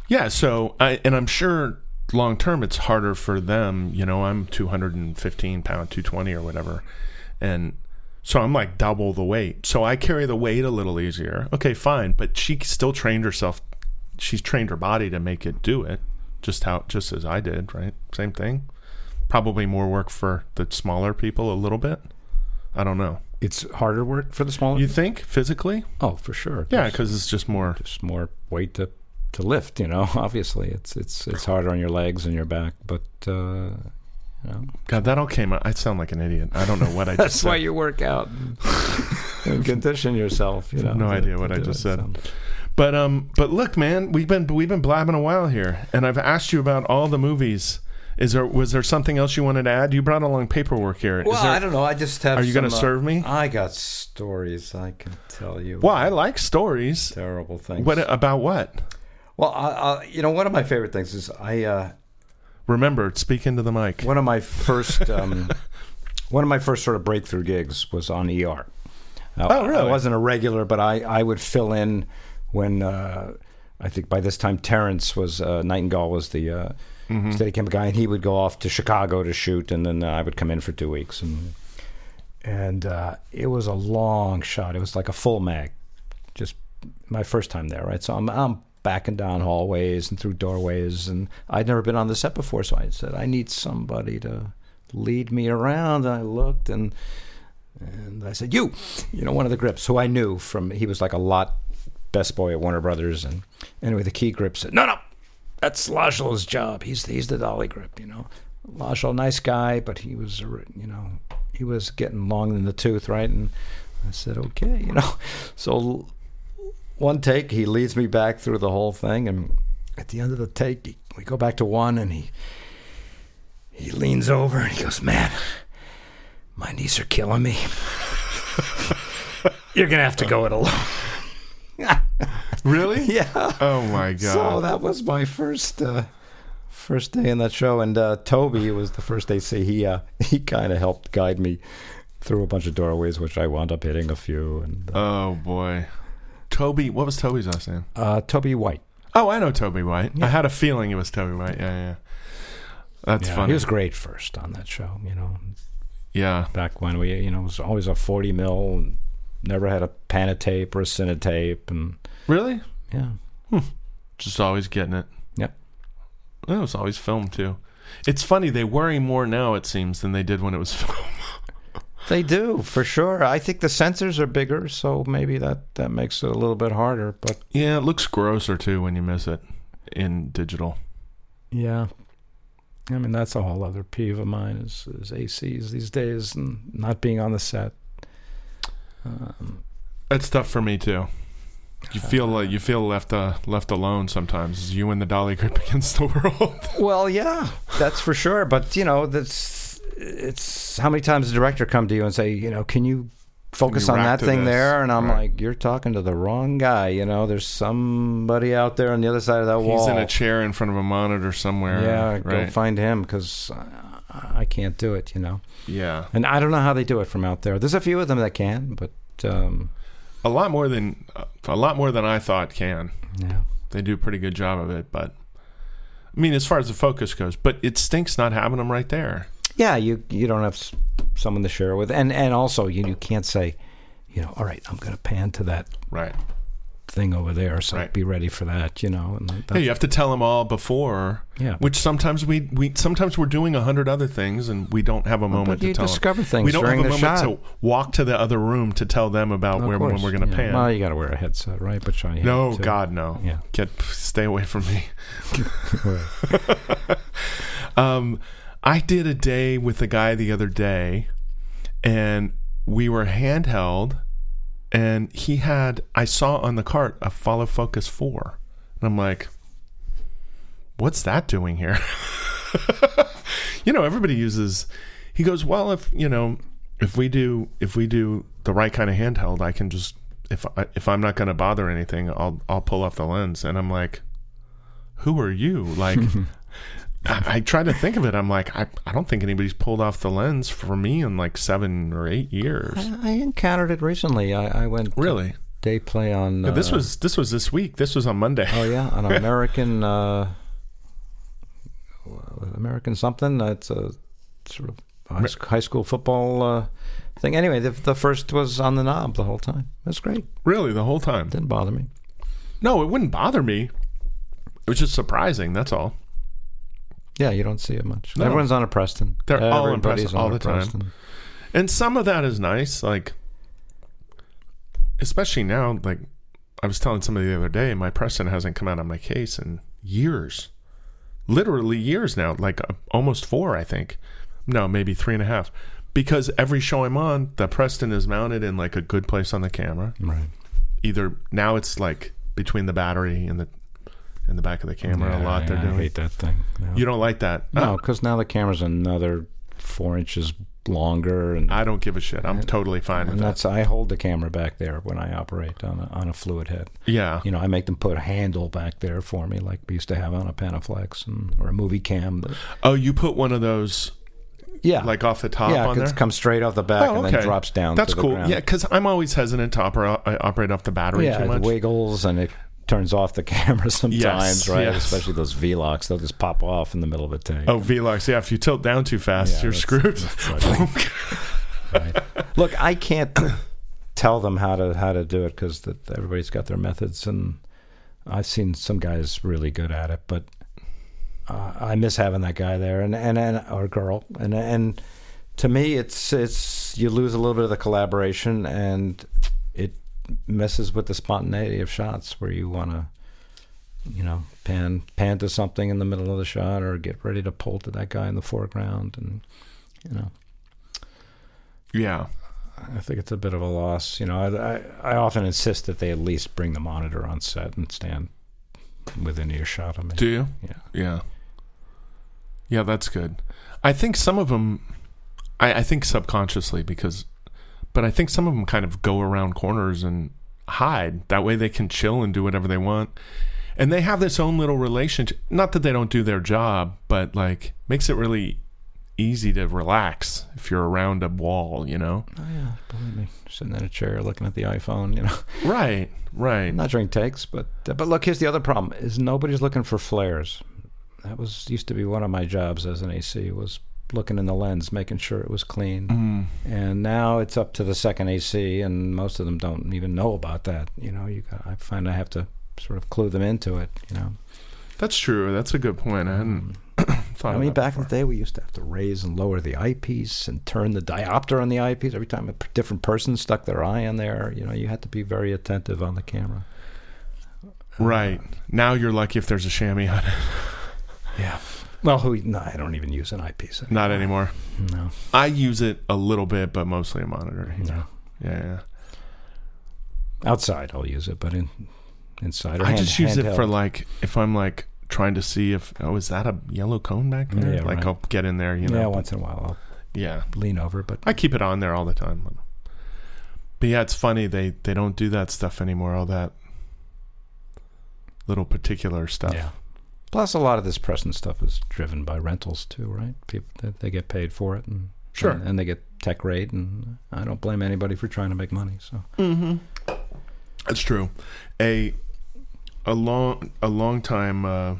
A: Yeah. So, I and I'm sure long term it's harder for them. You know, I'm 215 pound, 220 or whatever, and so I'm like double the weight. So I carry the weight a little easier. Okay, fine. But she still trained herself. She's trained her body to make it do it, just how just as I did. Right. Same thing. Probably more work for the smaller people a little bit. I don't know.
D: It's harder work for the smaller.
A: You think physically?
D: oh, for sure.
A: Yeah,
D: There's
A: because it's just more.
D: just more weight to to lift. You know, (laughs) obviously it's it's it's harder on your legs and your back, but uh, you know
A: God, that all came out. I sound like an idiot. I don't know
B: (laughs)
A: what I just
D: that's
A: said.
D: why you work out (laughs) and condition yourself. You know,
A: No
D: to-
A: idea
D: to
A: what I
D: do
A: just
D: it,
A: said.
D: so.
A: But um, but look, man, we've been we've been blabbing a while here, and I've asked you about all the movies. Is there was there something else you wanted to add? You brought along paperwork here. Is
B: Well,
A: there-
B: I don't know. I just have.
A: Are you gonna
B: some, uh,
A: serve me?
B: I got stories I can tell you.
A: well, I like stories.
B: terrible things.
A: What about what?
B: well, I, I, you know, one of my favorite things is I. Uh,
A: Remember, speak into the mic.
D: One of my
A: (laughs)
B: first um, one of my first sort of breakthrough gigs was on ER. Uh,
A: Oh, really?
B: I wasn't a regular, but I, I would fill in when uh, I think by this time Terrence was uh, Nightingale was the uh,
A: Mm-hmm.
B: Steadicam guy, and he would go off to Chicago to shoot, and then uh, I would come in for two weeks, and and uh, it was a long shot. It was like a full mag, just my first time there, right? So I'm I'm backing down hallways and through doorways, and I'd never been on the set before, so I said I need somebody to lead me around. And I looked, and and I said, "You, you know, one of the grips who I knew from he was like a lot best boy at Warner Brothers." And anyway, the key grip said, "No, no, that's Lajal's job. He's he's the dolly grip, you know." Lajal, nice guy, but he was, a re- you know, he was getting long in the tooth, right? And I said, "Okay, (laughs) you know." So one take, he leads me back through the whole thing, and at the end of the take, he, we go back to one, and he he leans over and he goes, "Man, my knees are killing me. (laughs) You're gonna have to go it alone." (laughs)
A: Really?
B: yeah.
A: Oh my god.
B: So that was my first uh, first day in that show, and uh, Toby was the first AC. He uh, (laughs) he kind of helped guide me through a bunch of doorways, which I wound up hitting a few. And uh,
A: oh boy. Toby, what was Toby's last name?
B: uh, Toby White,
A: Oh, I know Toby White. I had a feeling it was Toby White. Yeah, yeah. That's
D: Yeah,
A: funny.
B: he was great first on that show. You know,
A: yeah.
D: back when we you know it was always a 40 mil, and never had a Panatape or a Cinetape, and
A: Really?
D: yeah,
A: Just always getting it.
D: Yep.
A: It was always filmed too. It's funny they worry more now it seems than they did when it was (laughs) filmed.
B: They do for sure. I think the sensors are bigger, so maybe that that makes it a little bit harder. But
A: Yeah, it looks grosser too when you miss it in digital.
D: yeah. I mean that's a whole other peeve of mine is, is ACs these days and not being on the set. Um,
A: That's tough for me too. You feel like you feel left uh, left alone sometimes. It's you and the dolly grip (laughs) against the world.
B: well, yeah, that's for sure. But you know, that's it's how many times the director come to you and say, you know, can you focus
A: Can you
B: on
A: rack
B: that
A: to
B: thing
A: this?
B: there? And I'm
A: Right.
B: like, you're talking to the wrong guy. You know, there's somebody out there on the other side of that wall.
A: He's in a chair in front of a monitor somewhere.
D: Yeah,
B: Uh, Go
A: right.
B: find him because I can't do it. You know,
A: yeah,
B: and I don't know how they do it from out there. There's a few of them that can, but um,
A: a lot more than uh, a lot more than I thought can.
D: yeah.
A: They do a pretty good job of it, but I mean, as far as the focus goes, but it stinks not having them right there.
B: yeah, you you don't have s- someone to share it with, and and also you you can't say, you know, all right, I'm going to pan to that
A: Right.
D: thing over there, so
A: Right.
D: be ready for that, you know. And that,
A: Yeah, you have to tell them all before.
D: Yeah.
A: Which sometimes we, we sometimes we're doing a hundred other things and we don't have a moment
D: but you
A: to tell 'em.
D: discover things
A: We don't
D: during
A: have a
D: the
A: moment
D: shot.
A: to walk to the other room to tell them about
D: Of
A: where when
D: course,
A: we're going to
D: yeah.
A: pan.
D: Well, you got to wear a headset, right? But I
A: no,
D: have to.
A: God, no.
D: Yeah.
A: Get stay away from me.
D: Right.
A: Um, I did a day with a guy the other day, and we were handheld, and he had I saw on the cart a Follow Focus Four, and I'm like, "What's that doing here?" (laughs) you know, everybody uses. He goes, well, if you know, if we do, if we do the right kind of handheld, I can just if I, if I'm not going to bother anything, I'll I'll pull off the lens, and I'm like, who are you? Like, I, I try to think of it. I'm like, I I don't think anybody's pulled off the lens for me in like seven or eight years.
B: (laughs) I encountered it recently. I, I went to
A: Really?
B: day play on.
A: Yeah, this
B: uh,
A: was this was this week. This was on Monday.
B: Oh yeah,
A: (laughs)
B: an American uh, American something. It's a sort of high, sc- high school football uh, thing. Anyway, the, the first was on the knob the whole time. That's great.
A: Really, the whole time.
B: Didn't bother me.
A: No, it wouldn't bother me. It was just surprising. That's all.
B: Yeah, you don't see it much.
A: No.
B: Everyone's on a Preston.
A: They're all on
B: Everybody's
A: Preston
B: on
A: all
B: a
A: the time.
B: Preston.
A: And some of that is nice, like especially now, like I was telling somebody the other day, my Preston hasn't come out on my case in years. Literally years now, like uh, almost four, I think. No, maybe three and a half. Because every show I'm on, the Preston is mounted in like a good place on the camera.
B: Right.
A: Either now it's like between the battery and the and the back of the camera a lot. They're
B: I
A: doing.
B: hate that thing. No,
A: You don't like that?
B: No,
A: Oh,
B: 'cause now the camera's another four inches longer, and,
A: I don't give a shit. I'm totally fine with
B: and
A: that.
B: that's I hold the camera back there when I operate on a, on a fluid head.
A: Yeah.
B: you know, I make them put a handle back there for me, like we used to have on a Panaflex and, or a movie cam. that-
A: Oh, you put one of those
B: yeah,
A: like off the top
B: yeah,
A: on
B: 'cause
A: there. Oh,
B: it comes straight off the back and then drops down.
A: That's
B: to the
A: cool.
B: ground.
A: Yeah, because I'm always hesitant to opera, uh, operate off the battery
B: yeah,
A: too
B: it
A: much.
B: wiggles and it turns off the (laughs) camera sometimes,
A: Yes,
B: right?
A: yes.
B: Especially those Vlocks, they'll just pop off in the middle of a take.
A: Oh, Velox. Yeah, if you tilt down too fast, you're
B: Yeah, that's-
A: screwed. (laughs)
B: Look, I can't (coughs) tell them how to how to do it because everybody's got their methods, and I've seen some guys really good at it, but uh, I miss having that guy there and and, and or girl, and and to me, it's it's you lose a little bit of the collaboration, and it messes with the spontaneity of shots where you want to. You know, pan pan to something in the middle of the shot, or get ready to pull to that guy in the foreground, and you know,
A: yeah.
B: I think it's a bit of a loss. You know, I, I, I often insist that they at least bring the monitor on set and stand within earshot of me.
A: Do you?
B: Yeah.
A: Yeah. Yeah, that's good. I think some of them, I, I think subconsciously because, but I think some of them kind of go around corners and hide. That way they can chill and do whatever they want. And they have this own little relationship. Not that they don't do their job, but like makes it really easy to relax if you're around a wall, you know?
B: Oh, yeah, believe me. Sitting in a chair looking at the iPhone, you know.
A: Right, right.
B: Not during takes, but uh, but look, here's the other problem is nobody's looking for flares. That was used to be one of my jobs as an AC was looking in the lens, making sure it was clean.
A: Mm.
B: and now it's up to the second AC, and most of them don't even know about that. You know, you got, I find I have to sort of clue them into it. You know,
A: That's true. That's a good point. I hadn't (coughs) thought
B: I
A: of
B: mean,
A: that
B: back in
A: before.
B: the day, we used to have to raise and lower the eyepiece and turn the diopter on the eyepiece every time a p- different person stuck their eye on there. You know, you had to be very attentive on the camera.
A: Right. Now you're lucky if there's a chamois (laughs) on it.
B: Yeah. Well, who? No, I don't even use an eyepiece. anymore.
A: Not anymore.
B: No.
A: I use it a little bit, but mostly a monitor.
B: No.
A: Yeah, yeah.
B: Outside, I'll use it, but in inside, or
A: I
B: hand-
A: just use it for
B: handheld.
A: like if I'm like trying to see if oh is that a yellow cone back there?
B: Yeah,
A: like
B: right.
A: I'll get in there, you know.
B: yeah,
A: but-
B: once in a while
A: yeah.
B: I'll lean over, but
A: I keep it on there all the time. But yeah, it's funny they they don't do that stuff anymore. All that little particular stuff.
B: Yeah. uh, Plus, a lot of this press and stuff is driven by rentals too, right? People they, they get paid for it, and
A: Sure.
B: and, and they get tech rate, and I don't blame anybody for trying to make money.
A: (laughs)
B: So
A: That's true. A a long a long time uh,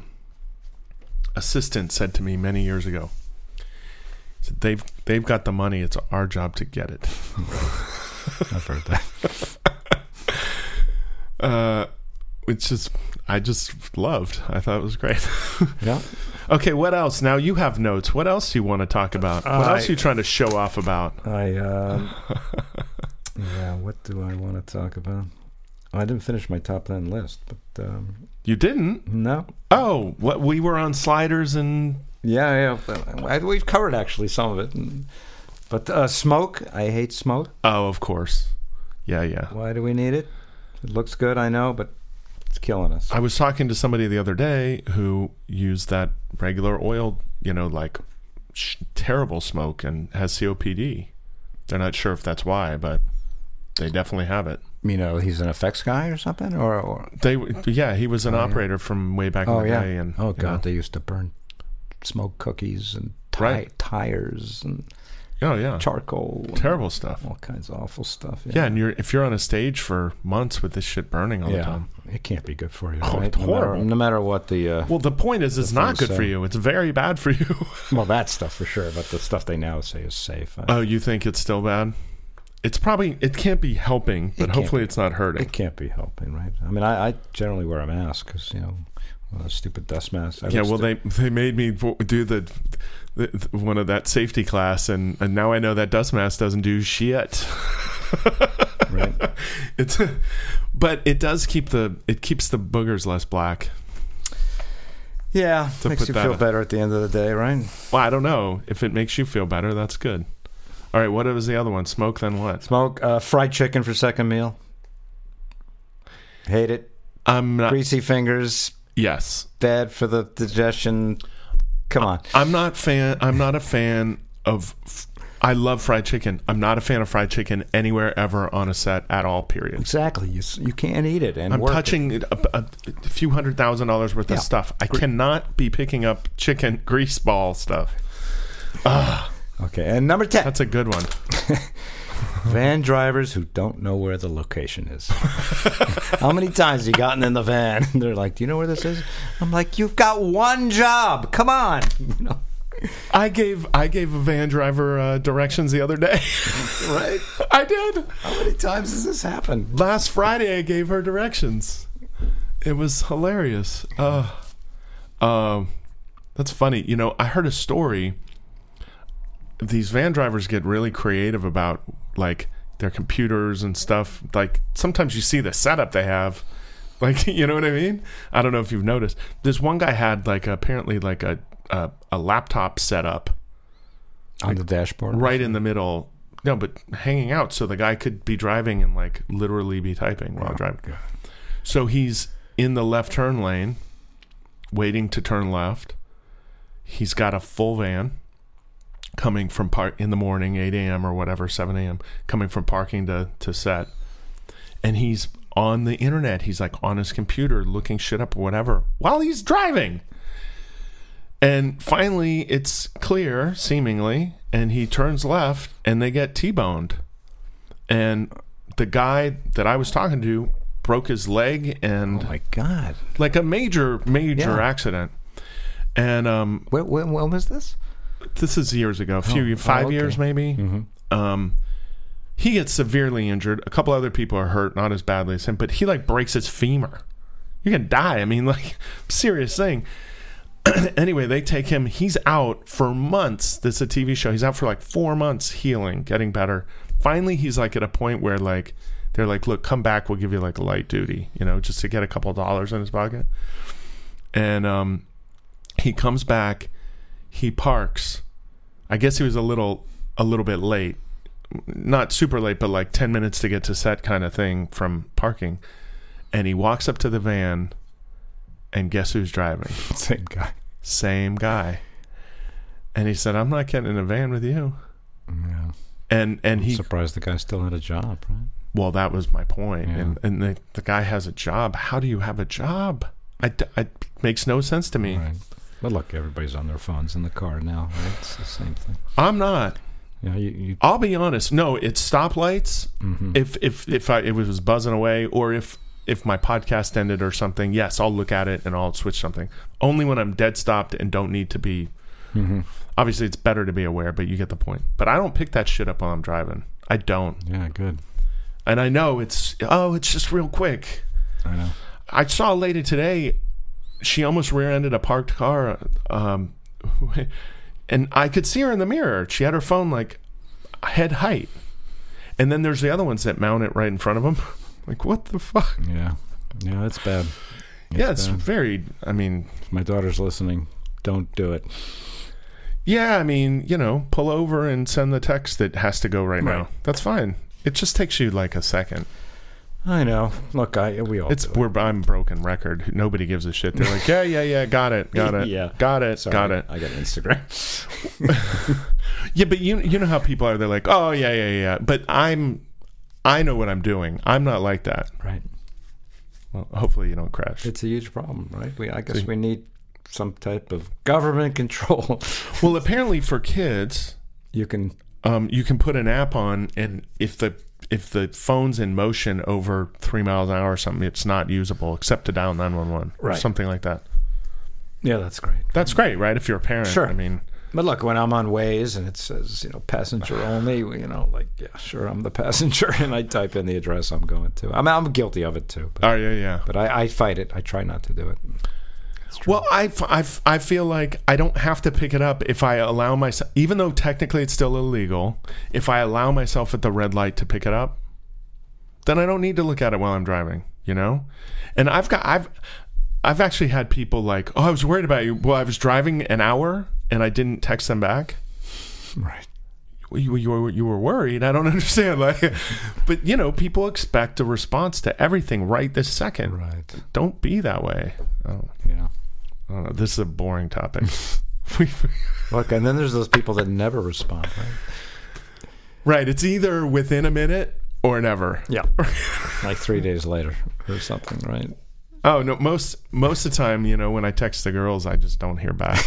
A: assistant said to me many years ago. he Said, they've they've got the money. It's our job to get it.
B: I've heard that.
A: Uh, which is I just loved. I thought it was great.
B: (laughs)
A: (laughs)
B: yeah.
A: okay, what else? Now you have notes. What else you want to talk about? What
B: Uh,
A: else are you trying to show off about?
B: I um, yeah. What do I want to talk about? I didn't finish my top ten list, but um,
A: You didn't.
B: no.
A: Oh, what we were on sliders and
B: Yeah, yeah. I, we've covered actually some of it, and, but uh, smoke. I hate smoke.
A: oh, of course. Yeah, yeah.
B: Why do we need it? It looks good, I know, but it's killing us.
A: I was talking to somebody the other day who used that regular oil you know, like sh- terrible smoke and has COPD. They're not sure if that's why, but they definitely have it.
B: You know, he's an effects guy or something, or, or
A: They, yeah, he was an
B: Oh, yeah.
A: operator from way back
B: oh
A: in the
B: yeah,
A: day, and
B: oh
A: you
B: god, they used to burn smoke cookies and ti-
A: Right.
B: tires and
A: know. oh yeah,
B: charcoal, and
A: terrible stuff.
B: all kinds of awful stuff.
A: Yeah, and you're if you're on a stage for months with this shit burning all the
B: yeah,
A: time.
B: it can't be good for you.
A: Oh,
B: right?
A: it's
B: No
A: horrible.
B: matter, no matter what the uh,
A: Well, the point is, it's
B: The
A: not
B: thing
A: good for
B: so.
A: you. It's very bad for
B: (laughs)
A: you.
B: well, that stuff for sure, but the stuff they now say is safe. I-
A: oh, you think it's still bad? It's probably it can't be helping, but
B: can't
A: hopefully it's not hurting.
B: It can't be helping, right? I mean, I, I generally wear a mask because you know, one of those stupid dust masks. I
A: yeah,
B: look
A: well,
B: stu-
A: they they made me vo- do the, the, the- one of that safety class, and, and now I know that dust mask doesn't do shit. (laughs)
B: right?
A: It's, but it does keep the it keeps the boogers less black.
B: Yeah,
A: To
B: makes
A: put
B: you
A: that
B: feel
A: in.
B: better at the end of the day, right?
A: Well, I don't know if it makes you feel better. That's good. All right, what was the other one? Smoke, then what?
B: Smoke uh, fried chicken for second meal. Hate it.
A: I'm not.
B: Greasy fingers.
A: Yes,
B: Bad for the digestion. Come on.
A: I'm not fan. I'm not a fan of. f- I love fried chicken. I'm not a fan of fried chicken anywhere ever on a set at all. Period.
B: Exactly. You s- you can't eat it and
A: I'm
B: work it.
A: touching a, a, a few hundred thousand dollars worth
B: Yeah.
A: of stuff. I cannot be picking up chicken (laughs) grease ball stuff. Ah,
B: Okay. And number ten.
A: That's a good one.
B: van drivers who don't know where the location is. (laughs)
C: How many times you gotten in the van?
B: They're like, "Do you know where this is?" I'm like, "You've got one job. Come on." (laughs) You know.
A: I gave I gave a van driver uh, directions the other day. (laughs)
B: Right.
A: I did.
B: How many times has this happened?
A: Last Friday, I gave her directions. It was hilarious. Uh, um, that's funny. You know, I heard a story. These van drivers get really creative about like their computers and stuff. Like sometimes you see the setup they have. (laughs) Like you know what I mean? I don't know if you've noticed. This one guy had like apparently like a a, a laptop setup
B: On the dashboard.
A: right in the middle. No, but hanging out so the guy could be driving and like literally be typing while driving.
B: God.
A: So he's in the left turn lane, waiting to turn left. He's got a full van coming from park in the morning, 8 a.m. or whatever, 7 a.m., coming from parking to, to set. And he's on the internet. He's like on his computer looking shit up or whatever while he's driving. And finally, it's clear, seemingly, and he turns left and they get T boned. And the guy that I was talking to broke his leg and
B: Oh my God.
A: like a major, major
B: Yeah.
A: accident. And um,
B: When, when, when was this?
A: this is years ago, a few
B: Oh,
A: five
B: oh, okay. Mm-hmm.
A: years maybe. Um, he gets severely injured. A couple other people are hurt, not as badly as him, but he like breaks his femur. You can die. I mean, (laughs) like serious thing. (clears throat) anyway, they take him. He's out for months. This is a TV show. He's out for like four months, healing, getting better. Finally, he's like at a point where like they're like, "Look, come back. We'll give you like light duty, you know, just to get a couple dollars in his pocket." And um, he comes back. He parks. I guess he was a little a little bit late. Not super late, but like 10 minutes to get to set kind of thing from parking. And he walks up to the van and guess who's driving?
B: (laughs) Same guy.
A: Same guy. And he said, "I'm not getting in a van with you."
B: Yeah.
A: And and he
B: surprised the guy still had a job, right?
A: well, that was my point.
B: Yeah.
A: And and the, the guy has a job. How do you have a job? I, d- I- makes no sense to me.
B: Right. But look, everybody's on their phones in the car now. Right? It's the same thing.
A: I'm not.
B: Yeah, you, you,
A: I'll be honest. No, it's stoplights.
B: Mhm.
A: If if if I it was buzzing away, or if if my podcast ended or something, yes, I'll look at it and I'll switch something. Only when I'm dead stopped and don't need to be.
B: Mhm.
A: Obviously, it's better to be aware, but you get the point. But I don't pick that shit up while I'm driving. I don't,
B: yeah, good.
A: and I know it's oh, it's just real quick.
B: I know.
A: I saw a lady today. She almost rear-ended a parked car, um, (laughs) and I could see her in the mirror. She had her phone like head height, and then there's the other ones that mount it right in front of them. (laughs) Like what the fuck?
B: Yeah, yeah, it's bad.
A: yeah, it's
B: bad.
A: very. I mean,
B: If my daughter's listening. Don't do it.
A: yeah, I mean, you know, pull over and send the text that has to go right, now.
B: Right.
A: That's fine. It just takes you like a second.
B: I know. Look, I we all.
A: It's
B: do it.
A: we're I'm broken record. Nobody gives a shit. They're like, yeah, yeah, yeah, got it, got it,
B: Yeah.
A: got it,
B: Sorry,
A: got it.
B: I got Instagram. (laughs)
A: Yeah, but you you know how people are. They're like, oh yeah, yeah, yeah. But I'm I know what I'm doing. I'm not like that.
B: right.
A: Well, hopefully you don't crash.
B: It's a huge problem, right? We I guess we need some type of government (laughs) control.
A: well, apparently for kids,
B: you can
A: um, you can put an app on, and if the if the phone's in motion over three miles an hour or something, it's not usable except to dial nine one one or
B: Right.
A: something like that.
B: Yeah, that's great.
A: That's great, right? If you're a parent,
B: Sure.
A: I mean,
B: But look, when I'm on Waze and it says, you know, passenger (sighs) only, you know, like, yeah, sure, I'm the (laughs) passenger, and I type in the address I'm going to. I'm, I'm guilty of it too, but,
A: oh yeah, yeah.
B: but I, I fight it. I try not to do it.
A: Well, I, f- I f- I feel like I don't have to pick it up if I allow myself, even though technically it's still illegal, if I allow myself at the red light to pick it up, then I don't need to look at it while I'm driving, you know? And I've got, I've, I've actually had people like, oh, I was worried about you. Well, I was driving an hour and I didn't text them back.
B: Right.
A: Well, You, you, were, you were worried. I don't (laughs) understand. Like, but you know, people expect a response to everything right this second.
B: Right.
A: Don't be that way. Oh.
B: Yeah.
A: I don't know. This is a boring (laughs) topic. We-
B: Look, and then there's those people that never respond, right?
A: right. It's either within a minute or never.
B: Yeah. like three days later or something, right? (laughs)
A: Oh no. Most most of the time, you know, when I text the girls, I just don't hear back.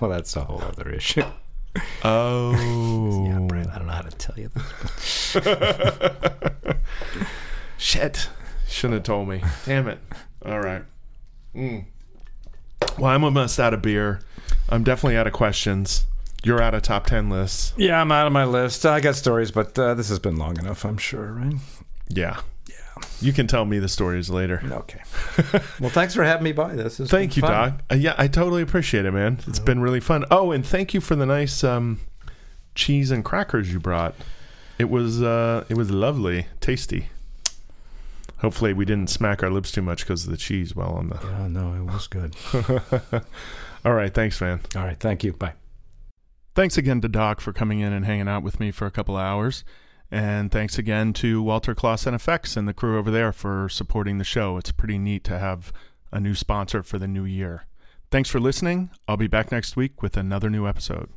B: well, that's a whole other issue.
A: (laughs) oh.
B: Yeah, Brad, I don't know how to tell you this.
A: (laughs) Shit. Shouldn't have told me. Damn it. All right. Mm. Well, I'm almost out of beer. I'm definitely out of questions. You're out of top ten lists.
B: Yeah, I'm out of my list. I got stories, but uh, this has been long enough, I'm sure, right?
A: Yeah. Yeah. You can tell me the stories later.
B: Okay. well, thanks for having me by. This is
A: Thank you, Doc. Uh, yeah, I totally appreciate it, man. It's been really fun. Oh, and thank you for the nice um, cheese and crackers you brought. It was uh, it was lovely, tasty. Hopefully, we didn't smack our lips too much because of the cheese. Well, on the.
B: Yeah, no, it was good.
A: (laughs) All right, thanks, man.
B: All right, thank you. Bye.
A: Thanks again to Doc for coming in and hanging out with me for a couple of hours. And thanks again to Walter Kloss and FX and the crew over there for supporting the show. It's pretty neat to have a new sponsor for the new year. Thanks for listening. I'll be back next week with another new episode.